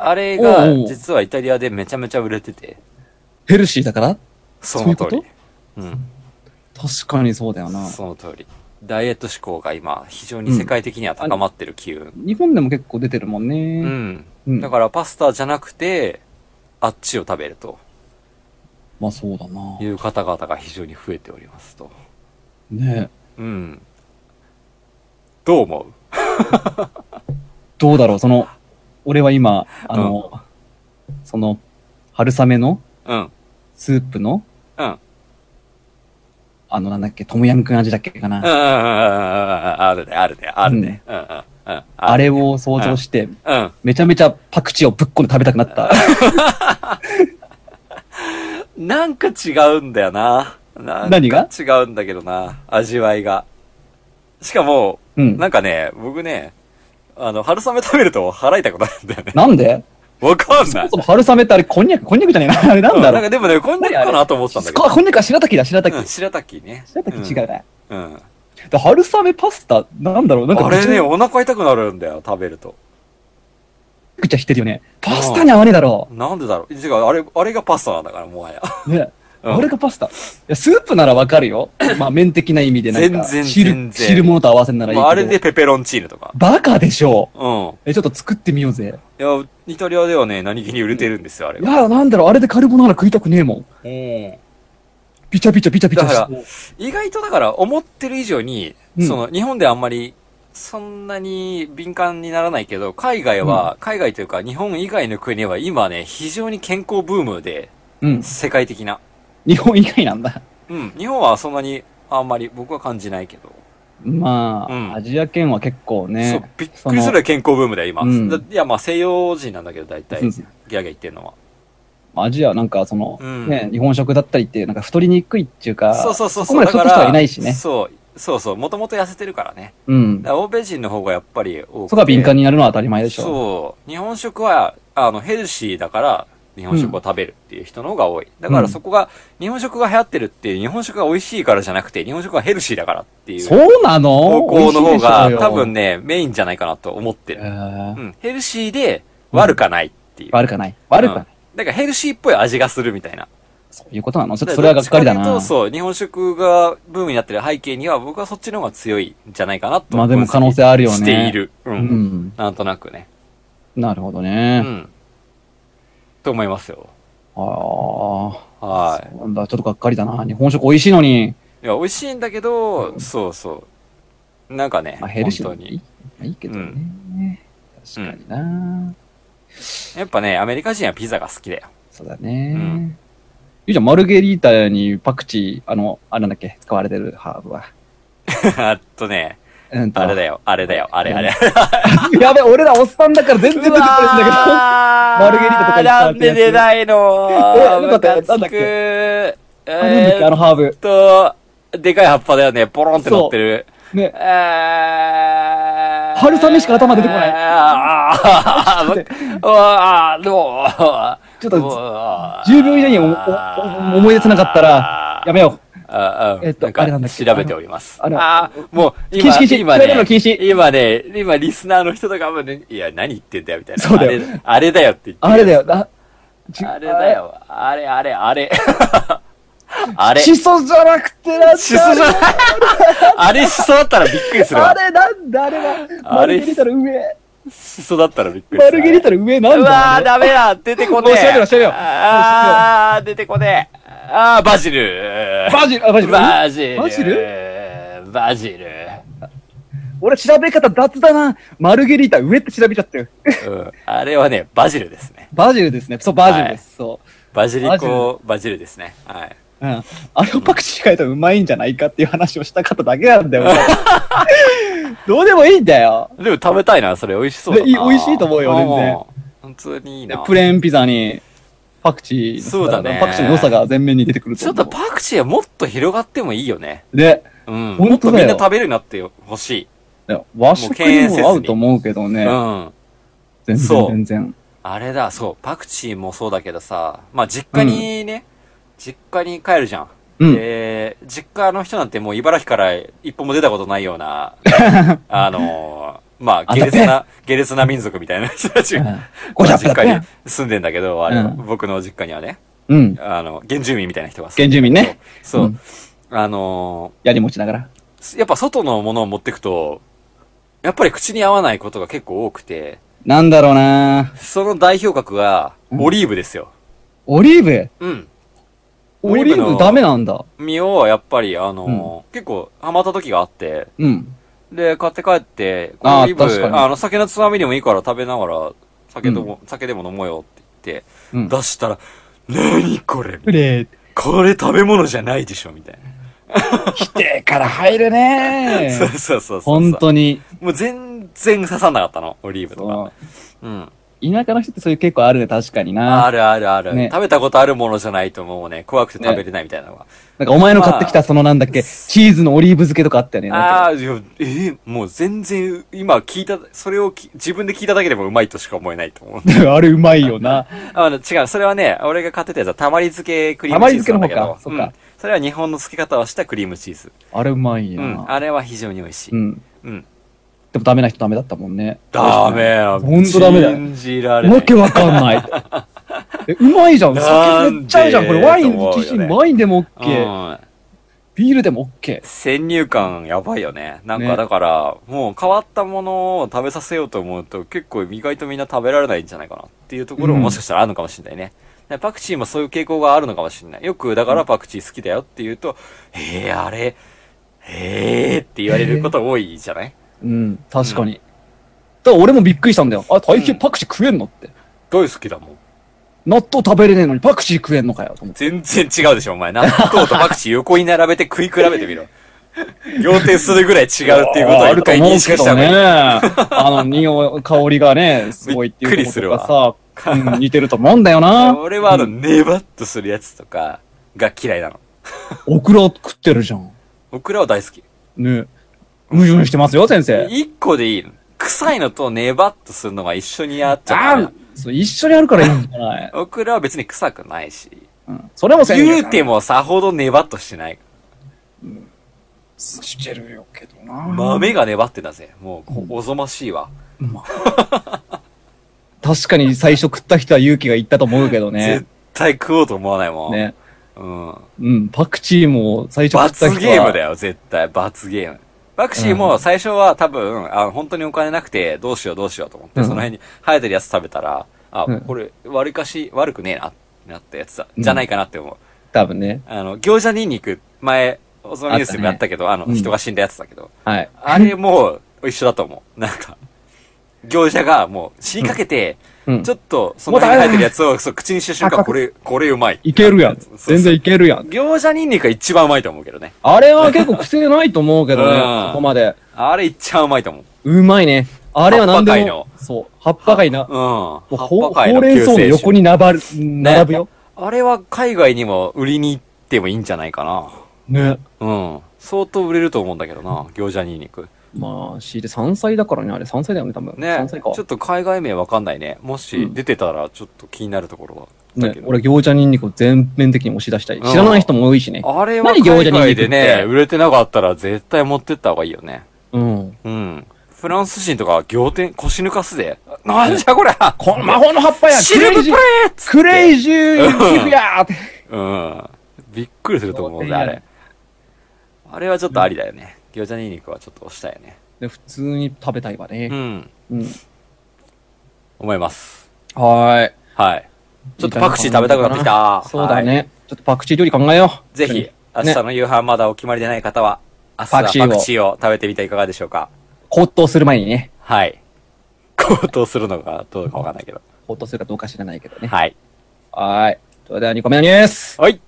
S2: あれが
S1: おうお、う
S2: 実はイタリアでめちゃめちゃ売れてて、
S1: ヘルシーだから
S2: その
S1: そ
S2: 通
S1: うい
S2: り
S1: う。
S2: うん、
S1: 確かにそうだよな。
S2: その通り。ダイエット志向が今、非常に世界的には高まってる機運。
S1: 日本でも結構出てるもん
S2: う
S1: ね。
S2: ん。
S1: うん
S2: だからパスタじゃなくて、あっちを食べると
S1: まあそうだな
S2: いう。いう方々が非常に増えておりますと。
S1: ね
S2: うん。どう思う
S1: どうだろう、その、俺は今、あの、その、春雨の
S2: うん。
S1: スープの、
S2: うん。
S1: あの、なんだっけ、トムヤムクン味だっけかな。
S2: うんうんうんうんうんうんあるね、あるね、あるね。うんうんうん。あ
S1: あ
S2: る
S1: れを想像して、
S2: うん。
S1: めちゃめちゃパクチーをぶっこんで食べたくなった。
S2: なんか違うんだよな。なんか
S1: 何が
S2: 違うんだけどな。味わいが。しかも、
S1: うん。
S2: なんかね、僕ね、あの、春雨食べると腹痛くなるんだよね。
S1: なんで
S2: わかんない
S1: そ。も春雨ってあれ、こんにゃく、こんにゃくじゃねえな。あれなんだ
S2: なん
S1: ろ
S2: か
S1: う。
S2: でもね、こんにゃくかなと思ってたんだけ
S1: ここんにゃくは白滝だ、白滝。
S2: ど。うん、白滝ね。
S1: 白滝違うな。
S2: うん。うん。
S1: で春雨パスタ、なんだろう。なんか
S2: あれね、
S1: め
S2: お腹痛くなるんだよ、食べると。
S1: ちゃくちゃしてるよね。パスタに合わねえだろ
S2: なんでだろう。違う、あれ、あれがパスタなんだから、もはや。
S1: う。ね。
S2: うん
S1: あれがパスタ。いや、スープならわかる よ。まあ、麺的な意味でなんか、
S2: 全然全
S1: 汁、
S2: 然
S1: 汁物と合わせんならいいけ
S2: ま
S1: ど。
S2: あ、あれでペペロンチーノとか。
S1: バカでしょう。
S2: うん。
S1: え、ちょっと作ってみようぜ。
S2: いや、イタリアではね、何気に売れてるんですよ、あれ
S1: い
S2: が。
S1: や、なんだろう、あれでカルボナーラ食いたくねえもん。
S2: うん
S1: ピチャピチャピチャピチャ
S2: だか
S1: し
S2: ら意外とだから、思ってる以上に、
S1: うん
S2: その、日本であんまり、そんなに敏感にならないけど、海外は、海外というか、日本以外の国は今ね、非常に健康ブームで、
S1: うん。
S2: 世界的な。
S1: 日本以外なんだ。
S2: うん。日本はそんなに、あんまり僕は感じないけど。
S1: まあ、
S2: うん
S1: アジア圏は結構
S2: そう
S1: ね。、
S2: びっくりする健康ブームだよ、今。
S1: うん
S2: だいや、まあ西洋人なんだけど、大体、
S1: う
S2: ギ
S1: ん
S2: ャーギャー言ってるのは。
S1: アジアなんかその、
S2: うん
S1: ね、日本食だったりって、なんか太りにくいっていうか、
S2: そうそうそう
S1: こ
S2: そう。
S1: まで
S2: だ
S1: 太
S2: か
S1: った人は
S2: ら
S1: いないしね。
S2: そう、そうそう。もともと痩せてるからね。
S1: うん
S2: だか。ら欧米人の方がやっぱり多く
S1: そこは敏感
S2: に
S1: になるのは当たり前でしょ。
S2: そう。日本食は、あの、ヘルシーだから、日本食を食べるっていう人の方が多い。だからそこが、日本食が流行ってるって、日本食が美味しいからじゃなくて、日本食がヘルシーだからっていう。
S1: そうなの
S2: 方向の方が、多分
S1: ね。
S2: ね、メインじゃないかなと思って
S1: え
S2: る。う
S1: ー
S2: ん。ヘルシーで、悪かないっていう。
S1: 悪くはない。悪くはない。
S2: うんだからヘルシーっぽい味がするみたいな。
S1: そういうことなのちょっとそれはがっかりだな。
S2: どっちかというとそう、日本食がブームになってる背景には、僕はそっちの方が強いんじゃないかなと。
S1: まあでも可能性あるよね
S2: している。う。
S1: うんん。
S2: なんとなくね。
S1: なるほど
S2: う
S1: ね。
S2: ん。と思いますよ。
S1: あ
S2: は
S1: あ。なんだ、ちょっとがっかりだな。日本食美味しいのに。
S2: い。いや、美味しいんだけど、そうそう。なんかね、
S1: まあ、ヘルシー
S2: 本
S1: で
S2: 当
S1: いい
S2: に。
S1: まあいいけどね。確かにな、
S2: やっぱね、アメリカ人はピザが好きだよ。
S1: そうだね。
S2: うん
S1: ゆうちゃん、マルゲリータにパクチー、あの、あれなんだっけ、使われてるハーブは。
S2: あっとね、
S1: うんと
S2: あれだよ、あれだよ、あれあれ。
S1: やべ、俺らおっさんだから全然出てくれんだ
S2: わー
S1: マルゲリータとかに使わ
S2: な
S1: れ
S2: ん
S1: てるやつ
S2: で出ないの
S1: えなんだった
S2: ムカつく
S1: なんだっけ
S2: え
S1: けど。あれなんだっけ、あの
S2: ーっ
S1: ハーブ。
S2: と、でかい葉っぱだよね、ポロンって乗ってる。
S1: ね、
S2: 春
S1: 春雨しか頭出てこない
S2: あーあー、あーあー、でも、
S1: ちょっと
S2: もう
S1: 10秒以内におおお思い出せなかったら、やめよう。
S2: ああ
S1: えっと
S2: なんか
S1: あれなんだっけ
S2: 調べております。
S1: あの
S2: あーもう、
S1: 禁
S2: 今、
S1: 止禁止
S2: 今
S1: 調べるの禁止
S2: ね、今ね、今、リスナーの人とかもね、いや、何言ってんだよ、みたいな。
S1: そうだよ
S2: あれ。あれだよって言ってる
S1: あれだよ、あ、ち
S2: あれだ。よ。あれ、あれ、あれ。あれ。
S1: シソじゃなくてなんだ。
S2: シソじゃない。 あれ、シソだったらびっくりする
S1: あ
S2: わ。
S1: れなんだ、あれは。マ
S2: あれ
S1: ルゲリータの上。
S2: シソだったらびっくりする。
S1: マルゲリータの上なん
S2: うわ
S1: だ。
S2: ー、ダメだ。出てこねえ。
S1: もう調べろ調べろ
S2: あー、出てこねえ。あー、バジル。
S1: バジル、あバジル。
S2: バジル。
S1: バジ
S2: ルバジル。
S1: 俺調べ方雑だな。マルゲリータ上って調べちゃったよ。
S2: うん。あれはね、バジルですね。
S1: バジルですね。そう、バジルです。そう。
S2: バジリコ、バジルですね。はい。
S1: うんあれをパクチー変えたらうまいんじゃないかっていう話をしたかっただけなん だよ。俺どうでもいいんだよ。
S2: でも食べたいな、それ美味しそうだな。
S1: いい美味しいと思うよ全然
S2: うん。本当にいいな。
S1: プレーンピザにパクチーの
S2: そうだね
S1: パクチーの良さが前面に出てくる
S2: ち
S1: と
S2: ょっ
S1: 思
S2: と
S1: う。
S2: パクチーはもっと広がってもいいよね。
S1: で、
S2: うん。も
S1: 本
S2: っ
S1: 当
S2: と
S1: だ
S2: み
S1: よ
S2: んな食べるようになってほし
S1: 和食にも合うと思うけど
S2: い。
S1: ね
S2: う。ん。
S1: 全然
S2: そう
S1: 全然。
S2: あれだ、そう、パクチーもそうだけどさ、まあ実家にね、実家に帰るじゃん。
S1: うん
S2: で、実家の人なんてもう茨城から一歩も出たことないよ うな、あのーまあ、
S1: あ
S2: 下劣な、下劣な民族みたいな人たち
S1: うん
S2: が、
S1: ごちゃごちゃ
S2: 実
S1: だ
S2: 家に
S1: ね。
S2: 住んでんだけど、あれ、
S1: うん
S2: 僕の実家にはね、
S1: うん。
S2: あの、原住民みたいな人がさ
S1: 原住民ね。
S2: そう。
S1: うん
S2: あの
S1: やり持ちながら。
S2: ーやっぱ外のものを持ってくと、やっぱり口に合わないことが結構多くて、
S1: なんだろうな
S2: その代表格が、オリーブですよ。
S1: オリーブ
S2: うん。
S1: オ
S2: オ
S1: リ
S2: リーブの
S1: ーブダメなんだ。
S2: 身をやっぱり、あの、結構ハマった時があって、
S1: うん。
S2: で、買って帰って、こ
S1: あー
S2: のオリーブ
S1: 確かに
S2: あの、酒のつまみでもいいから食べながら、酒でも、酒でも飲もうよって
S1: う
S2: 言
S1: ん
S2: って、出したら、何これ
S1: れ、
S2: これ食べ物じゃないでしょみたいな。
S1: 来てから入るね
S2: そうそうそうそ う。
S1: 本当に。
S2: もう全然刺さんなかったの、オリーブとか。
S1: そう
S2: うん。
S1: 田舎の人ってそういう結構あるね、確かに
S2: あ
S1: な。
S2: るあるある、
S1: ね
S2: 食べたことあるものじゃないともうね、怖くて食べれないみたいなのが。
S1: なんかお前の買ってき
S2: ま
S1: たそのなんだっけ、チーズのオリーブ漬けとかあったよね。なん
S2: あ
S1: か
S2: あ、いや、えーもう全然、今聞いた、それをき自分で聞いただけでもうまいとしか思えないと思 う。
S1: あれうまいよな。
S2: あの、違う、それはね、俺が買ってたやつはたまり漬けクリー
S1: たま
S2: ム
S1: り
S2: チーズ
S1: 漬けの
S2: なんだ
S1: 方か
S2: け
S1: そっ
S2: ど。
S1: か
S2: うんそれは日本の漬け方をしたクリームチーズ。
S1: あれうまいよ
S2: うん。
S1: な。
S2: あれは非常に美味しい。
S1: うん。
S2: うん。
S1: でもダメな人ダメだったもんね。
S2: ダメだ。
S1: ほんとダメだよ
S2: 信じられない。
S1: わけわかん ない。え、うまいじゃん。酒めっちゃいいじゃん。これワイン、
S2: なんでと思うよね
S1: TC ワインでも OK。
S2: うん
S1: ビールでも OK。
S2: 先入観やばいよね。なんか
S1: ね
S2: だから、もう変わったものを食べさせようと思うと、結構意外とみんな食べられないんじゃないかなっていうところも
S1: うん
S2: もしかしたらあるのかもしれないね。でパクチーもそういう傾向があるのかもしれない。よく、だからパクチー好きだよって言うと、えー、あれ、えーって言われること多いじゃない
S1: うん、確かに。だから俺もびっくりしたんだよ。あ、大
S2: う
S1: 変
S2: ん
S1: パクチー食えんのって。
S2: 大好きだもん。
S1: 納豆食べれねえのにパクチー食えんのかよ。と思って
S2: 全然違うでしょ、お前。納豆とパクチー横に並べて食い比べてみろ。仰天するぐらい違うっていうこと を
S1: あ
S2: 一
S1: ると
S2: 回
S1: 思う
S2: 認識
S1: け
S2: し
S1: ど
S2: た方がいい
S1: ね。あの、匂い、香りがね、すごいっていうことがさ、うん似てると思うんだよな。
S2: 俺はあの、
S1: うん
S2: ネバッとするやつとかが嫌いなの。
S1: オクラ食ってるじゃん。
S2: オクラは大好き。
S1: ね。矛盾してますよ、先生。
S2: 一個でいいの。臭いのとネバッとするのが一緒にあっちゃ
S1: あ
S2: う
S1: ー。そう、一緒にあるからいいんじゃない
S2: オクラは別に臭くないし。
S1: うん。それも先生。
S2: 言うてもさほどネバッとしてない。
S1: してるよけどな。
S2: 豆がネバってたぜ。もうこ
S1: う、ん
S2: おぞましいわ。
S1: 確かに最初食った人は勇気がいったと思うけどね
S2: 絶。対食おうと思わないもん。
S1: ね。
S2: うん。
S1: うん、パクチーも最初食った人は。
S2: 罰ゲームだよ、絶対。罰ゲーム。バクシーも最初は多分、あの本当にお金なくて、どうしようどうしようと思って、
S1: うん
S2: その辺に生えてるやつ食べたら、あ、
S1: うん
S2: これ、悪かし、悪くねえな、ってなったやつだ、じゃないかなって思う。
S1: 多分ね。
S2: あの、餃子ニンニク、前、おそのニュースでも
S1: あ
S2: や
S1: ったね
S2: ったけど、あの、
S1: うん
S2: 人が死んだやつだけど、
S1: はい。
S2: あれも一緒だと思う。なんか、餃子がもう死にかけて、
S1: うん
S2: ちょ。っと、その辺に生えてるやつを、そう、口にした瞬間、これ、これうまい。
S1: いけるやん
S2: そう。そう
S1: 全然いけるやん。
S2: 餃子ニンニクが一番うまいと思うけどね。
S1: あれは結構癖ないと思うけど
S2: う
S1: ね、
S2: ん
S1: そこまで。
S2: あれ一番うまいと思う。
S1: うまいね。あれは何
S2: 葉っぱかい
S1: で
S2: の
S1: も。そう。葉っぱがいいな。もう
S2: う。
S1: んほ
S2: 葉
S1: う
S2: っぱ界
S1: ほうれん草の
S2: 救世主
S1: 横に並ぶ、並ぶよ。
S2: あれは海外にも売りに行ってもいいんじゃないかな。
S1: ね。
S2: うん。相当売れると思うんだけどな、餃子ニンニク。
S1: まあ、しいて山菜だからね、あれ山菜だよね、多分。
S2: ね
S1: 山
S2: ち
S1: 菜か
S2: ょ。っと海外名わかんないね。もし
S1: うん
S2: 出てたらちょっと気になるところは。だ
S1: ね
S2: け、ど
S1: 俺餃子ニンニクを全面的に押し出したい。知らない人も多いしね。
S2: あれは
S1: 何餃
S2: 海
S1: 子ニンニク
S2: 外で
S1: って
S2: ね、売れてなかったら絶対持ってった方がいいよね。
S1: うん。
S2: うん。フランス人とか仰天、腰抜かすで。なんじゃこりゃ
S1: この魔法の葉っぱや
S2: シルブプレーツ
S1: クレイジーシフやーって。
S2: うん。びっくりすると思うんだ、あれ。あれはちょっとありだよね。餃子ニンニクはちょっと押したよね。
S1: で、普通に食べたいわ
S2: う
S1: ね。
S2: ん。
S1: うん。
S2: 思います。
S1: は
S2: はい。ちょっとパクチー食べたくなってきた。
S1: い。そうだ
S2: は
S1: ね。ちょっとパクチー料理考えよ
S2: い。
S1: う。
S2: ぜひ、明日の夕飯まだお決まりでない方は、明日は
S1: パク
S2: パク
S1: チーを
S2: チーを食べてみてはいかがでしょうか。
S1: 高騰する前にね。
S2: はい。 高騰するのかどうかわかんないけど。
S1: 高騰するかどうか知らないけどね。
S2: はい。
S1: はーい。それでは2個目のニュース。
S2: はい。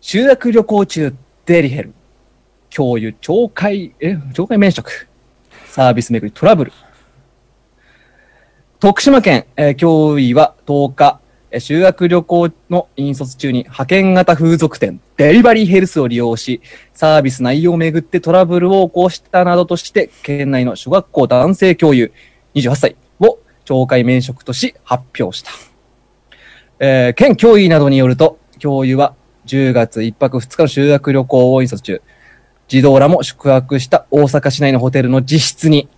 S1: 修学旅行中、デリヘル。教諭、懲戒、え、懲戒免職。サービス巡りトラブル。徳島県、えー教委は10日、えー修学旅行の引率中に派遣型風俗店、デリバリーヘルスを利用し、サービス内容をめぐってトラブルを起こしたなどとして、県内の小学校男性教諭28歳を懲戒免職とし発表した。えー県教委などによると、教諭は10月1泊2日の修学旅行を引率中、児童らも宿泊した大阪市内のホテルの自室に、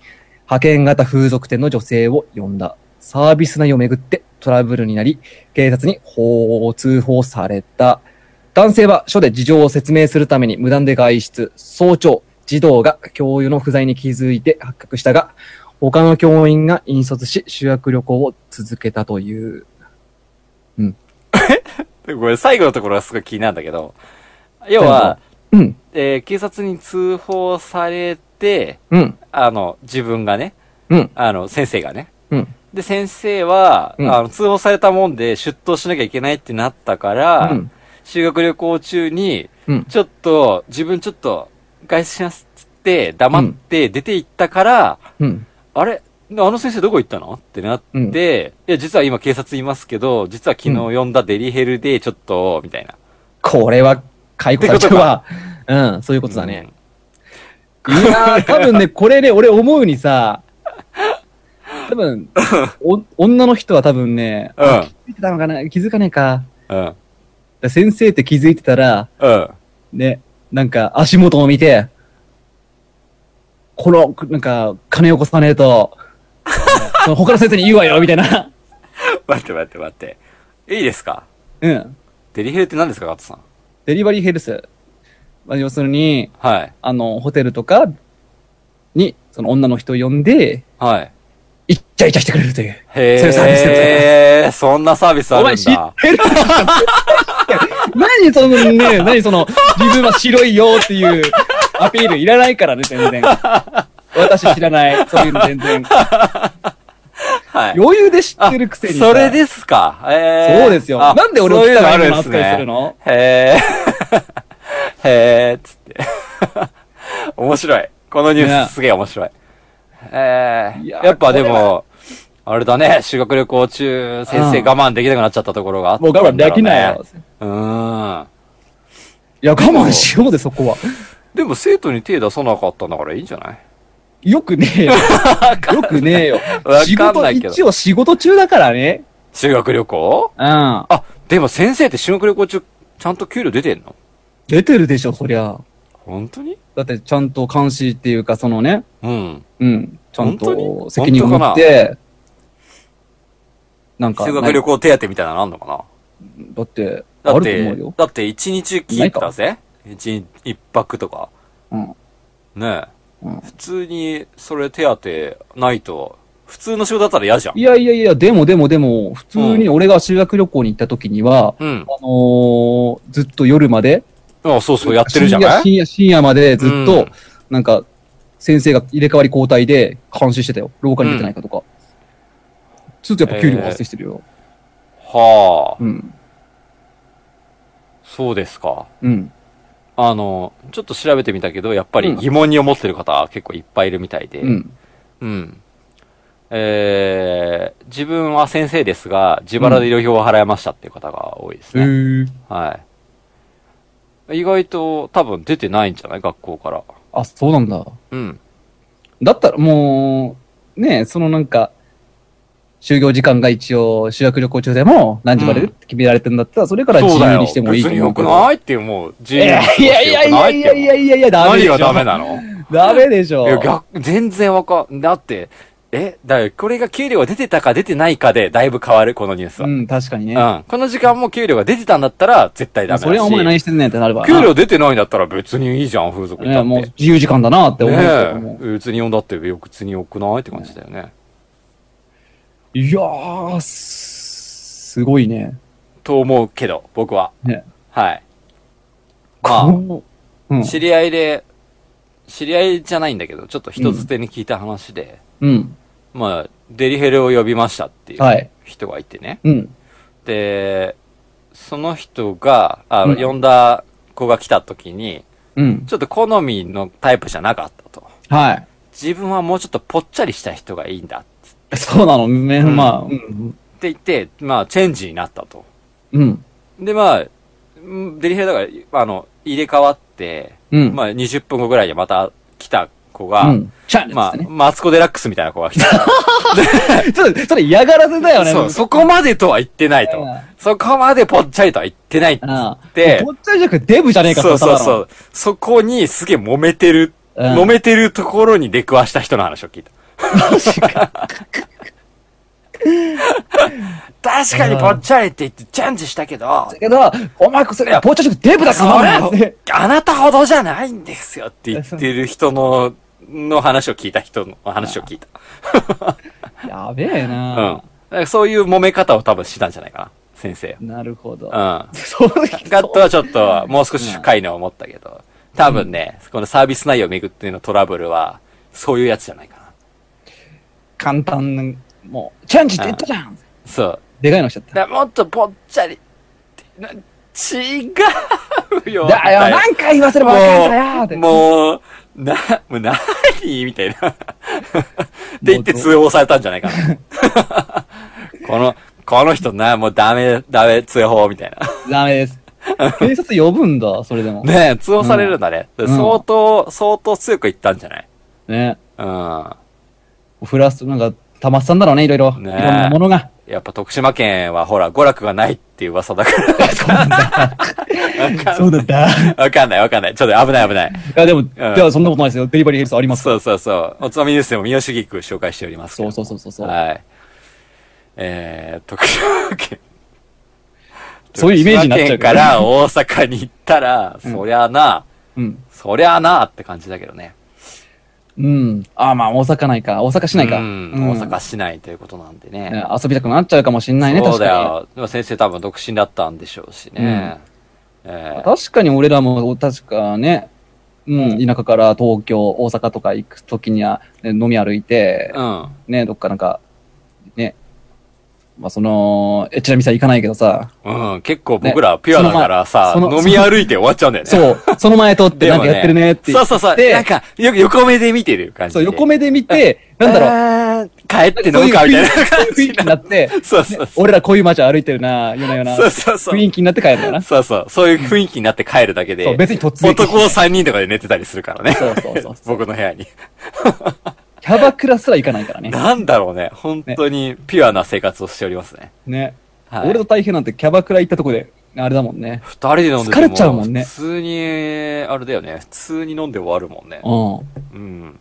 S1: 派遣型風俗店の女性を呼んだ。サービス内容をめぐってトラブルになり、警察に報通報された。男性は署で事情を説明するために無断で外出。早朝、児童が教諭の不在に気づいて発覚したが、他の教員が引率し、修学旅行を続けたという。
S2: ごめん、最後のところがすごい気になるんだけど。要は、
S1: うん、
S2: えー警察に通報されて、
S1: うん、
S2: あの、自分がね、
S1: うん、
S2: あの、先生がね。
S1: うん、
S2: で、先生は、
S1: うん
S2: あの、通報されたもんで出頭しなきゃいけないってなったから、
S1: うん
S2: 修学旅行中に、
S1: うん
S2: ちょっと、自分ちょっと、外出しますっつって、黙って出て行ったから、
S1: うん。
S2: あれあの先生どこ行ったのってなって、
S1: うん
S2: いや、実は今警察いますけど、実は昨日呼んだデリヘルで、ちょっと、みたいな。
S1: これは、解雇されちゃうわ。うん、そういうことだね。いや ー、多分ね、これね、俺思うにさ、多分、お、女の人は多分ね、
S2: うん。うん。
S1: 気づいてたのかな気づかねえか。
S2: うん。
S1: で先生って気づいてたら、
S2: うん。
S1: ね、なんか足元を見て、この、なんか、金をこさねえと、 その他の先生に言うわよ、みたいな。
S2: 待って待って待って。いいですか
S1: うん。
S2: デリヘルって何ですか、ガットさん。
S1: デリバリーヘルス。まあ、要するに、
S2: はい。
S1: あの、ホテルとかに、その女の人を呼んで、
S2: はい。
S1: イッチャイチャしてくれるという。
S2: へえ。
S1: そういうサービスでございます
S2: そんなサービスあるん
S1: 知っ
S2: だ。
S1: てる何その ね、何その、自分は白いよっていうアピールいらないからね、全然。私知らない。そういうの全然。
S2: はい。
S1: 余裕で知ってるくせにさ。
S2: それですか。えー、
S1: そうですよ。
S2: あ
S1: なんで俺を
S2: そういう
S1: 汚
S2: のあ
S1: いも
S2: る
S1: の
S2: んす
S1: 扱いする
S2: ね。
S1: の
S2: へえ。へえ、つって。面白い。このニュー
S1: ね
S2: スすげえ面白い。えー、
S1: いや
S2: やっぱでも、あれだね、修学旅行中、先生
S1: うん
S2: 我慢できなくなっちゃったところがあった
S1: もうん
S2: だろ
S1: 我
S2: う
S1: 慢
S2: ね
S1: できないよ。。
S2: うーん。
S1: いや、我慢しようで、そこは。
S2: でも生徒に手出さなかったんだからいいんじゃない
S1: よくねえよ。よくねえよ
S2: わ。
S1: 仕
S2: かん
S1: 事、
S2: ないけど
S1: 一応仕事中だからね。
S2: 修学旅行
S1: うん。
S2: あ、でも先生って修学旅行中、ちゃんと給料出てんの
S1: 出てるでしょ、そりゃ。
S2: 本当に
S1: だって、ちゃんと監視っていうか、そのね、
S2: うん。
S1: うん。ちゃん
S2: 本当
S1: と
S2: に
S1: 責任を持って、なんか、
S2: 修学旅
S1: 行
S2: 行手当みたいなのあんのかな
S1: だって、あ
S2: だっ
S1: ると思う
S2: て
S1: よ、。
S2: だって一日聞いたぜ一日、一泊とか。
S1: うん。
S2: ねえ、
S1: うん
S2: 普通に、それ手当ないと、普通の仕事だったら嫌じゃん
S1: い。やいやいや、でもでもでも、普通に俺が修学旅行に行った時には、
S2: うん。
S1: あのー、ずっと夜まで、
S2: あ、そうそう、やってるじゃ
S1: 深
S2: な
S1: 夜、
S2: い
S1: 深夜、深夜までずっと、
S2: うん
S1: なんか、先生が入れ替わり交代で監視してたよ。廊下に出てないかとか。ずっとやっぱ給料発生してるよ。
S2: はあ、
S1: うん。
S2: そうですか。
S1: うん。
S2: あの、ちょっと調べてみたけど、やっぱ
S1: う
S2: り
S1: ん
S2: 疑問に思ってる方結構いっぱいいるみたいで。
S1: うん。
S2: うん。えー、自分は先生ですが、自腹で医療費を払いましたっていう方が多いです
S1: へ
S2: ね。
S1: ー
S2: はい。意外と多分出てないんじゃない学校から。
S1: あ、そうなんだ。
S2: うん。
S1: だったらもう、ねえそのなんか、就業時間が一応修学旅行中でも何時までって決められてんだったら、それから自
S2: そうだ
S1: 由
S2: よ。
S1: にしてもいい
S2: 別に
S1: 思
S2: 良
S1: うけ
S2: く
S1: ど
S2: ないって思う。自
S1: い
S2: 由に
S1: やいやいやいやいやいやいやいや、ダメで
S2: 何
S1: しょ。
S2: がダメなの
S1: ダメでしょ。
S2: いや、逆、全然わかん、だって、え、だよ、これが給料が出てたか出てないかで、だいぶ変わる、このニュース
S1: う
S2: は。
S1: ん、確かにね。
S2: うん。この時間も給料が出てたんだったら、絶対ダメだし。
S1: それはお前何してんねんってなればな。
S2: 給料出てないんだったら別にいいじゃん、風俗に
S1: ね
S2: だ
S1: え
S2: って。
S1: もう自由時間だなって思うけども
S2: ねえ。別に呼んだって、別に良くないって感じだよね。
S1: いやー、すすごいね。
S2: と思うけど、僕は。
S1: ね
S2: はい。ま
S1: こううん
S2: あ、。知り合いで、知り合いじゃないんだけど、ちょっと人づてに聞いた話で、
S1: うん。
S2: まあ、デリヘルを呼びましたっていう
S1: はい。
S2: 人がいてね。
S1: うん。
S2: で、その人が、あ、
S1: うん
S2: 呼んだ子が来た時に、
S1: うん。
S2: ちょっと好みのタイプじゃなかったと。
S1: は
S2: 自分はもうちょっとぽっちゃりした人がいいんだっつっ
S1: い。そうなの、ね、
S2: ん
S1: まあ、うん。
S2: て言って、まあ、チェンジになったと。
S1: うん。
S2: で、まあ、んデリヘルだから、あの、入れ替わって、
S1: うん。
S2: まあ、20分後ぐらいでまた来た子が、
S1: うん。チャンネル
S2: ま
S1: です
S2: あ、
S1: ね。
S2: マツコデラックスみたいな子が来た。
S1: ちょっと、それ嫌がらせだよね。
S2: そう、そこまでとは言ってないと
S1: うん。
S2: そこまでぽっちゃりとは言ってないっつ
S1: ああ。
S2: って、
S1: ぽっちゃりじゃなくてデブじゃねえか。
S2: そうそうそうう。そこにすげえ揉めてる、
S1: うん
S2: 揉めてるところに出くわした人の話を聞いた。 確かにぽっちゃりって言ってチェンジしたけど、
S1: だけど、お前こそれはぽっちゃりじゃなくてデブだからな
S2: それあなたほどじゃないんですよって言ってる人の、の話を聞いた人の話を聞いた。
S1: やべえ
S2: うん。
S1: な、
S2: だからそういう揉め方を多分したんじゃないかな、先生。
S1: なるほど。
S2: うん。
S1: そういう人
S2: ガットはちょっと、もう少し深いのを思ったけど、多分ね、このサービス内容をめぐってのトラブルは、そういうやつじゃないかな。
S1: 簡単な、もう、チャンジって言ったじゃん、
S2: そう。
S1: でかいのしちゃった。
S2: だもっとぽっちゃり、な違ううよ。
S1: だよ、何回言わせればわかんだよって。
S2: もう、な、もうなにみたい な。って言って通報されたんじゃないかな。この、この人な、もうダメ、ダメ、通報、みたいな。
S1: ダメです。警察呼ぶんだ、それでも。ね。
S2: ねえ、通報されるんだね。
S1: ん
S2: 相当、相当強く言ったんじゃないうん。
S1: フラスト、なんか、たまっさんだろうね、いろいろ。
S2: ね
S1: いろんなものが。
S2: やっぱ徳島県はほら、娯楽がないっていう噂だから。
S1: そうだった。い
S2: わかんないわかんない。ちょっと危ない危ない。
S1: や、でも、じゃあそんなことないですよ。デリバリーヘルスあります
S2: そうそうそう。おつまみニュースでも三好菊紹介しております
S1: そ
S2: けど
S1: うそうそうそうそう。
S2: はい。えー、徳島県。
S1: そういうイメージになっちゃう
S2: か
S1: から
S2: ら大阪に行ったら、そりゃあな、
S1: うん。
S2: そりゃあなって感じだけどね。
S1: うん。ああ、まあ、大阪内か。大阪市内か。
S2: うん
S1: うん
S2: 大阪市内ということなんでね。
S1: ね遊びたくなっちゃうかもしんないね、
S2: そう
S1: 確
S2: だ
S1: か
S2: よ。でも先生多分独身だったんでしょうしね。え
S1: に。確かに俺らも、確かね、うん、田舎から東京、大阪とか行くときには、ね飲み歩いて
S2: ー、うん。
S1: ね、どっかなんか、ね、まあ、その、エッチな店は行かないけどさ、
S2: うん、結構僕らピュアだからさ、
S1: その前
S2: 飲
S1: その
S2: み歩いて終わっちゃうんだよね。
S1: そう、その前通って
S2: で
S1: なん
S2: も
S1: か
S2: ね
S1: やってるねって言
S2: そ
S1: っ
S2: う
S1: て、
S2: そうそう。なんか、よく横目で見てる感じで。
S1: そう横目で見て、なんだろう、
S2: ろう。帰って飲むかみたいな感
S1: 雰囲
S2: じ
S1: 気にな って、
S2: そうそうそう。
S1: 俺らこういう街歩いてるな、ようなような、
S2: そうそうそう
S1: 雰囲気になって帰るんだな。
S2: そうそう。そういう雰囲気になって帰るだけで。
S1: そう別に突撃
S2: 男3人とかで寝てたりするからね。
S1: そうそうそう
S2: 僕の部屋に。
S1: キャバクラすら行かないからね。
S2: なんだろうね。本当にピュアな生活をしておりますね。
S1: ね。
S2: はい。
S1: 俺の大変なんてキャバクラ行ったとこで、あれだもんね。
S2: 二人で飲んでて
S1: 疲れちゃうもんね
S2: 普通に、あれだよね。普通に飲んで終わるもんね。
S1: う
S2: うん。
S1: ん。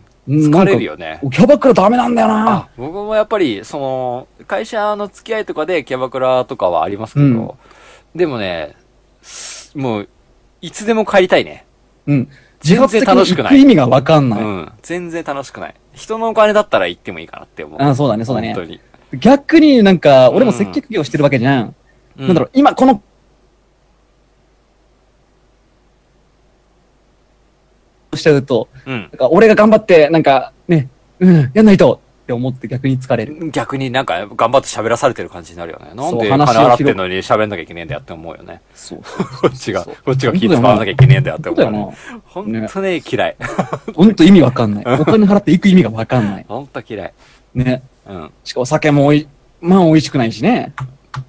S2: 疲れるよね
S1: なんかキャバクラダメなんだよな
S2: あ。、僕もやっぱり、その、会社の付き合いとかでキャバクラとかはありますけど、
S1: うん
S2: でもね、すもう、いつでも帰りたいね。
S1: うん。自発的
S2: 全
S1: に
S2: 然楽しく
S1: 行
S2: な
S1: く
S2: い
S1: 意味がわかんな
S2: う
S1: い。
S2: ん。全然楽しくない。人のお金だったら行ってもいいかなって思う。
S1: あそうだねそうだね
S2: 本当に。
S1: 逆になんか、俺も接客業してるわけじゃん。なんだろ
S2: う
S1: う、今この、しちゃうと、
S2: ん。
S1: なんか俺が頑張って、なんか、ね、うん、やんないとって思って逆に疲れる。
S2: うん。逆になんか頑張って喋らされてる感じになるよね。なん
S1: そう
S2: で金
S1: 話を
S2: 払っ
S1: 広く
S2: てんのに喋んなきゃいけねえんだよって思うよね。
S1: そう。
S2: こっちが、
S1: そう
S2: こっちが気使わなきゃいけねえんだよっ
S1: そ
S2: て
S1: う
S2: 思
S1: だ
S2: うよ
S1: よ
S2: ね。
S1: な。
S2: ほ
S1: だよ
S2: ん
S1: な
S2: とね、嫌い。
S1: ほんと意味わかんない。 お金払って行く意味がわかんない。
S2: ほんと嫌い。
S1: ね。
S2: うん。
S1: しかもお酒もおい、まあ美味しくないしね。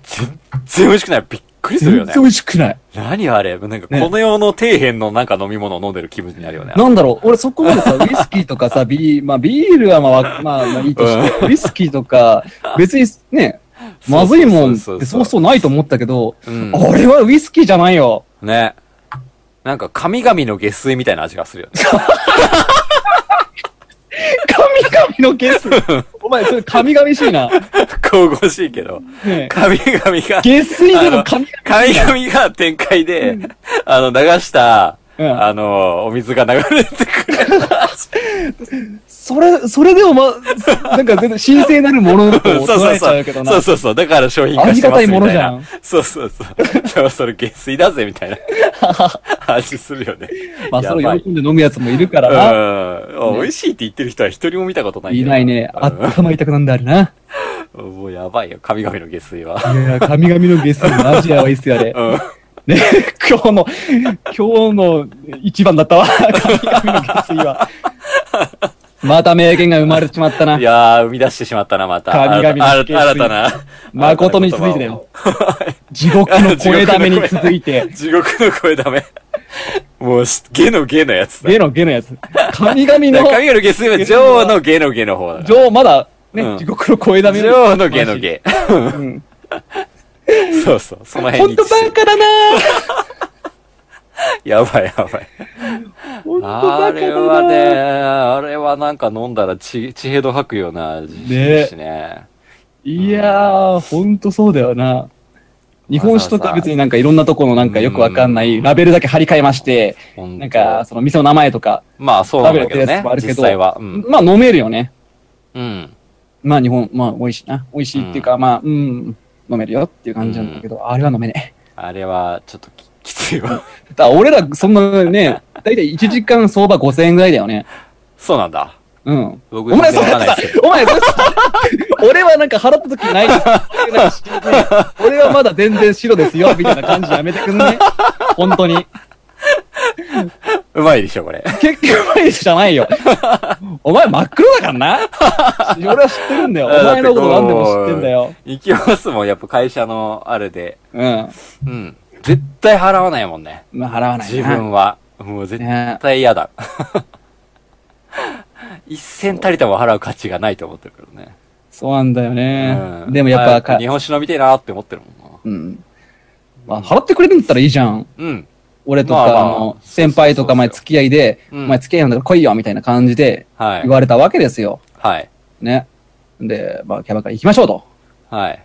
S2: 全然美味しくない。びっくりするよ
S1: 全
S2: ね
S1: 然。美味しくない。
S2: 何あれなんか
S1: ね
S2: この世の底辺のなんか飲み物を飲んでる気分になるよね。
S1: なんだろう、俺そこまでさ、ウイスキーとかさ、ビー、まあビールはまあわ、まあ、まあいいとして、ウイスキーとか、別にね、まずいもんって
S2: そうそうそうそう
S1: そうそうないと思ったけど、
S2: うん
S1: 俺はウイスキーじゃないよ。
S2: ね。なんか神々の下水みたいな味がするよね。
S1: 神々のゲ ス。お前、それ神々しいな。
S2: 神々しいけど。
S1: ねえ
S2: 神々が、
S1: 下水でも神
S2: 神々が展開で、あの、流した、
S1: うん
S2: あの、お水が流れてくる。
S1: それ、それでもま、なんか全然神聖なるものと
S2: そ
S1: 取
S2: うそ
S1: ら
S2: う
S1: れちゃ
S2: そうう。
S1: けど
S2: そ
S1: な
S2: う。そうそう。だから商品化してますみたいな。
S1: ありがたいものじゃん
S2: そうそうそう。でもそれ下水だぜ、みたいな。 味するよね。
S1: まあ、それ
S2: やば
S1: を
S2: い
S1: 喜んで飲むやつもいるからな。
S2: うん。美味しいって言ってる人は一人も見たことないけ
S1: い
S2: ど。
S1: ないね。
S2: うん
S1: 頭痛くなんだあるな。
S2: もうやばいよ、神々の下水は。
S1: いやいや、神々のゲストマジやばいっすよ、あれ。
S2: うん。
S1: ね、今日の、今日の一番だったわ。神々の下水は。また名言が生まれちまったな。
S2: いやー、生み出してしまったな、また。
S1: 神々の
S2: 新
S1: 下水
S2: た新たな。
S1: 誠に続いてだよ。地獄の声だめに続 いて。
S2: 地獄の声ダメ。もうし、下の下のやつだ。
S1: ゲのゲのやつ。神々
S2: だから
S1: の、
S2: 神々の下水は、女王の下の下の方だか
S1: 女王まだ、ね、
S2: うん
S1: 地獄の声だ
S2: ら。
S1: め
S2: 女王の下の。下。
S1: うん。
S2: そうそう、そ
S1: ほ
S2: の辺
S1: ん
S2: に。
S1: とバカだな
S2: やばいやばい。
S1: ほんと
S2: あ
S1: バカ
S2: れ
S1: だ
S2: はね、
S1: な
S2: あれはなんか飲んだら血、血へど吐くような味しね。
S1: いやー、ほんとそうだよな。日本酒とか別になんかいろんなとこのなんかよくわかんないラベルだけ貼り替えまして、
S2: ほと
S1: なんか、その店の名前とか、
S2: まあそうなんだけどね。実際は。うん。
S1: まあ飲めるよね。
S2: うん。
S1: まあ日本、まあ美味しいな。美味しいっていうか、まあ、うん、飲めるよっていう感じなんだけど、あれは飲めね
S2: あれは、ちょっとききついわ。
S1: え。だから俺らそんなね、だいたい1時間相場5000円ぐらいだよね。
S2: そうなんだ。
S1: うん。
S2: 僕
S1: お前そ
S2: 全
S1: れ
S2: 然わかんな
S1: さ
S2: いですよ、
S1: お前それさ、俺はなんか払った時ないです。 俺はまだ全然白ですよ、みたいな感じやめてくんね。本当に。
S2: うまいでしょ、これ。
S1: 結局前じゃないよ。 お前真っ黒だから な。俺は知ってるん だよ。お前のこと何でも知ってんだよ。
S2: 行きますもん、やっぱ会社のあれで。
S1: うん。
S2: うん。絶対払わないもんね。
S1: まあ、払わないな。
S2: 自分は。もう絶
S1: ね
S2: 対嫌だ。 一銭たりとも払う価値がないと思ってるけどね。
S1: そうなんだよね。
S2: うん
S1: でもやっぱ
S2: 早
S1: か
S2: く日、本酒飲みてえなって思ってるもんな。
S1: うん。まあ、払ってくれるんだったらいいじゃん。
S2: うん。
S1: 俺と
S2: ま
S1: か、
S2: あまあ
S1: あの、先輩とか前付き合いで、
S2: うん
S1: お前付き合いなんだから来いよ、みたいな感じで
S2: はい
S1: 言。われたわけですよ。
S2: はい。
S1: ね。で、まあ、キャバクラ行きましょうと。
S2: はい。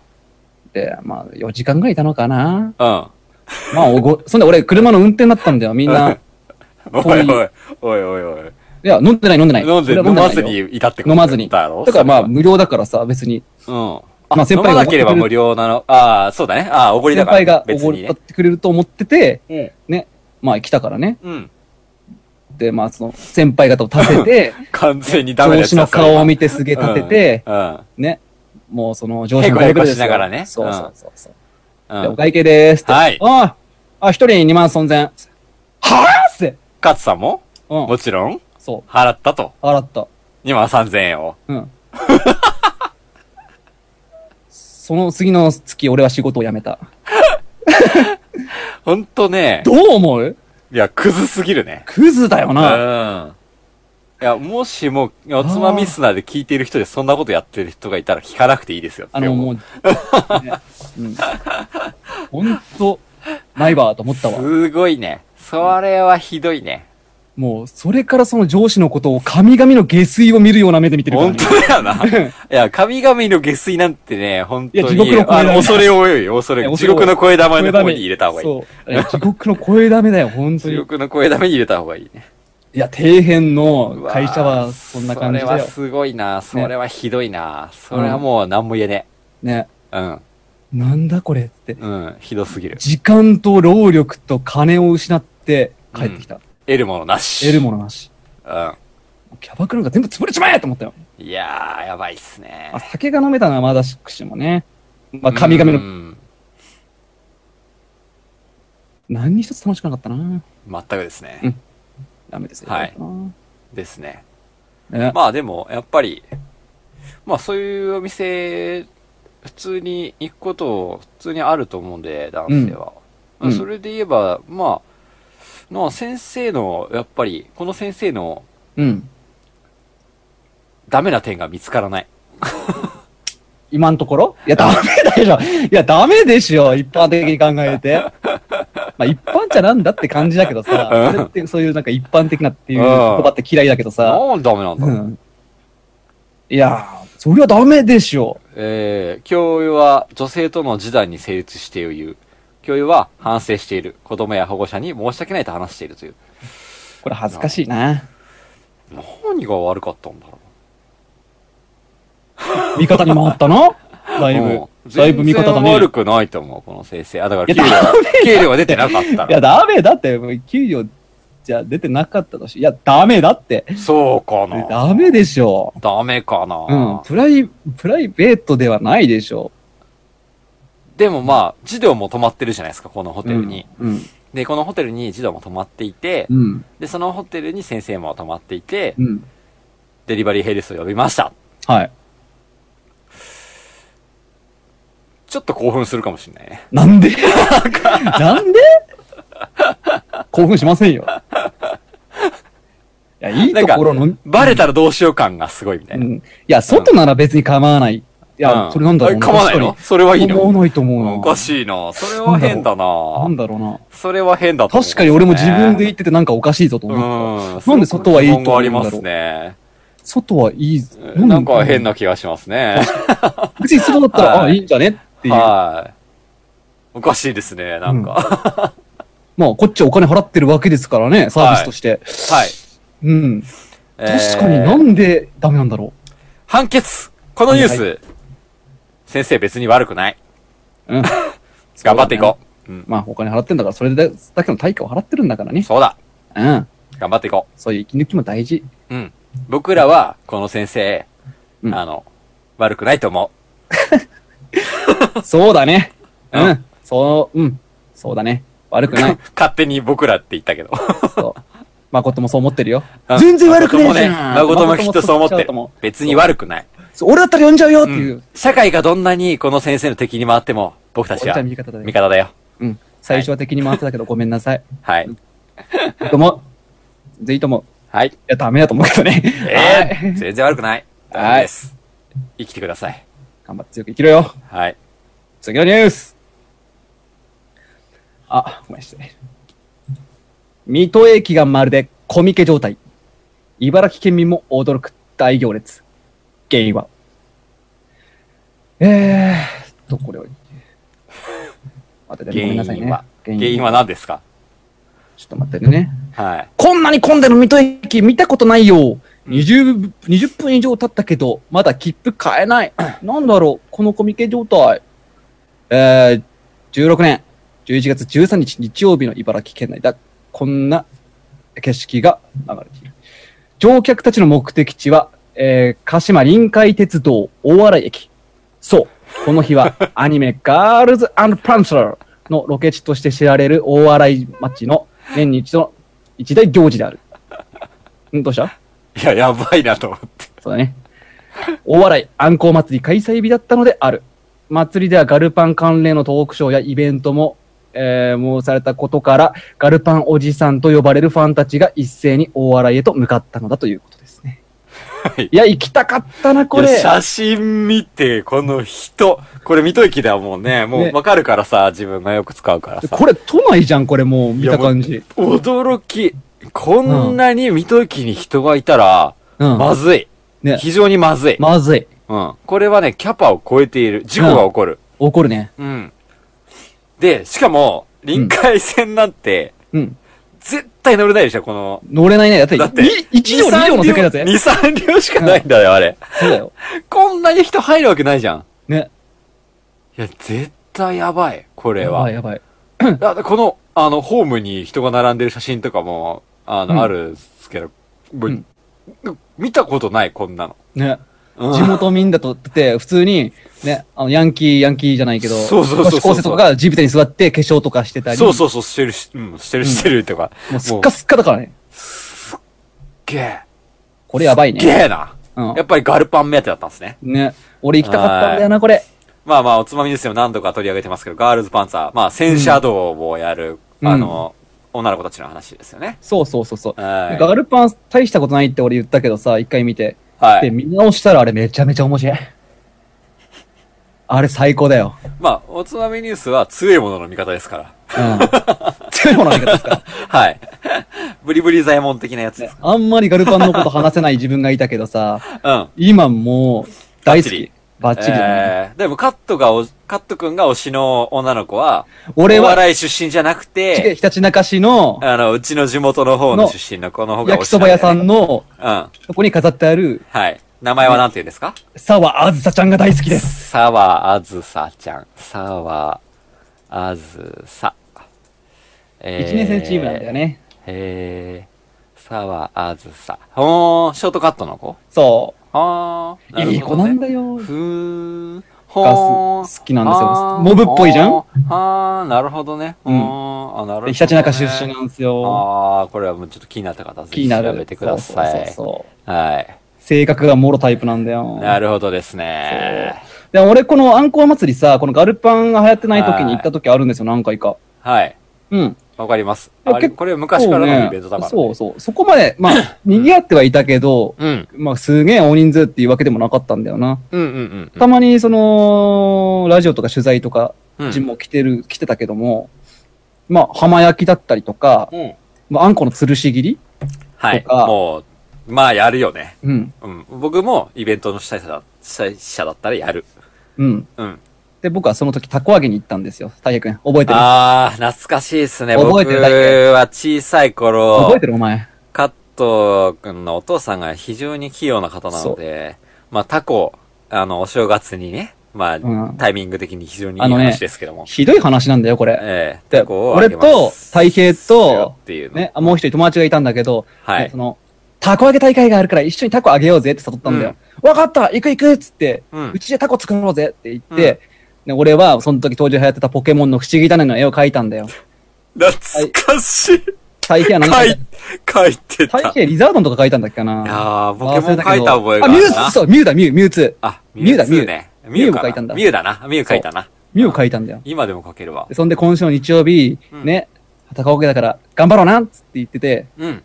S1: で、まあ、4時間ぐらいいたのかな。
S2: うん。
S1: まあ、おご、 そんで俺、車の運転だったんだよ、みん な。
S2: おいおい、おいおいおい。
S1: いや、飲んでない、飲んでない。
S2: 飲んで、
S1: 俺は
S2: 飲
S1: な
S2: ま
S1: いよ
S2: ずにいたってこと
S1: 飲まずに。
S2: だ
S1: だ
S2: ろ
S1: からまあ、
S2: そ
S1: 無料だからさ、別に。
S2: れはうん。
S1: まあ先輩が
S2: 飲まなければ無料なの。ああ、そうだね。ああ、おごりだ
S1: 先
S2: から、
S1: 輩
S2: ね。
S1: がお
S2: 別
S1: ご
S2: に
S1: り買ってくれると思ってて、
S2: ね。
S1: ね。まあ、来たからね。
S2: うん。うん。
S1: で、まあ、その、先輩方を立てて、
S2: 完全 にダメな
S1: 上
S2: やつ
S1: 司
S2: だ
S1: の顔を見てすげえ
S2: て
S1: 立てて、
S2: うん。うん
S1: ね。もうその上司
S2: 結
S1: の
S2: 構
S1: 顔
S2: やりこしながらね
S1: そう
S2: うん
S1: そうそうそう。
S2: うん
S1: でお会計でーすって。
S2: はい
S1: ああ、あ、一人2万3000円。はぁって。
S2: 勝さんも、
S1: うん
S2: も。ちろん、
S1: そ
S2: 払ったと。
S1: う。払った。
S2: 2万3000円を。
S1: うん。 その次の月、俺は仕事を辞めた。
S2: ほんとね、
S1: どう思う
S2: いや、クズすぎるね。
S1: クズだよ
S2: うん。
S1: な。
S2: いや、もしも、おつまみスナーで聞いてる人でそんなことやってる人がいたら聞かなくていいですよ。
S1: あの、もう、
S2: う。
S1: ねうん。ほんと、ないわ、と思ったわ。
S2: すごいね。それはひどいね。
S1: もう、それからその上司のことを神々の下水を見るような目で見てるから、
S2: 本
S1: ね。
S2: 当だ よな。いや、神々の下水なんてね、本当に。
S1: いや地獄の声玉
S2: あの、恐れ多いよ、恐
S1: い
S2: れ
S1: や
S2: 多い。
S1: 恐
S2: 地
S1: れ多い
S2: 獄の声玉の
S1: ダ
S2: 方
S1: メ
S2: に入れた方がいい。
S1: そういや。地獄の声ダメだよ、本当
S2: 地
S1: に。
S2: 獄の声玉に入れた方がいいね。
S1: いや、底辺
S2: う
S1: の
S2: わー
S1: 会社はそんな感じ
S2: そ
S1: だ
S2: れ
S1: よ
S2: は。すごいな。それはひどいな。それはもう何も言えね
S1: ね。
S2: え。うん。
S1: なんだこれって。
S2: うん。ひどすぎる。
S1: 時間と労力と金を失って帰ってきた。
S2: 得るものなし。
S1: 得るものなし。
S2: うん。
S1: キャバクラが全部潰れちまえと思ったよ。
S2: いやー、やばいっすね
S1: あ。酒が飲めたのはまだしくしもね。まあ、神々
S2: う
S1: の、
S2: ん
S1: 何一つ楽しくなかったな。
S2: 全くですね。
S1: うんダメですよ。
S2: はい
S1: やっぱな
S2: ですね。
S1: ね
S2: まあでも、やっぱり、まあそういうお店、普通に行くこと、普通にあると思うんで、男性は。
S1: うん
S2: まあ
S1: うん
S2: それで言えば、まあ、まあ先生の、やっぱり、この先生の
S1: うん。
S2: ダメな点が見つからない。
S1: 今のところいや、ダメだよ。いや、ダメでしょ。一般的に考えて。 まあ、一般じゃなんだって感じだけどさ、
S2: うん
S1: それってそういうなんか一般的なっていう
S2: うん
S1: 言葉って嫌いだけどさ、
S2: なんでダメなんだ
S1: う
S2: ろう。
S1: ん。いやー、そりゃダメでしょ。
S2: えー、教諭は女性との示談に成立している。教諭は反省している。子供や保護者に申し訳ないと話しているという。
S1: これ恥ずかしいな。
S2: 何が悪かったんだろ
S1: 味方に回ったな。だ
S2: う。
S1: い
S2: もう
S1: ぶ、だいぶ味方だね。
S2: 全然悪
S1: い
S2: くないと思う、この先生。あ、だから給
S1: いや
S2: 料が、給料が出てなかった
S1: や、
S2: ら。
S1: ダメだって、もう給料じゃ出てなかったとし、いや、ダメだって。
S2: そうかな。
S1: ダメでしょ。
S2: ダメかな。
S1: うん、プライ、プライベートではないでしょ。
S2: でもまあ、児童も泊まってるじゃないですか、このホテルに。
S1: うん。
S2: で、このホテルに児童も泊まっていて、
S1: うん。
S2: で、そのホテルに先生も泊まっていて
S1: う、ん。
S2: デリバリーヘルスを呼びました。
S1: はい。
S2: ちょっと興奮するかもしれないね。
S1: なんで なんで興奮しませんよ。いや、いいところの、うん
S2: バレたらどうしよう感がすごいみたいな。
S1: いや、外なら別に構わない。いや、
S2: うん
S1: それなんだろう
S2: あ構わないの
S1: 確かに
S2: それはいいの
S1: 構わないと思うな。
S2: おかしいな。それは変だな
S1: なん。だろうな。
S2: それは変だと思う、
S1: 確かに俺も自分で言っててなんかおかしいぞと
S2: う
S1: 思った。
S2: ん。
S1: なんで外はいいと思うんだろう
S2: 疑問がありますね。
S1: 外はいい。
S2: なんか変。な気がしますね。
S1: 別に外だったら、
S2: は
S1: あ、
S2: い
S1: いいんじゃねっていう。
S2: はい。おかしいですね、なんか。
S1: まあ、こっちはお金払ってるわけですからね、サービスとして。
S2: はい。
S1: うん。確かに
S2: えー
S1: なんでダメなんだろ
S2: 判決このニュー
S1: は
S2: ス先生別に悪くない。
S1: う。うん。
S2: 頑張っていこう。うん。
S1: まあ、お金払ってんだから、それだけの対価を払ってるんだからね。
S2: そうだ。
S1: うん。
S2: 頑張っていこ
S1: そういう息抜きも大事。
S2: う。うん。僕らは、この先生、
S1: うん
S2: あの、悪くないと思
S1: そうだね。う。
S2: うん
S1: そう、うん。そうだね。悪く
S2: う。
S1: ない。
S2: 勝手に僕らって言ったけど。
S1: そう。誠もそう思ってるよ
S2: う。ん
S1: 全然悪くないじゃん。
S2: 誠もね、誠もきっとそう思ってる
S1: 誠も。
S2: 別に悪くない。
S1: そう俺だったら呼んじゃうよっていう。
S2: 社会がどんなにこの先生の敵に回っても、僕たち
S1: 俺
S2: は
S1: たちは味方だね
S2: 味方だよ。
S1: うん。最初は敵に回ってたけどごめんなさい。
S2: はい。
S1: 僕も、全員とも、
S2: はい。
S1: いや、ダメだと思うけどね。
S2: え
S1: は
S2: ー、
S1: い
S2: 全然悪くない。ダメです。生きてください。
S1: 頑張って強く生きろよ。
S2: はい。
S1: 次のニュースあ、ごめんなさい。水戸駅がまるでコミケ状態。茨城県民も驚く大行列。原因はえーっと、これを。待ってて、
S2: 原
S1: ごめん
S2: 因
S1: なさいね。
S2: は、原因は何ですか
S1: ちょっと待ってね。
S2: はい。
S1: こんなに混んでる水戸駅見たことないよ。20、20分以上経ったけど、まだ切符買えない。 なんだろう、このコミケ状態。えー、16年、11月13日日曜日の茨城県内だ。こんな景色が流れている。乗客たちの目的地は、えー、鹿島臨海鉄道大洗駅。そう。この日は アニメガールズパンサーのロケ地として知られる大洗町の年に一度の一大行事である。 んどうした
S2: いや、やばいなと思って。
S1: そうだね。大笑い暗号祭り開催日だったのである。祭りではガルパン関連のトークショーやイベントも、えー、申されたことから、ガルパンおじさんと呼ばれるファンたちが一斉に大笑いへと向かったのだということですね。
S2: い
S1: いや、行きたかったな、こ
S2: いや
S1: れ。
S2: 写真見て、この人。これ、水戸駅だもんね。も
S1: ね
S2: う、わかるからさ、自分がよく使うからさ。
S1: これ、都内じゃん、これもう、見た感
S2: い
S1: じ
S2: や。もう驚き。こんなに水戸駅に人がいたら、
S1: うん。
S2: まずい。
S1: ね、
S2: 非常にまずい。
S1: まずい。
S2: うん。これはね、キャパを超えている。事故が起こる。
S1: 怒るね。
S2: うん。で、しかも、臨海線なんて、
S1: うん。
S2: 絶対乗れないでしょ、この。
S1: 乗れないね。だって、
S2: だって、
S1: 1両、2両の世界だぜ
S2: 2、。3両しかないんだよ、あれ。
S1: そうだよ。
S2: こんなに人入るわけないじゃん。
S1: ね。
S2: いや、絶対やばい、これ
S1: やばい
S2: は。
S1: やばい。
S2: だってこの、あの、ホームに人が並んでる写真とかも、あの、
S1: うん
S2: あるんですけど、もう
S1: うん
S2: 見たことない、こんなの。
S1: ね。
S2: うん
S1: 地元民だとって、普通に、ね、あの、ヤンキー、ヤンキーじゃないけど、
S2: そうそうそうそう
S1: 女子高生とかが地べたに座って化粧とかしてたり、
S2: そうそうそう、してるし、うん、してるしてるとか。
S1: もうすっかすっかだからね。
S2: げえ。
S1: これやばい
S2: げ
S1: ね。
S2: えな。
S1: うん
S2: やっぱりガルパン目当てだったんですね。
S1: ね。俺行きたかったんだよな、これ。
S2: まあまあ、おつまみですよ。何度か取り上げてますけど、ガールズパンツァー。まあ、戦車道をやる、
S1: うん
S2: あの、女の子たちの話ですよね。
S1: そうそうそうそう。
S2: はい
S1: ガルパン大したことないって俺言ったけどさ、一回見て。
S2: は
S1: で、
S2: い。
S1: 見直したらあれめちゃめちゃ面白い。あれ最高だよ。
S2: まあ、おつまみニュースは強いものの味方ですから。
S1: うん。強いものあり方ですか
S2: はい。 ブリブリザイモン的なやつです。
S1: あんまりガルパンのこと話せない自分がいたけど さ、
S2: うん。
S1: 今もう、大好き。バッチリだね。
S2: えー、でも、カットがお、カットくんが推しの女の子は、
S1: 俺
S2: お
S1: は、
S2: 笑い出身じゃなく
S1: ち
S2: て、
S1: ひたちなか市の
S2: あの、うちの地元の方の
S1: の
S2: 出身の子の方が推し、
S1: 焼きそば屋さ
S2: うん。
S1: んの、
S2: は
S1: そこに飾ってある、
S2: い。名前は何て言うんですか
S1: 沢あずさちゃんが大好きです。
S2: サワあずさちゃん。サワあずさ。
S1: 一
S2: え
S1: 年生チームなんだよ。ね。
S2: へー。サワあずさ。ほーん、ショートカットの子
S1: そ
S2: はー
S1: う。いい子なん
S2: よ。
S1: だよ。
S2: ふーん。
S1: ガス
S2: ほーん。
S1: 好きなんですよ
S2: はー
S1: モブっぽいじゃん
S2: はーん、なるほどね。う。
S1: うんん
S2: あ、なるほど、ね。
S1: でひたちなか市出身なんですよ。
S2: ああ、これはもうちょっと気になった方、ぜ
S1: 気
S2: ひ
S1: にな
S2: 調
S1: る。
S2: べてください。
S1: そうそうそうそう
S2: はい。
S1: 性格がもろタイプなんだよ。
S2: なるほどですね。
S1: でも俺このアンコア祭りさ、このガルパンが流行ってない時に行った時あるんですよ、何回か。
S2: はい。
S1: うん。
S2: わかります。
S1: いや
S2: あれ、
S1: 結
S2: これ昔から
S1: そう
S2: の
S1: ね
S2: イベントだから、ね。
S1: そうそう。そこまで、ま あ、賑わってはいたけど、
S2: うん。
S1: まあ、すげえ大人数っていうわけでもなかったんだよな。
S2: うんうんうん
S1: たまに、その、ラジオとか取材とか、
S2: うん。
S1: 人も来てる、来てたけども、まあ、浜焼きだったりとか、
S2: うん。
S1: まあ、あんこの吊るし切り
S2: はい。
S1: とか
S2: もう、まあやるよね。
S1: うん、
S2: うん。僕もイベントの主催者だ主催者だったらやる。
S1: うん。
S2: うん。
S1: で、僕はその時、たこ揚げに行ったんですよ。たい平くん、覚えてる
S2: あー、懐かしいですね。僕
S1: 覚えてるだけ
S2: は小さい頃
S1: 覚え、てるお前。
S2: カット君のお父さんが非常に器用な方なので、まあタコ、あの、お正月にね、まあ、
S1: うん
S2: タイミング的に非常にい
S1: あ
S2: い
S1: のね
S2: 話ですけども。
S1: ひどい話なんだよ、これ。
S2: ええ
S1: で
S2: タコをあげます
S1: 俺とたい平と
S2: っていうの
S1: ね、あもう一人友達がいたんだけど、
S2: はい
S1: ねその、たこ揚げ大会があるから一緒にたこ揚げようぜって誘ったんだよ。わ、かった行く行くっつって、
S2: う
S1: うんちでタコ作ろうぜって言って、で俺はその時当時流行ってたポケモンの不思議種の絵を描いたんだよ。
S3: 懐かしい。
S1: 最近は何
S3: 書
S1: 描い
S3: い、書いて
S1: た最
S3: た。
S1: 近リザードンとか描いたんだっけか
S2: い
S1: な
S2: やー、ポケモン書いた覚えが
S1: あ、
S2: あ
S1: ミュ
S2: る
S1: ウ
S2: な。
S1: そう、ミュウだ、ミュウ、ミュウ2。
S2: あ、
S1: ミュウだ
S2: 2ね。
S1: ミュウミュウ
S2: か
S1: 書いたんだ
S2: ミュウだな。ミュウ書いたな。
S1: ミュウ描いたんだよ。
S2: 今でも書けるわ
S1: で。そんで今週の日曜日、
S2: うん
S1: ね、高岡だから頑張ろうなっつって言ってて、
S2: うん。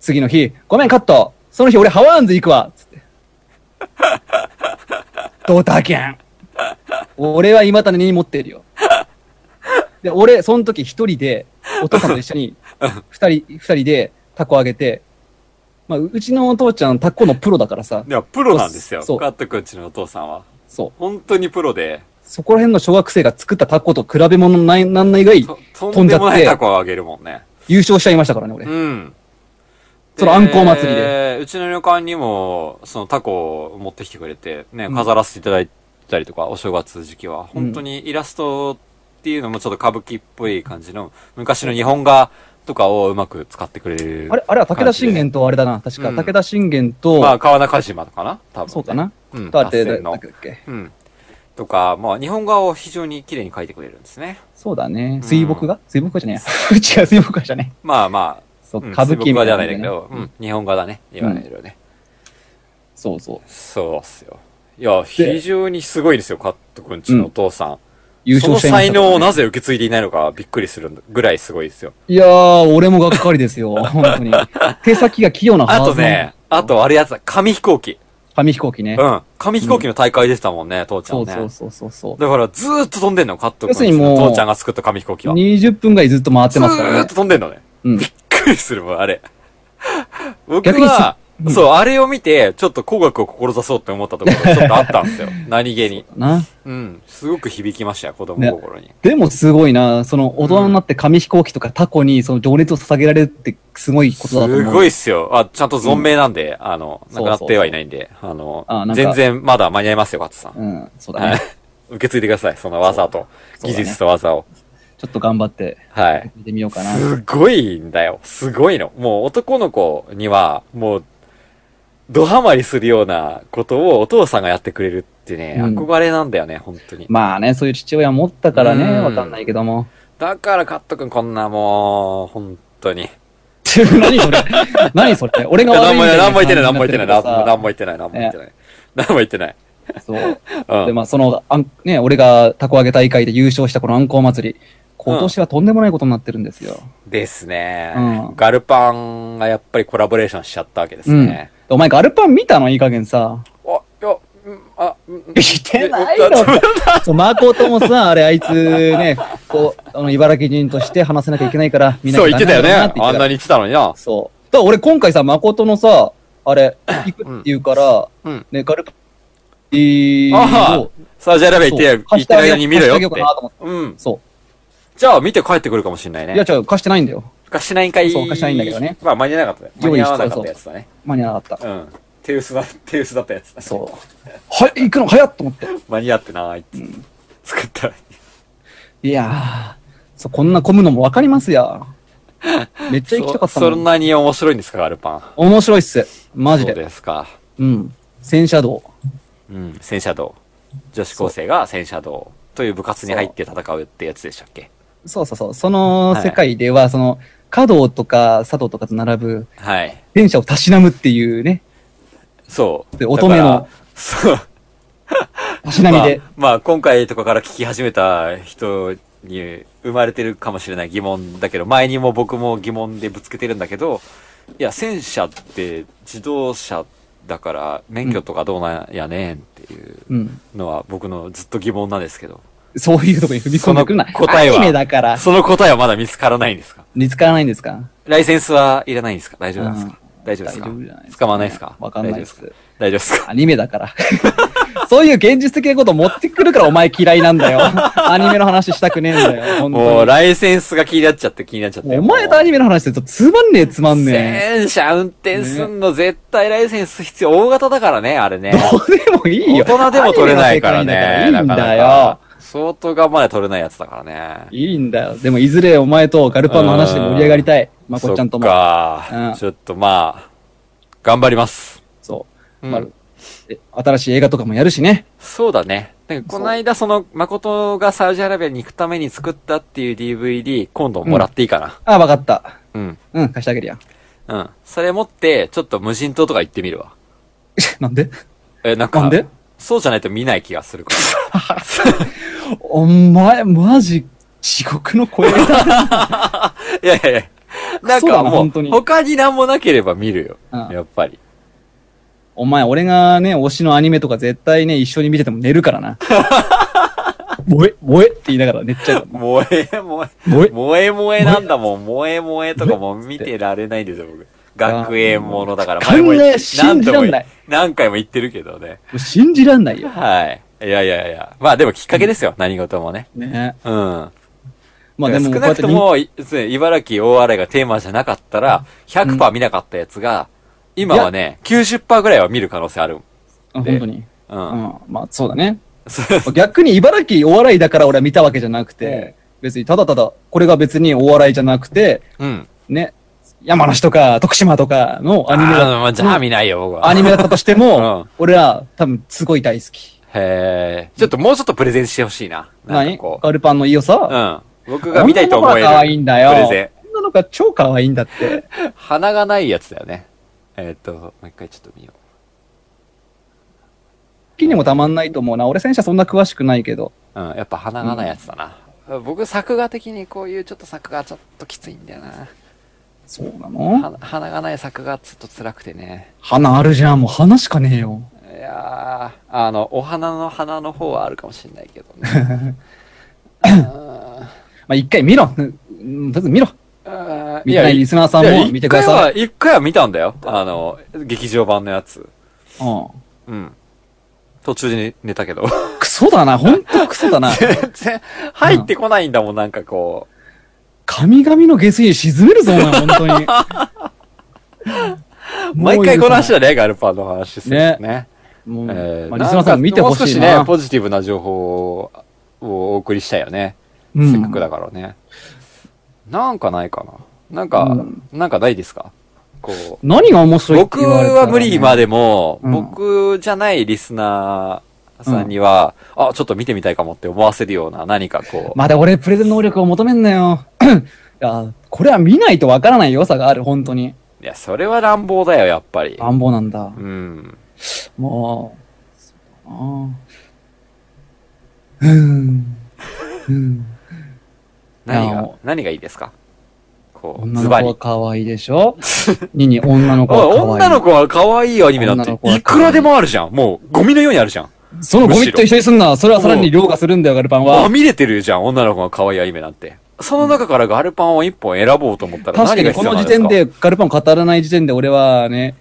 S1: 次の日、ごめんカットその日俺ハワーンズ行くわっつ って。ドタキャン俺は今種に持ってるよ。で、俺、その時一人で、お父さんと一緒に、二人、二人でタコあげて、まあ、ううちのお父ちゃんタコのプロだからさ、
S2: いや、プロなんですよ。
S1: そう
S2: カットくんちのお父さんは。
S1: そう。
S2: 本当にプロで、
S1: そこら辺の小学生が作ったタコと比べ物ない、なんないぐらい
S2: ととんでもな
S1: 飛ん
S2: い
S1: じゃって
S2: タコをあげるもんね。
S1: 優勝しちゃいましたからね、俺。
S2: うん。
S1: その暗号祭り
S2: で。うちの旅館にも、そのタコを持ってきてくれて、ね、飾らせていただいたりとか、お正月時期は。本当にイラストっていうのもちょっと歌舞伎っぽい感じの、昔の日本画とかをうまく使ってくれる。
S1: あれ、あれは武田信玄
S2: と。
S1: とあれだな、確か。
S2: うん
S1: 武田信玄と、
S2: まあ、川中島かな多分、ね。
S1: そうかな。
S2: うん。
S1: とあって、
S2: 合
S1: だ
S2: 戦
S1: だっ
S2: の。
S1: け
S2: うん。とか、まあ、日本画を非常に綺麗に描いてくれるんですね。
S1: そうだね。水墨画水墨画じゃねえや。う ちが水墨画じゃねえ。
S2: まあまあ、
S1: そう、
S2: うん
S1: 歌舞伎
S2: 水墨
S1: みた
S2: 画
S1: い
S2: で
S1: な
S2: は
S1: の
S2: な
S1: ね。
S2: いんだけど、うん、日本画だね。いわゆるね。
S1: そうそう。
S2: そうっすよ。いや、非常にすごいですよ、カットくんちのお父さん。
S1: 優
S2: そ
S1: 勝
S2: の
S1: しちゃいま
S2: 才
S1: したからね、
S2: 能をなぜ受け継いでいないのかびっくりするぐらいすごいですよ。
S1: いやー、俺もがっかり ですよ。本当に。手先が器用なはず
S2: あ
S1: なの
S2: とね、、あとあれやつだ、紙飛行機。
S1: 紙飛行機ね
S2: う。ん。紙飛行機の大会でしたもんね、父ちゃ
S1: そ
S2: ん
S1: うそう
S2: ね。
S1: そうそうそう。
S2: だからずーっと飛んでんの、カットくん
S1: 要す
S2: ち
S1: るにも
S2: の
S1: う
S2: 父ちゃんが作った紙飛行機は。
S1: 20分ぐらいずっと回って
S2: ず
S1: ますか
S2: ー
S1: ら
S2: っ
S1: ね
S2: と。飛んでんのね。
S1: うん。
S2: びっくりするも ん、あれ。僕
S1: 逆に
S2: は
S1: す、うん
S2: そう、あれを見て、ちょっと工学を志そうって思ったところがちょっとあったんで すよ。何気に。
S1: な。
S2: うん。すごく響きましたよ、子供心に。
S1: でもすごいな、その大人になって紙飛行機とかタコにその情熱を捧げられるってすごいことだと思う。
S2: すごいっすよ。あ、ちゃんと存命なんで、あの、亡くなってはいないんで、あの
S1: あなんか
S2: 全然まだ間に合いますよ、カットさん。
S1: うん、そうだ
S2: はい
S1: ね。。
S2: 受け継いでください、その技と、
S1: そう
S2: 技
S1: だね
S2: 術と技を。
S1: ちょっと頑張って
S2: はい。
S1: 見てみようかな。
S2: すごいんだよ。すごいの。もう男の子には、もう、ドハマりするようなことをお父さんがやってくれるってね、
S1: うん
S2: 憧れなんだよね、本当に。
S1: まあね、そういう父親持ったからね、
S2: うん
S1: わかんないけども。
S2: だからカット君こんなもう、本当に。
S1: 何それ何それ俺
S2: い
S1: が
S2: や、
S1: 悪
S2: 何
S1: い
S2: も
S1: みたいな
S2: 言ってない、何も
S1: 感
S2: 言っ
S1: じ
S2: て
S1: に
S2: ない、
S1: な
S2: 何
S1: ってるけどさ
S2: も言ってない、何も言ってない。何も言ってない。
S1: そう。
S2: うん
S1: で、まあ、その、あんね、俺がたこ揚げ大会で優勝したこのあんこう祭り、今年はとんでもないことになってるんですよ。
S2: ですね、
S1: うん
S2: ガルパンがやっぱりコラボレーションしちゃったわけです
S1: うん。
S2: ね。
S1: お前、ガルパン見たのいい加減さ。
S2: あ、いや、うんあ、うん
S1: 見てない
S2: え
S1: の
S2: ええ
S1: そう、マコトもさ、あれ、あいつね、こう、あの、茨城人として話せなきゃいけないから、みんな
S2: そう言ってたよね。
S1: ダメな
S2: あ
S1: んんだなって言ってた
S2: なに言ってたのにな。
S1: そう。だから俺、今回さ、マコトのさ、あ れ、行くって言うから、
S2: うん
S1: ね、ガルパン、えー
S2: あ
S1: を
S2: はサージアラビア行って、
S1: そう
S2: 行ってる間に見ろよっ。
S1: 貸してあげようかなと思って
S2: うん。
S1: そ。
S2: じゃあ見て帰ってくるかもしれないう
S1: いや、
S2: ね。
S1: ちょ、貸してないんだよ。
S2: 貸しないんかい。
S1: そう貸しないんだけどね。
S2: まあ間に合わなかった。間
S1: 用
S2: に
S1: 意
S2: 合
S1: し
S2: わ
S1: た
S2: なかったやつだね。
S1: 間に合わなかった。
S2: うん。手薄だ、手薄だったやつだ。
S1: そう。はい、行くの早っと思って。
S2: 間に合ってないっつって。作った。
S1: いやー、そう、こんな混むのもわかりますや。めっちゃ行きたかった
S2: そ
S1: も
S2: そん
S1: ん。
S2: なに面白いんですか、ガルパン。
S1: 面白いっす。マジ
S2: そう
S1: で。
S2: ですか。
S1: うん。戦車道。
S2: うん、戦車道。女子高生が戦車道という部活に入って戦うってやつでしたっけ
S1: そうそうそう。その
S2: はい
S1: 世界では、その、華道とか茶道とかと並ぶ、
S2: はい。
S1: 戦車をたしなむっていうね、
S2: そう。
S1: で乙女の
S2: だから。そう。
S1: たしなみ
S2: まあ
S1: で。、
S2: まあ、今回とかから聞き始めた人に生まれてるかもしれない疑問だけど、前にも僕も疑問でぶつけてるんだけど、いや、戦車って自動車だから免許とかどうなんやねんっていう
S1: うん。
S2: のは僕のずっと疑問なんですけど。
S1: そういうとこに踏み込んでくるな。
S2: その答えは
S1: アニメだから。
S2: その答えはまだ見つからないんですか
S1: 見つからないんですか
S2: ライセンスはいらないんですか大丈夫なんですか
S1: うん
S2: 大丈夫です
S1: 大
S2: か
S1: 丈夫じゃないですか
S2: 捕まらないですか
S1: わかんないで
S2: 大丈夫
S1: す。
S2: 大丈夫ですか
S1: アニメだから。 そういう現実的なことを持ってくるからお前嫌いなん だよ。アニメの話したくねえんだよ。本当に
S2: もう、ライセンスが気になっちゃって気になっちゃって。
S1: お前とアニメの話するとつまんねえつまんねえ。
S2: 戦車運転すんの絶対ライセンス必要。大型だからね、あれね。
S1: どうでもい い
S2: 大
S1: よ。
S2: 人でも取れないから
S1: ア
S2: ね。
S1: ニメの世界だからいいんだよ。
S2: 相当頑張れ取れないやつだからね。
S1: いいんだよ。でもいずれお前とガルパンの話で盛り上がりたい。まこっちゃんとも
S2: そっ。かー、
S1: うん
S2: ちょっとまあ、頑張ります。
S1: そう。
S2: うん
S1: まあえ新しい映画とかもやるしね。
S2: そうだね。なんかこの間その、誠がサウジアラビアに行くために作ったっていう DVD、今度もらっていいかな。
S1: ああ、わかった。
S2: うん。
S1: うん、 貸してあげるや。
S2: うん。それ持って、ちょっと無人島とか行ってみるわ。
S1: なんで
S2: え、なんか、
S1: なんで
S2: そうじゃないと見ない気がする から。
S1: お前、マジ、地獄の声だ。
S2: いやいやいや。なん
S1: そう
S2: か
S1: だな
S2: も
S1: 本当
S2: う、
S1: に
S2: 他に何もなければ見るよ。
S1: うん
S2: やっぱり。
S1: お前、俺がね、推しのアニメとか絶対ね、一緒に見てても寝るから な。萌え、萌えって言いながら寝ちゃう。
S2: 萌え、萌
S1: 萌え、
S2: え、萌え萌えなんだもん。萌え萌えとかもう見てられないんですよ、僕。学園ものだから。
S1: 考え
S2: 前も言って
S1: 信じらんない
S2: 何度も言って何回も言ってるけどね。
S1: もう信じらんないよ。
S2: はい。いやいやいや。まあでもきっかけですよ、何事もね。
S1: ね。
S2: うん。
S1: まあでも、こ
S2: 少
S1: うや
S2: な
S1: っ
S2: く
S1: て
S2: と
S1: 人
S2: も、いつい茨城大洗がテーマじゃなかったら、100%見なかったやつが、今はね、90%ぐらいは見る可能性ある。
S1: あ本当に。
S2: う。
S1: うんん。まあ、そうだね。
S2: そう
S1: 逆に茨城お笑いだから俺は見たわけじゃなくて、別にただただ、これが別にお笑いじゃなくて、
S2: うん。
S1: ね、山梨とか徳島とかのアニメ
S2: あ
S1: だ
S2: ーまあじゃあ見ないよ、僕は。
S1: アニメだったとしても、
S2: うん
S1: 俺は多分すごい大好き。
S2: へえ。ちょっともうちょっとプレゼンしてほしいな。なんか
S1: 何
S2: こう。
S1: ガルパンのいいよさ、
S2: うん。僕が見たいと思える。
S1: 女の子が可愛いんだよ
S2: プレゼ
S1: 女の子は超可愛いんだって。
S2: ン。鼻がないやつだよね。えーっと、もう一回ちょっと見よ
S1: 好きにもたまんないと思うな。俺戦車そんな詳しくないけど。
S2: う。うん。やっぱ鼻がないやつだな。僕、作画的にこういうちょっと作画ちょっときついんだよな。
S1: そうなの
S2: は鼻がない作画ちょっと辛くてね。
S1: 花あるじゃん。もう花しかねえよ。
S2: いやー、あの、お花の花の方はあるかもしれないけど ね。
S1: まあ、一回見ろ。うん、とりあえず見ろ。
S2: あー
S1: 見てないリスナーさん
S2: いや
S1: も見てください。
S2: 一回は、一回は見たんだよ。あの、劇場版のやつ。
S1: う
S2: うん。途中で寝たけど。
S1: ん。クソだな。ほんとクソだな。
S2: 全然、入ってこないんだもん、なんかこ
S1: 神々の下水に沈めるぞ、お前、本当に。
S2: う。 毎回この話
S1: だ。
S2: だね、ガルパンの話するね。ね。
S1: もう、
S2: えー
S1: まあ、リスナーさん見てほしい
S2: なんかもう少し
S1: な。
S2: ね、ポジティブな情報をお送りしたいよね。
S1: うん
S2: せっかくだからね。なんかないかな。なんか、
S1: うん
S2: なんかないですかこう。
S1: 何が面白いって
S2: 僕
S1: 言われたらね
S2: は無理までも、
S1: うん
S2: 僕じゃないリスナーさんには、あ、ちょっと見てみたいかもって思わせるような何かこう。
S1: まだ俺、プレゼン能力を求めんなよ。 いや、これは見ないとわからない良さがある、本当に。
S2: いや、それは乱暴だよ、やっぱり。
S1: 乱暴なんだ
S2: う。ん。
S1: もう、そうだなうーん。うん。
S2: 何
S1: いや
S2: が
S1: も、
S2: 何がいいですかこう、
S1: 女
S2: ズ
S1: の
S2: バ
S1: 子
S2: リ
S1: は。可愛いでしょ二に女の子は可
S2: おい
S1: 愛い。
S2: 女の子は可愛いアニメだっ
S1: 女の子
S2: て、
S1: はい
S2: くらでもあるじゃん。もう、ゴミのようにあるじゃん。
S1: そのゴミと一緒にすんな。それはさらに凌駕するんだよ、ガルパン
S2: ま
S1: は。
S2: みれてるじゃん、女の子が可愛いアニメなんて。その中からガルパンを一本選ぼうと思ったら
S1: 確か
S2: 何が
S1: にこ
S2: 必要
S1: の
S2: なん
S1: 時
S2: です
S1: 点
S2: か
S1: でガルパンを語らない時点で俺はね、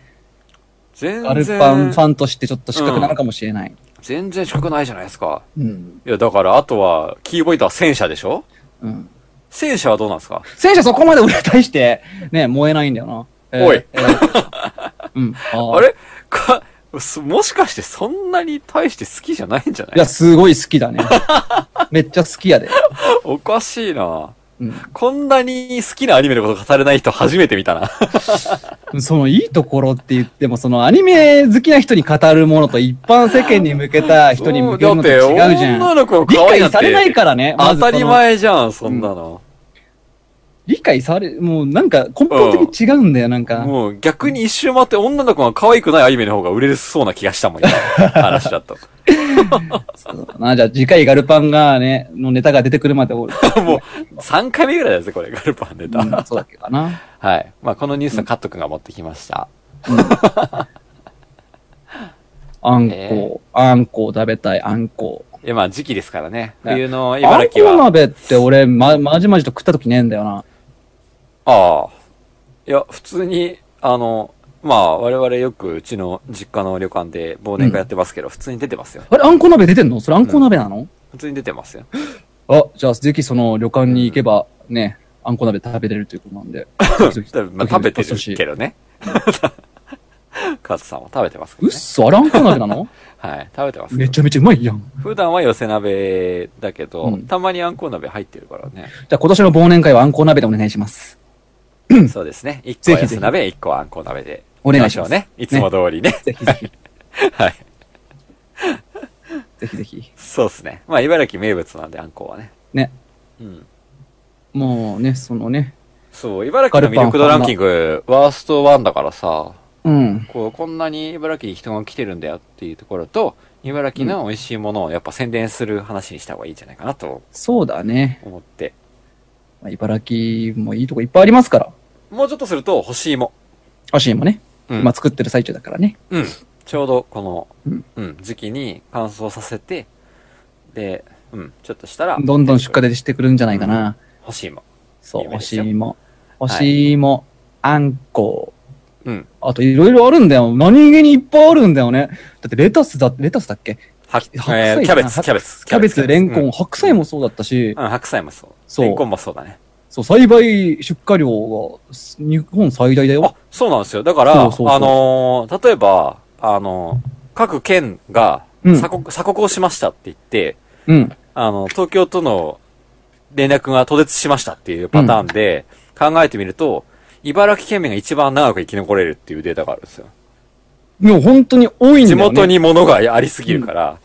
S2: 全
S1: ガル
S2: 然、
S1: パンファンとしてちょっと失格なのかもしれない。
S2: 全然資格ないじゃないですか。
S1: うん。
S2: いや、だから、あとは、キーボイドは戦車でしょ
S1: うん。
S2: 戦車はどうなんですか
S1: 戦車そこまで俺に対して、ね、燃えないんだよな。えー
S2: おい。
S1: えーうん。あ
S2: あれか、すもしかしてそんなに大して好きじゃないんじゃない
S1: いや、すごい好きだね。めっちゃ好きやで。
S2: おかしいな
S1: うん。
S2: こんなに好きなアニメのこと語れない人初めて見た な。
S1: そのいいところって言っても、そのアニメ好きな人に語るものと一般世間に向けた人に向けるのと違
S2: だっ
S1: う
S2: て
S1: じゃ
S2: 女
S1: ん。
S2: の子が
S1: 理
S2: 可愛い
S1: 解
S2: なんて
S1: されないからね。ま
S2: 当
S1: ずこ
S2: た
S1: の
S2: り前じゃん、そんなの。
S1: 理解され、もうなんか根本的に違うんだよ、なんか。
S2: もう逆に一周回って女の子が可愛くないアニメの方が売れそうな気がしたもん、今 話だと。
S1: そうだな、じゃあ次回ガルパンがね、のネタが出てくるまで俺、
S2: もう3回目ぐらいだぜ、これ、ガルパンネタ。
S1: うんそうだっけかな。
S2: はい。まあ、このニュースはカット君が持ってきました。
S1: あん
S2: え
S1: こ、あんこを食べたい、あんこ。
S2: いや、まあ、時期ですからね。
S1: ね
S2: 冬の
S1: あ
S2: 茨
S1: んこ
S2: 城は。
S1: 鍋って俺、ま、まじまじと食った時ねえんだよな。
S2: ああ。いや、普通に、あの、まあ、我々よくうちの実家の旅館で忘年会やってますけど、普通に出てますよ。
S1: あれ、あんこ鍋出てんのそれあんこ鍋なの、
S2: 普通に出てますよ。
S1: あ、じゃあぜひその旅館に行けばね、あんこ鍋食べれるということなんで。ぜひ
S2: 多分ま あ、食べてるけ。どね。カズさんも食べてますけ
S1: うっ
S2: どね。
S1: そ、あれあんこ鍋な の
S2: はい。食べてますけ
S1: め
S2: ど
S1: ちゃめちゃうまいやん。
S2: 普段は寄せ鍋だけど、
S1: うん
S2: たまにあんこう鍋入ってるからね。
S1: じゃあ今年の忘年会はあんこ鍋でお願いします。
S2: そうですね。1個
S1: ぜ
S2: は
S1: きぜ
S2: 安
S1: ひ
S2: 鍋、1個はあんこ鍋で。
S1: お願いします
S2: 行きしょうね。いつも通りね。
S1: ぜひぜひ、
S2: はい。
S1: ぜひぜひ。
S2: そうですね。まあ、茨城名物なんで、あんこはね。
S1: ね。
S2: うん。
S1: もうね、そのね、
S2: そう、茨城の魅力度ランキング、ワースト1だからさ、
S1: うん。
S2: こう、こんなに茨城に人が来てるんだよっていうところと、茨城の美味しいものをやっぱ宣伝する話にした方がいいんじゃないかなと
S1: そうだね。
S2: 思って。
S1: まあ茨城もいいとこいっぱいありますから。
S2: もうちょっとすると、干し芋。
S1: アシーもね、
S2: うん
S1: 今作ってる最中だからね。
S2: うん。ちょうどこの、
S1: う
S2: う
S1: んん、
S2: 時期に乾燥させて、で、うん、ちょっとしたら、
S1: どんどん出荷でしてくるんじゃないかな。
S2: 干し芋。
S1: そう、
S2: 夢で
S1: 干
S2: す
S1: し
S2: よ
S1: 芋。干し芋、あんこ。
S2: うん。
S1: あといろいろあるんだよ。何気にいっぱいあるんだよね。だってレタスだ、レタスだっけ
S2: は、え
S1: 白菜
S2: ー、キャベツ、
S1: 白
S2: キャベツ。
S1: キャベツ、レンコン、
S2: うん
S1: 白菜もそうだったし、
S2: うん、白菜もそう。
S1: そう
S2: レンコンもそうだね。
S1: そう、栽培出荷量がす日本最大だ
S2: あ
S1: よ。、
S2: そうなんですよ。だから、
S1: そうそうそう
S2: あのー例えば、あのー各県が
S1: うん
S2: 鎖国、鎖国をしましたって言って、
S1: うん。
S2: あの、東京との連絡が途絶しましたっていうパターンで、考えてみると、茨城県民が一番長く生き残れるっていうデータがあるんですよ。
S1: でも本当に多いんだ
S2: 地
S1: よね。
S2: 元。に物がありすぎるから、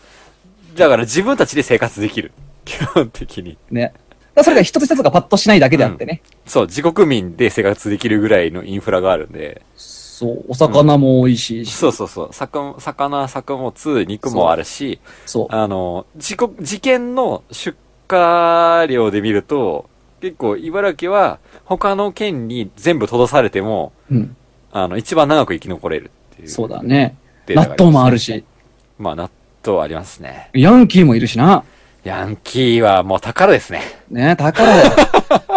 S2: だから自分たちで生活できる。 基本的に。
S1: ね。だからそれが一つ一つがパッとしないだけであってね。
S2: そう、自国民で生活できるぐらいのインフラがあるんで。
S1: そう、お魚も美味しいし、
S2: そうそうそう。魚、魚、作物、肉もあるし、
S1: そう。
S2: あの、自国、事件の出荷量で見ると、結構茨城は他の県に全部閉ざされても、
S1: うん。
S2: あの、一番長く生き残れるっていう。
S1: そうだね。
S2: データ
S1: 納
S2: が
S1: 豆もあ
S2: り
S1: るし、
S2: ますね。まあ、納豆ありますね。
S1: ヤンキーもいるしな。
S2: ヤンキーはもう宝で すね。
S1: ね、宝だ よ。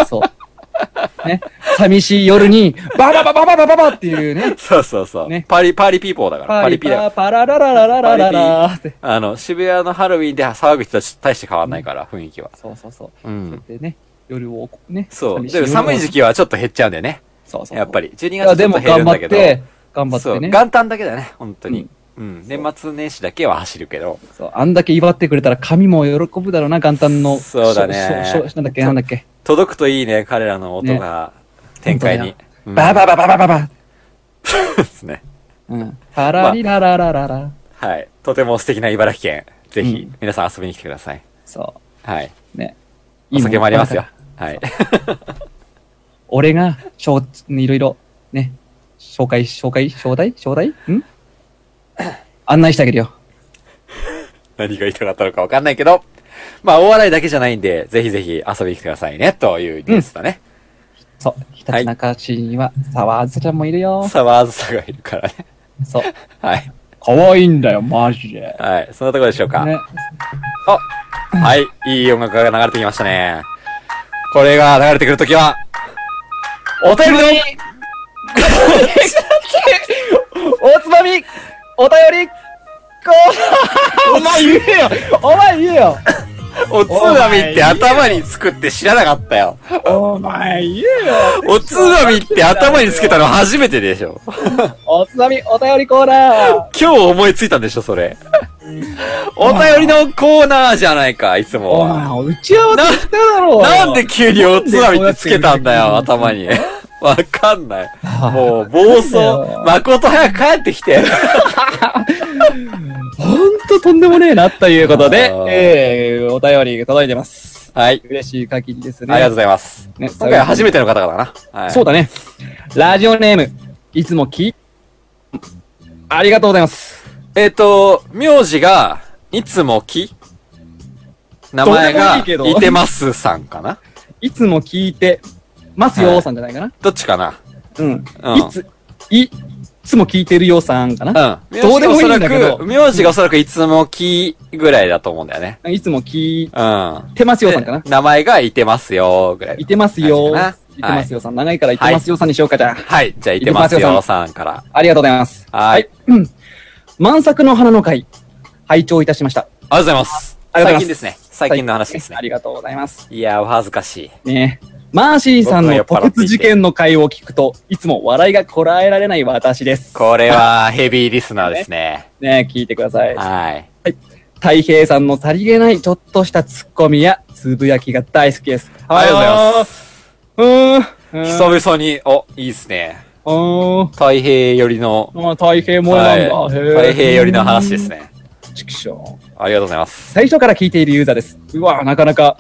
S1: そう。ね。寂しい夜に、ババババババババっていうね。
S2: そうそうそう。
S1: ね
S2: パリ、パリピーポーだから。パリピだ
S1: パパララララララララーって。
S2: あの、渋谷のハロウィンで騒ぐ人たちと大して変わんないから、雰囲気は。
S1: そうそうそう。
S2: うん。
S1: でね、夜をね。
S2: そう。
S1: 寂し
S2: でも寒い時
S1: 期。
S2: 期はちょっと減っちゃうんだよね。
S1: そうそう。
S2: やっぱ
S1: り。
S2: り。12
S1: いや、
S2: 月ち
S1: で
S2: ょっ
S1: も
S2: と減る
S1: 頑
S2: ん
S1: 張
S2: だけ
S1: っ
S2: ど。
S1: て、頑張っ
S2: そう。
S1: てね。
S2: 元旦だけだよね、本当
S1: う
S2: に
S1: ん。
S2: うん。年末年始だけは走るけど。
S1: そう、あんだけ祝ってくれたら神も喜ぶだろうな、元旦の。
S2: そうだね
S1: しょしょしょなんだっけ、なんだっけ。
S2: 届くといいね、彼らの音が、展開に
S1: 本。
S2: うん
S1: バババババババ
S2: ですね。
S1: うん。パラリラララララ。
S2: はい。とても素敵な茨城県。ぜひ
S1: うん、
S2: 皆さん遊びに来てください。
S1: そ
S2: はい。
S1: う。ね。
S2: お酒もありま すよ
S1: いいもん。
S2: はい。
S1: 俺が、しょう、いろいろ、ね。紹介、紹介、招待招待ん案内してあげるよ。
S2: 何が言いたかったのかわかんないけど、まあ、大洗だけじゃないんで、ぜひぜひ遊びに来てくださいね、というニュースだね。
S1: そう。ひたちなか市には、沢あずちゃんもいるよ。
S2: サワーズさがいるからね。
S1: そう。
S2: はい。
S1: 可愛いんだよ、マジで。
S2: はい。そんなところでしょうか。
S1: ね。
S2: あはい。いい音楽が流れてきましたね。これが流れてくるときは、お便りの
S1: おつまみ、お便り、こう、お前言えよお前言えよ
S2: おつまみって頭につくって知らなかったよ。
S1: お前言えよ
S2: おつまみって頭につけたの初めてでしょ。
S1: おつまみ、お便りコーナー
S2: 今日思いついたんでしょ、それ。お便りのコーナーじゃないか、いつも
S1: お
S2: は。
S1: 前、打ち合わせしただろう
S2: なんで急におつまみってつけたんだよ、頭に。わかんない。もう、暴走。誠早く帰ってきて。
S1: ほんととんでもねえな、ということで
S2: あー、
S1: えー、お便り届いてます。
S2: はい。
S1: 嬉しい限りですね。
S2: ありがとうございます。
S1: ね
S2: 今回初めての方かな。はい、
S1: そうだね。ラジオネーム、いつも聞い、ありがとうございます。
S2: えっ、と、名字が、いつもき名前
S1: どうでも
S2: が、
S1: いいけど
S2: いてますさんかない
S1: つも聞いてます
S2: は
S1: よ
S2: い
S1: さんじゃないかな。
S2: どっちかな
S1: うん。
S2: うん
S1: いつ、い、いつも聞いてるよさんかな。
S2: うん。
S1: どうでもいいんだけ
S2: 名字がおそらく
S1: ど、
S2: 名字がおそらくいつもきぐらいだと思うんだよね。
S1: いつも聞い
S2: うん。
S1: てますよさんかな
S2: で。名前がいてますよぐらい。
S1: いてますよ
S2: 感
S1: い
S2: じ
S1: て
S2: かな
S1: ますよさん。長いからいてますよさんにしようか、じゃあ。
S2: はい。じゃあ、いてますよさんから。
S1: ありがとうございます。
S2: はい。
S1: 満作の花の会、拝聴いたしました。
S2: ありがとうございます。
S1: ありがと
S2: 最
S1: うございます
S2: 近ですね。最近の話ですね
S1: あ。りがとうございます。
S2: いやー、お恥ずかしい。
S1: ねマーシーさん
S2: 僕が酔
S1: の
S2: っ払ってい
S1: 特
S2: て
S1: 別事件の会を聞くと、いつも笑いがこらえられない私です。
S2: これは、ヘビーリスナーですね。
S1: ね聞いてください。
S2: はい。
S1: 太平さんのさりげないちょっとしたツッコミやつぶやきが大好きです。。
S2: ありがとうございます
S1: うーん。うん
S2: 久々に、あ、いいっすね。
S1: あ
S2: 太平寄りの、
S1: ーあ、太平萌えなんだ。へー
S2: 太平寄りの話です。ね。
S1: ちくしょう
S2: ありがとうございます。
S1: 最初から聞いているユーザーです。うわーなかなか、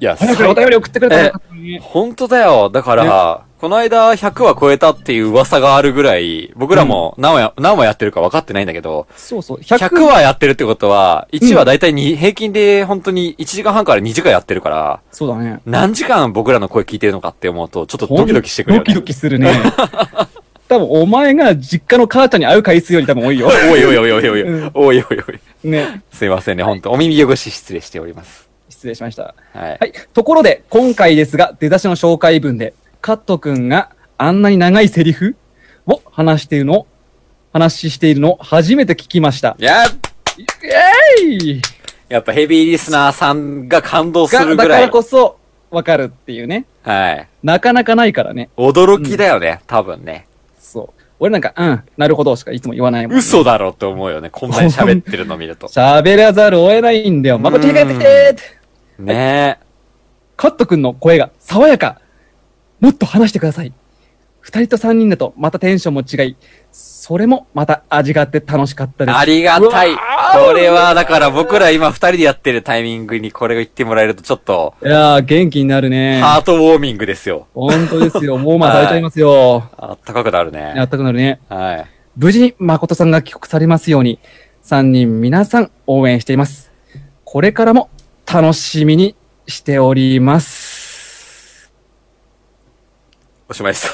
S2: いや、
S1: 早くお便り送ってくれたらよかったのに
S2: 本当だよ。だから、この間100は超えたっていう噂があるぐらい、僕らも何話や、何話やってるか分かってないんだけど、
S1: そうそう、
S2: 100, 話やってるってことは、1話だいたいに平均で本当に1時間半から2時間やってるから、
S1: そうだね。
S2: 何時間僕らの声聞いてるのかって思うと、ちょっとドキドキしてくるよ
S1: ドキ
S2: ね
S1: ド。キするね。 多分お前が実家の母ちゃんに会う回数より多分多 いよ。
S2: おいおいおいおいおいおい、
S1: うん
S2: おいおいおい。
S1: ね。
S2: すいませんね、本当お耳汚し失礼しております。
S1: 失礼しました。
S2: はい。
S1: はい。ところで、今回ですが、出だしの紹介文で、カット君があんなに長いセリフを話しているのを、話しているのを初めて聞きました。
S2: やっ
S1: えい
S2: やっぱヘビーリスナーさんが感動す
S1: が、
S2: る
S1: だか
S2: ぐ
S1: らら
S2: い。
S1: こそ、わかるっていうね。
S2: はい。
S1: なかなかないからね。
S2: 驚きだよね、多分ね。
S1: そう。俺なんか、うん、なるほどしかいつも言わないもん。
S2: 嘘だろって思うよね。こんなに喋ってるの見 ると。
S1: 喋らざるを得ないんだよ。まこっちに帰ってきてーって。
S2: ね
S1: カット君の声が爽やか。もっと話してください。二人と三人だとまたテンションも違い、それもまた味があって楽しかった
S2: え。
S1: です。
S2: ありがたい。
S1: うわ
S2: これは、だから僕ら今二人でやってるタイミングにこれを言ってもらえるとちょっと、
S1: いやー、元気になるね。
S2: ハートウォーミングですよ。
S1: 本当ですよ。もうまあされちゃいますよ。
S2: あったかくなる
S1: あ
S2: ね
S1: っ。たくなるね。
S2: はい。
S1: 無事に誠さんが帰国されますように、三人皆さん応援しています。これからも楽しみにしております。
S2: おしまいです。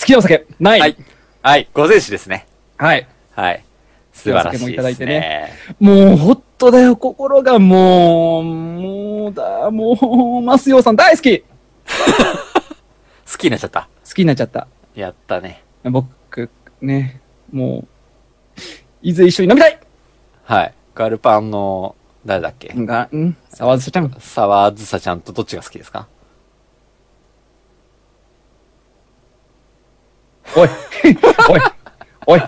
S1: 好きなお酒ない
S2: はい。はい。午前酒ですね。
S1: はい
S2: はい。素晴らしい
S1: お酒もいただ
S2: で
S1: い
S2: す
S1: て
S2: ね。
S1: もう、ほっとだよ、心がもう、もうだ、もう、マスヨさん大好き好
S2: 好きになっちゃった。
S1: きになっちゃった。
S2: やったね。
S1: 僕、ね、もう、いずれ一緒に飲みたい
S2: はい。ガルパンの、誰だっけ
S1: が、うん、沢津ちゃん。
S2: 沢ずさちゃんとどっちが好きですか
S1: おい、おい、おい、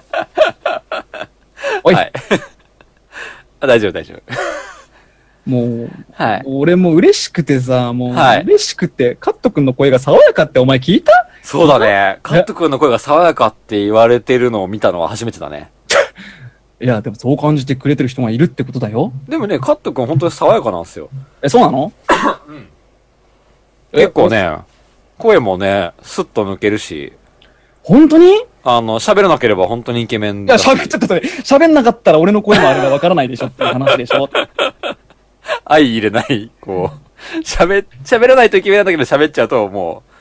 S1: おい、
S2: はい。 あ大丈夫、大丈夫。
S1: もう、
S2: はい。
S1: 俺もう嬉しくてさ、もう、
S2: はい
S1: 嬉しくて、カット君の声が爽やかってお前聞いた
S2: そうだね。カット君の声が爽やかって言われてるのを見たのは初めてだね。
S1: いや、でもそう感じてくれてる人がいるってことだよ。
S2: でもね、カット君本当に爽やかなんですよ。
S1: え、そうなのえ
S2: 結構ね、声もね、スッと抜けるし、
S1: 本当に
S2: あの、喋らなければ本当にイケメン
S1: いや、
S2: だし。
S1: 喋っちゃったとね、喋んなかったら俺の声もあれがわからないでしょっていう話でし ょ。
S2: 愛入れない、こう。 喋、喋らないとイケメンなんだけど喋っちゃうともう、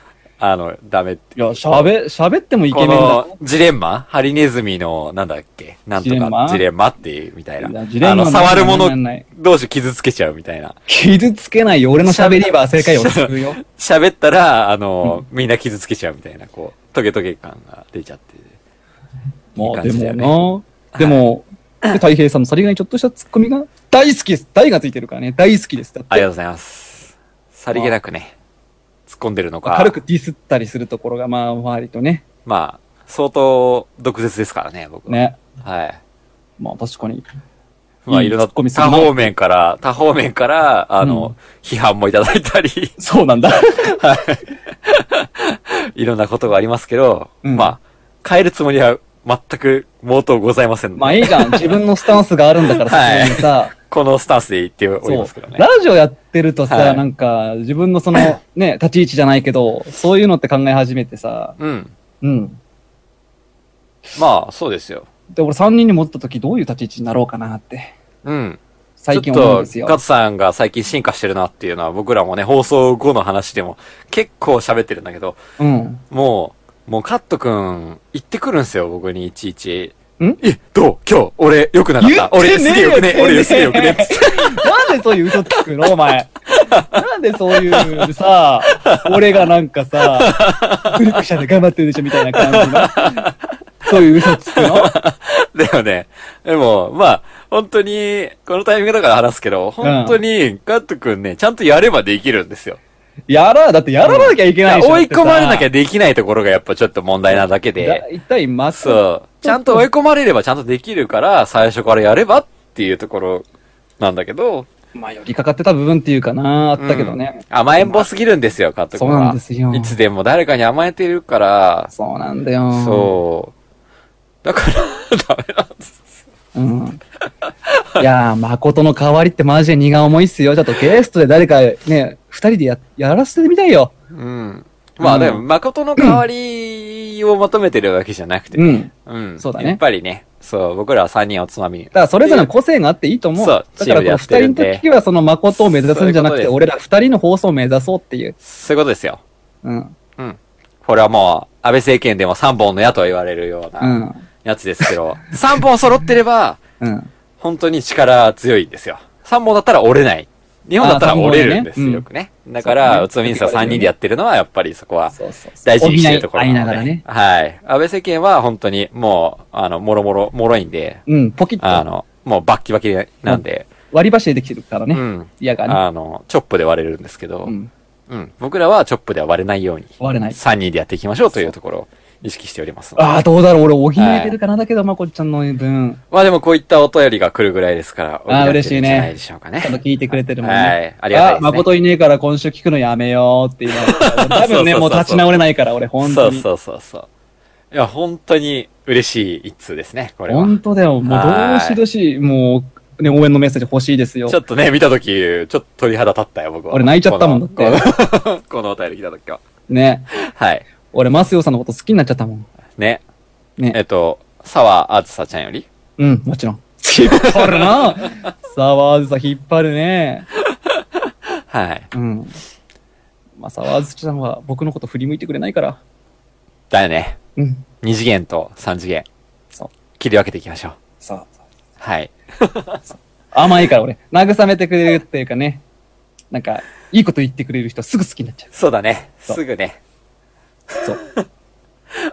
S2: あの、ダメって。
S1: いや、喋、喋ってもイケメン
S2: こ
S1: だな。
S2: の、ジレンマハリネズミの、なんだっけなんと
S1: ジレン
S2: か
S1: マ、
S2: ジレンマっていう、みたい
S1: い
S2: な。
S1: やジレンマ
S2: あの、触るも
S1: なんなんな
S2: の
S1: い
S2: 同士傷つけちゃうみたいな。
S1: 傷つけないよ。俺の喋りは世 界を救うよ。
S2: 喋ったら、あの、みんな傷つけちゃうみたいな、こう、トゲトゲ感が出ちゃって。
S1: ま
S2: いい
S1: あ、
S2: 感
S1: で
S2: じだよね
S1: もな。でも、で太平さんのさりげないちょっとしたツッコミが、大好きです。大がついてるからね。大好きです。だっ
S2: あり
S1: て
S2: がとうございます。さりげなくね、突っ込んでるのか。
S1: 軽くディスったりするところが、まあ、割とね。
S2: まあ、相当、毒舌ですからね、僕は。
S1: ね。
S2: はい。
S1: まあ、確かに。
S2: まあ、
S1: いい
S2: いろんな、
S1: ツッコミする
S2: 多
S1: な
S2: 方面から、多方面から、あの、批判もいただいたり、
S1: そうなんだ。
S2: いろんなことがありますけど、
S1: うん
S2: まあ、変えるつもりは全く毛頭ございませんので
S1: まあ、いいじゃん。自分のスタンスがあるんだからさ、
S2: はい
S1: そこにさ。
S2: このスタンスで言っており
S1: そ
S2: ま
S1: う
S2: すけどね
S1: ラ。ジオやってるとさ、
S2: はい
S1: なんか、自分のその、 ね、立ち位置じゃないけど、そういうのって考え始めてさ、
S2: うん。
S1: うん。
S2: まあ、そうですよ。
S1: で、俺3人に戻った時どういう立ち位置になろうかなって、
S2: うん。
S1: 最近思うんですよ
S2: ちょっと、。ガトさんが最近進化してるなっていうのは僕らもね、放送後の話でも結構喋ってるんだけど、
S1: うん。
S2: もう、もうカットくん、言ってくるんすよ、僕にいちいち。
S1: ん
S2: え、どう今日、俺、良くなかった。俺、すげえ良くね。俺、すげえ良くね。つって
S1: なんでそういう嘘つくのお前。なんでそういう、さ、俺がなんかさ、努力者で頑張ってるでしょみたいな感じの。そういう嘘つくの
S2: だよね。でも、まあ、本当に、このタイミングだから話すけど、本当に、カットくんね、ちゃんとやればできるんですよ。
S1: やら、だってやらなきゃいけないでしょ。
S2: 追い込まれなき
S1: ゃ
S2: ゃできないところがやっぱちょっと問題なだけで。
S1: 一体まっ
S2: そう。ちゃんと追い込まれればちゃんとできるから、最初からやればっていうところなんだけど、
S1: まあ、寄りかかってた部分っていうかな、あったけどね。
S2: 甘えん坊すぎるんですよ、監督は。
S1: そうなんですよ
S2: いつでも誰かに甘えてるから、
S1: そうなんだよ。
S2: そう。だから、 ダメなんです。
S1: うん。いやー、誠の代わりってマジで荷が重いっすよ。ちょっとゲストで誰かね、二人でや、やらせてみたいよ。
S2: うん。まあ、
S1: うん
S2: でも、誠の代わりを求めてるわけじゃなくて。
S1: うん。
S2: うん。
S1: そうだね
S2: やっぱりね、そう、僕らは3人おつまみに
S1: だからそれぞれの個性があっていいと思う。
S2: そう
S1: だからこの
S2: チームでやってる
S1: 二
S2: んで
S1: 人の時はその誠を目指すんじゃなく
S2: そういうことで
S1: て、
S2: す
S1: 俺ら二人の放送を目指そうっていう。
S2: そういうことですよ。
S1: うん。
S2: うん。これはもう、安倍政権でも3本の矢と言われるよう
S1: う。
S2: なんやつです けど、3本揃ってれば、
S1: うん。
S2: 本当に力強いんですよ。3本だったら折れない。日本だったら折れるんですよ、
S1: あー三本ね
S2: よくね。だから、
S1: そう
S2: 宇
S1: ね
S2: 都宮さん3人でやってるのは、やっぱりそこは
S1: そうそうそう
S2: 大事にしてるところ
S1: 補い合いな
S2: の
S1: がら
S2: で
S1: ね。
S2: はい。安倍政権は本当にもう、あの、もろもろ、もろいんで、
S1: うん、ポキッ
S2: あ
S1: と
S2: の、もうバッキバキなんで、
S1: 割り箸でできてるから
S2: う
S1: ね。
S2: ん。
S1: 矢がね。
S2: あの、チョップで割れるんですけど、
S1: う
S2: うん。
S1: ん。
S2: 僕らはチョップでは割れないように、
S1: 割れない。
S2: 3人でやっていきましょうというところを意識しておりますので。
S1: ああ、どうだろう。俺補えてるかな。だけど、まこっちゃんの分、
S2: まあでもこういったお便りが来るぐらいですから、
S1: あー
S2: 補ってるんじゃないでしょうかね
S1: ちゃ。んと聞いてくれてるもんね。
S2: はいありがたいですね
S1: あ誠いねえから今週聞くのやめようって言われて。多
S2: そうそう
S1: 分
S2: そ
S1: ね、
S2: う
S1: もう立ち直れないから、俺、本当に。
S2: そうそうそうそう。いや、本当に嬉しい一通ですね、これは。
S1: 本当だよ。もう、どうしどし、もう、ね、応援のメッセージ欲しいですよ
S2: ち。ょっとね、見たとき、ちょっと鳥肌立ったよ、僕は。
S1: 俺泣いちゃったもん
S2: この
S1: だ
S2: このこのお便り来たときは。
S1: ね。
S2: はい。
S1: 俺、マスヨさんのこと好きになっちゃったもん。
S2: ね。えっ
S1: ね。
S2: と、沢あずさちゃんより。
S1: うん、もちろん。引っ張るな沢あずさ引っ張るね。
S2: はい。
S1: うん。まあ、沢あずさんは僕のこと振り向いてくれないから。
S2: だよね。
S1: うん。
S2: 二次元と三次元。
S1: そう。
S2: 切り分けていきましょう。
S1: そう。
S2: はい。
S1: 甘いから俺。慰めてくれるっていうかね。なんか、いいこと言ってくれる人すぐ好きになっちゃう。
S2: そうだね。
S1: そう
S2: すぐね。
S1: そう。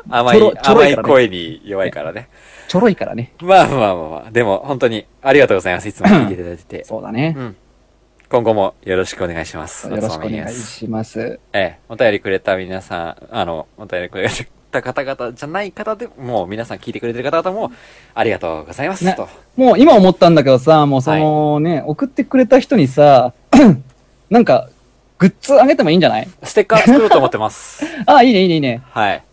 S2: 甘い、
S1: ちょろちょろ
S2: 甘
S1: い
S2: い
S1: からね
S2: 声に弱いからね。
S1: ちょろいからね。
S2: まあまあまあまあ。でも、本当に、ありがとうござい ます。いつも聞いていただいてて。
S1: そうだね
S2: う。ん。今後もよろしくお願いします。
S1: よろしくお
S2: おつまみニュ
S1: 願
S2: ー
S1: い
S2: ス
S1: します。
S2: ええ、お便りくれた皆さん、あの、お便りくれた方々じゃない方でも、皆さん聞いてくれてる方々も、ありがとうございます。
S1: ね
S2: と。
S1: もう今思ったんだけどさ、もうそのね、送ってくれた人にさ、 なんか、グッズあげてもいいんじゃない
S2: ステッカー作ろうと思って ます。
S1: ああ、いいね、いいね、いいね。
S2: はい。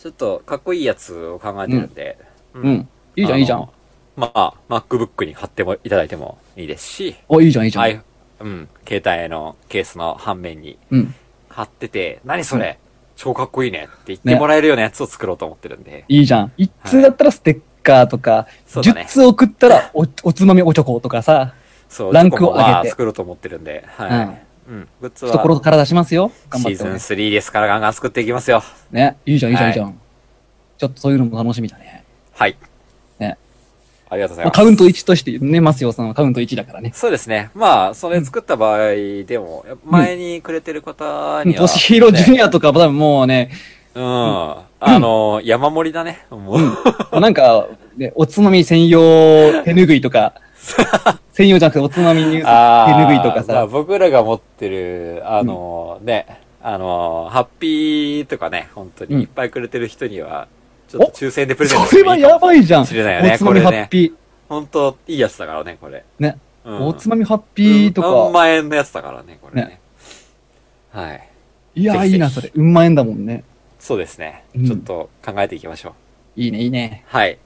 S2: ちょっと、かっこいいやつを考えてるんで。う
S1: うん。。いいじゃ
S2: あの
S1: ん、いいじゃん。
S2: まあ、MacBook に貼ってもいただいてもいいですし、
S1: お、いいじゃん、いいじゃん。
S2: はい。うん。携帯のケースの反面に
S1: うん。
S2: 貼ってて、何それ、超かっこいいねって言って
S1: ね
S2: もらえるようなやつを作ろうと思ってるんで。
S1: いいじゃん。一通だったらステッカーとか、
S2: そうだ
S1: 十、
S2: ね
S1: 通送ったらお、おつまみおちょことかさ、
S2: そう、
S1: ランクを上げて
S2: チョコもまあ作ろうと思ってるんで、はい。うん。グッズは、
S1: 懐から出しますよ。頑
S2: シ
S1: 張っ
S2: ー
S1: て
S2: ズン
S1: 俺。
S2: 3ですからガンガン作っていきますよ。
S1: ね。いいじゃん、いいじゃん、
S2: は
S1: い
S2: い
S1: いじゃん。ちょっとそういうのも楽しみだね。
S2: はい。
S1: ね。
S2: ありがとうござい
S1: まあ、
S2: ま
S1: カ
S2: す。
S1: ウント1としてね、マスヨさんはカウント1だからね。
S2: そうですね。まあ、それ作った場合でも、前にくれてる方には。
S1: 年広ジュニアとかも多分もう ね、
S2: うん。あの、山盛りだね。もう。
S1: なんか、ね、おつまみ専用手ぬぐいと か、専用じゃなくておつまみニュー
S2: あ
S1: ス手
S2: ー
S1: ぬぐいとか
S2: まあ
S1: さ、
S2: 僕らが持ってる、あの、ね、あの、ハッピーとかね、本当
S1: うん
S2: にいっぱいくれてる人には、ちょっと抽選でプレゼント
S1: それはやばいじゃん。お
S2: 知れないよね
S1: つまみハッピ
S2: 本当いいやつだからね、これ。
S1: ー。ね。
S2: うん
S1: おつまみハッピーと
S2: うん何
S1: か。
S2: 万円のやつだからね、これね。
S1: ね
S2: はい。
S1: い
S2: ぜ
S1: や、
S2: ひぜひ
S1: いいな、それ。うんまえんだもんね。
S2: そうですね。
S1: うん
S2: ちょっと考えていきましょう。
S1: いいね、いいね。
S2: はい。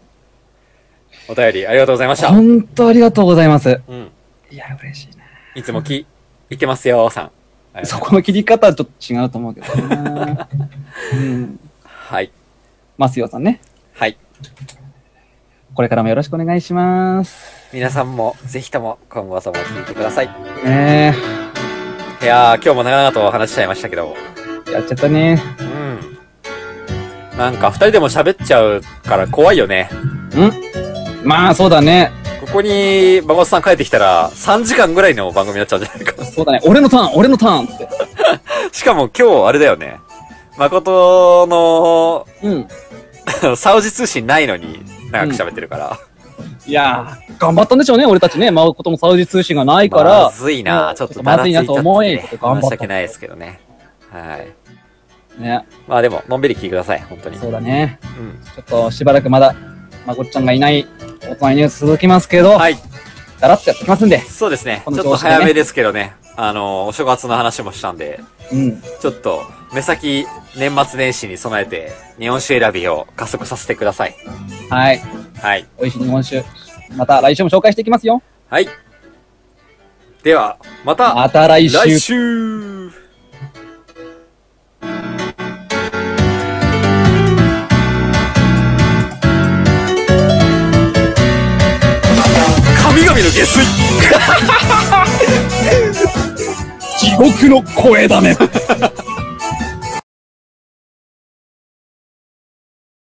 S2: お便りありがとうございました。
S1: ほんとありがとうございます。
S2: うん。
S1: いや、嬉しいな。
S2: いつもき、いてますよ、さん。ありがとうございます
S1: そこの切り方はちょっと違うと思うけど な。うん。
S2: はい。
S1: マスヨさんね。
S2: はい。
S1: これからもよろしくお願いします。
S2: 皆さんも、ぜひとも、今後とも聞いてください。い
S1: ね
S2: やー、今日も長々とお話しちゃいましたけど。
S1: え、やっちゃったね。
S2: うん。なんか、二人でも喋っちゃうから怖いよね。
S1: んまあ、そうだね。
S2: ここに、孫さん帰ってきたら、3時間ぐらいの番組になっちゃうんじゃないか。
S1: そうだね。俺のターン、俺のターンっつって。
S2: しかも今日、あれだよね。誠の
S1: うん。
S2: サウジ通信ないのに長く喋ってるから。
S1: いやー、頑張ったんでしょうね、俺たちね。まこともサウジ通信がないか
S2: ま
S1: ら。
S2: ずいな、
S1: うん
S2: ちょっと
S1: まずいなと思い
S2: だらつちゃってね
S1: 頑張った
S2: 申し訳ないですけどね。はい。
S1: ね。
S2: まあでも、のんびり聞いてください、本当に。
S1: そうだね。
S2: うん。
S1: ちょっとしばらくまだ、まこっちゃんがいない、おつまみニュース続きますけど、
S2: はい。
S1: だらっとやってきますんで。
S2: そうですね。
S1: こ
S2: ち
S1: の
S2: ょ
S1: 調
S2: っ
S1: 子でね
S2: と早めですけどね。あの、お正月の話もしたんで、
S1: うん。
S2: ちょっと、目先、年末年始に備えて、日本酒選びを加速させてください。
S1: はい。
S2: はい。
S1: 美味しい日本酒。また来週も紹介していきますよ。
S2: はい。では、また、
S1: また来週。
S2: 来週神々の下水
S1: 地獄の声だね。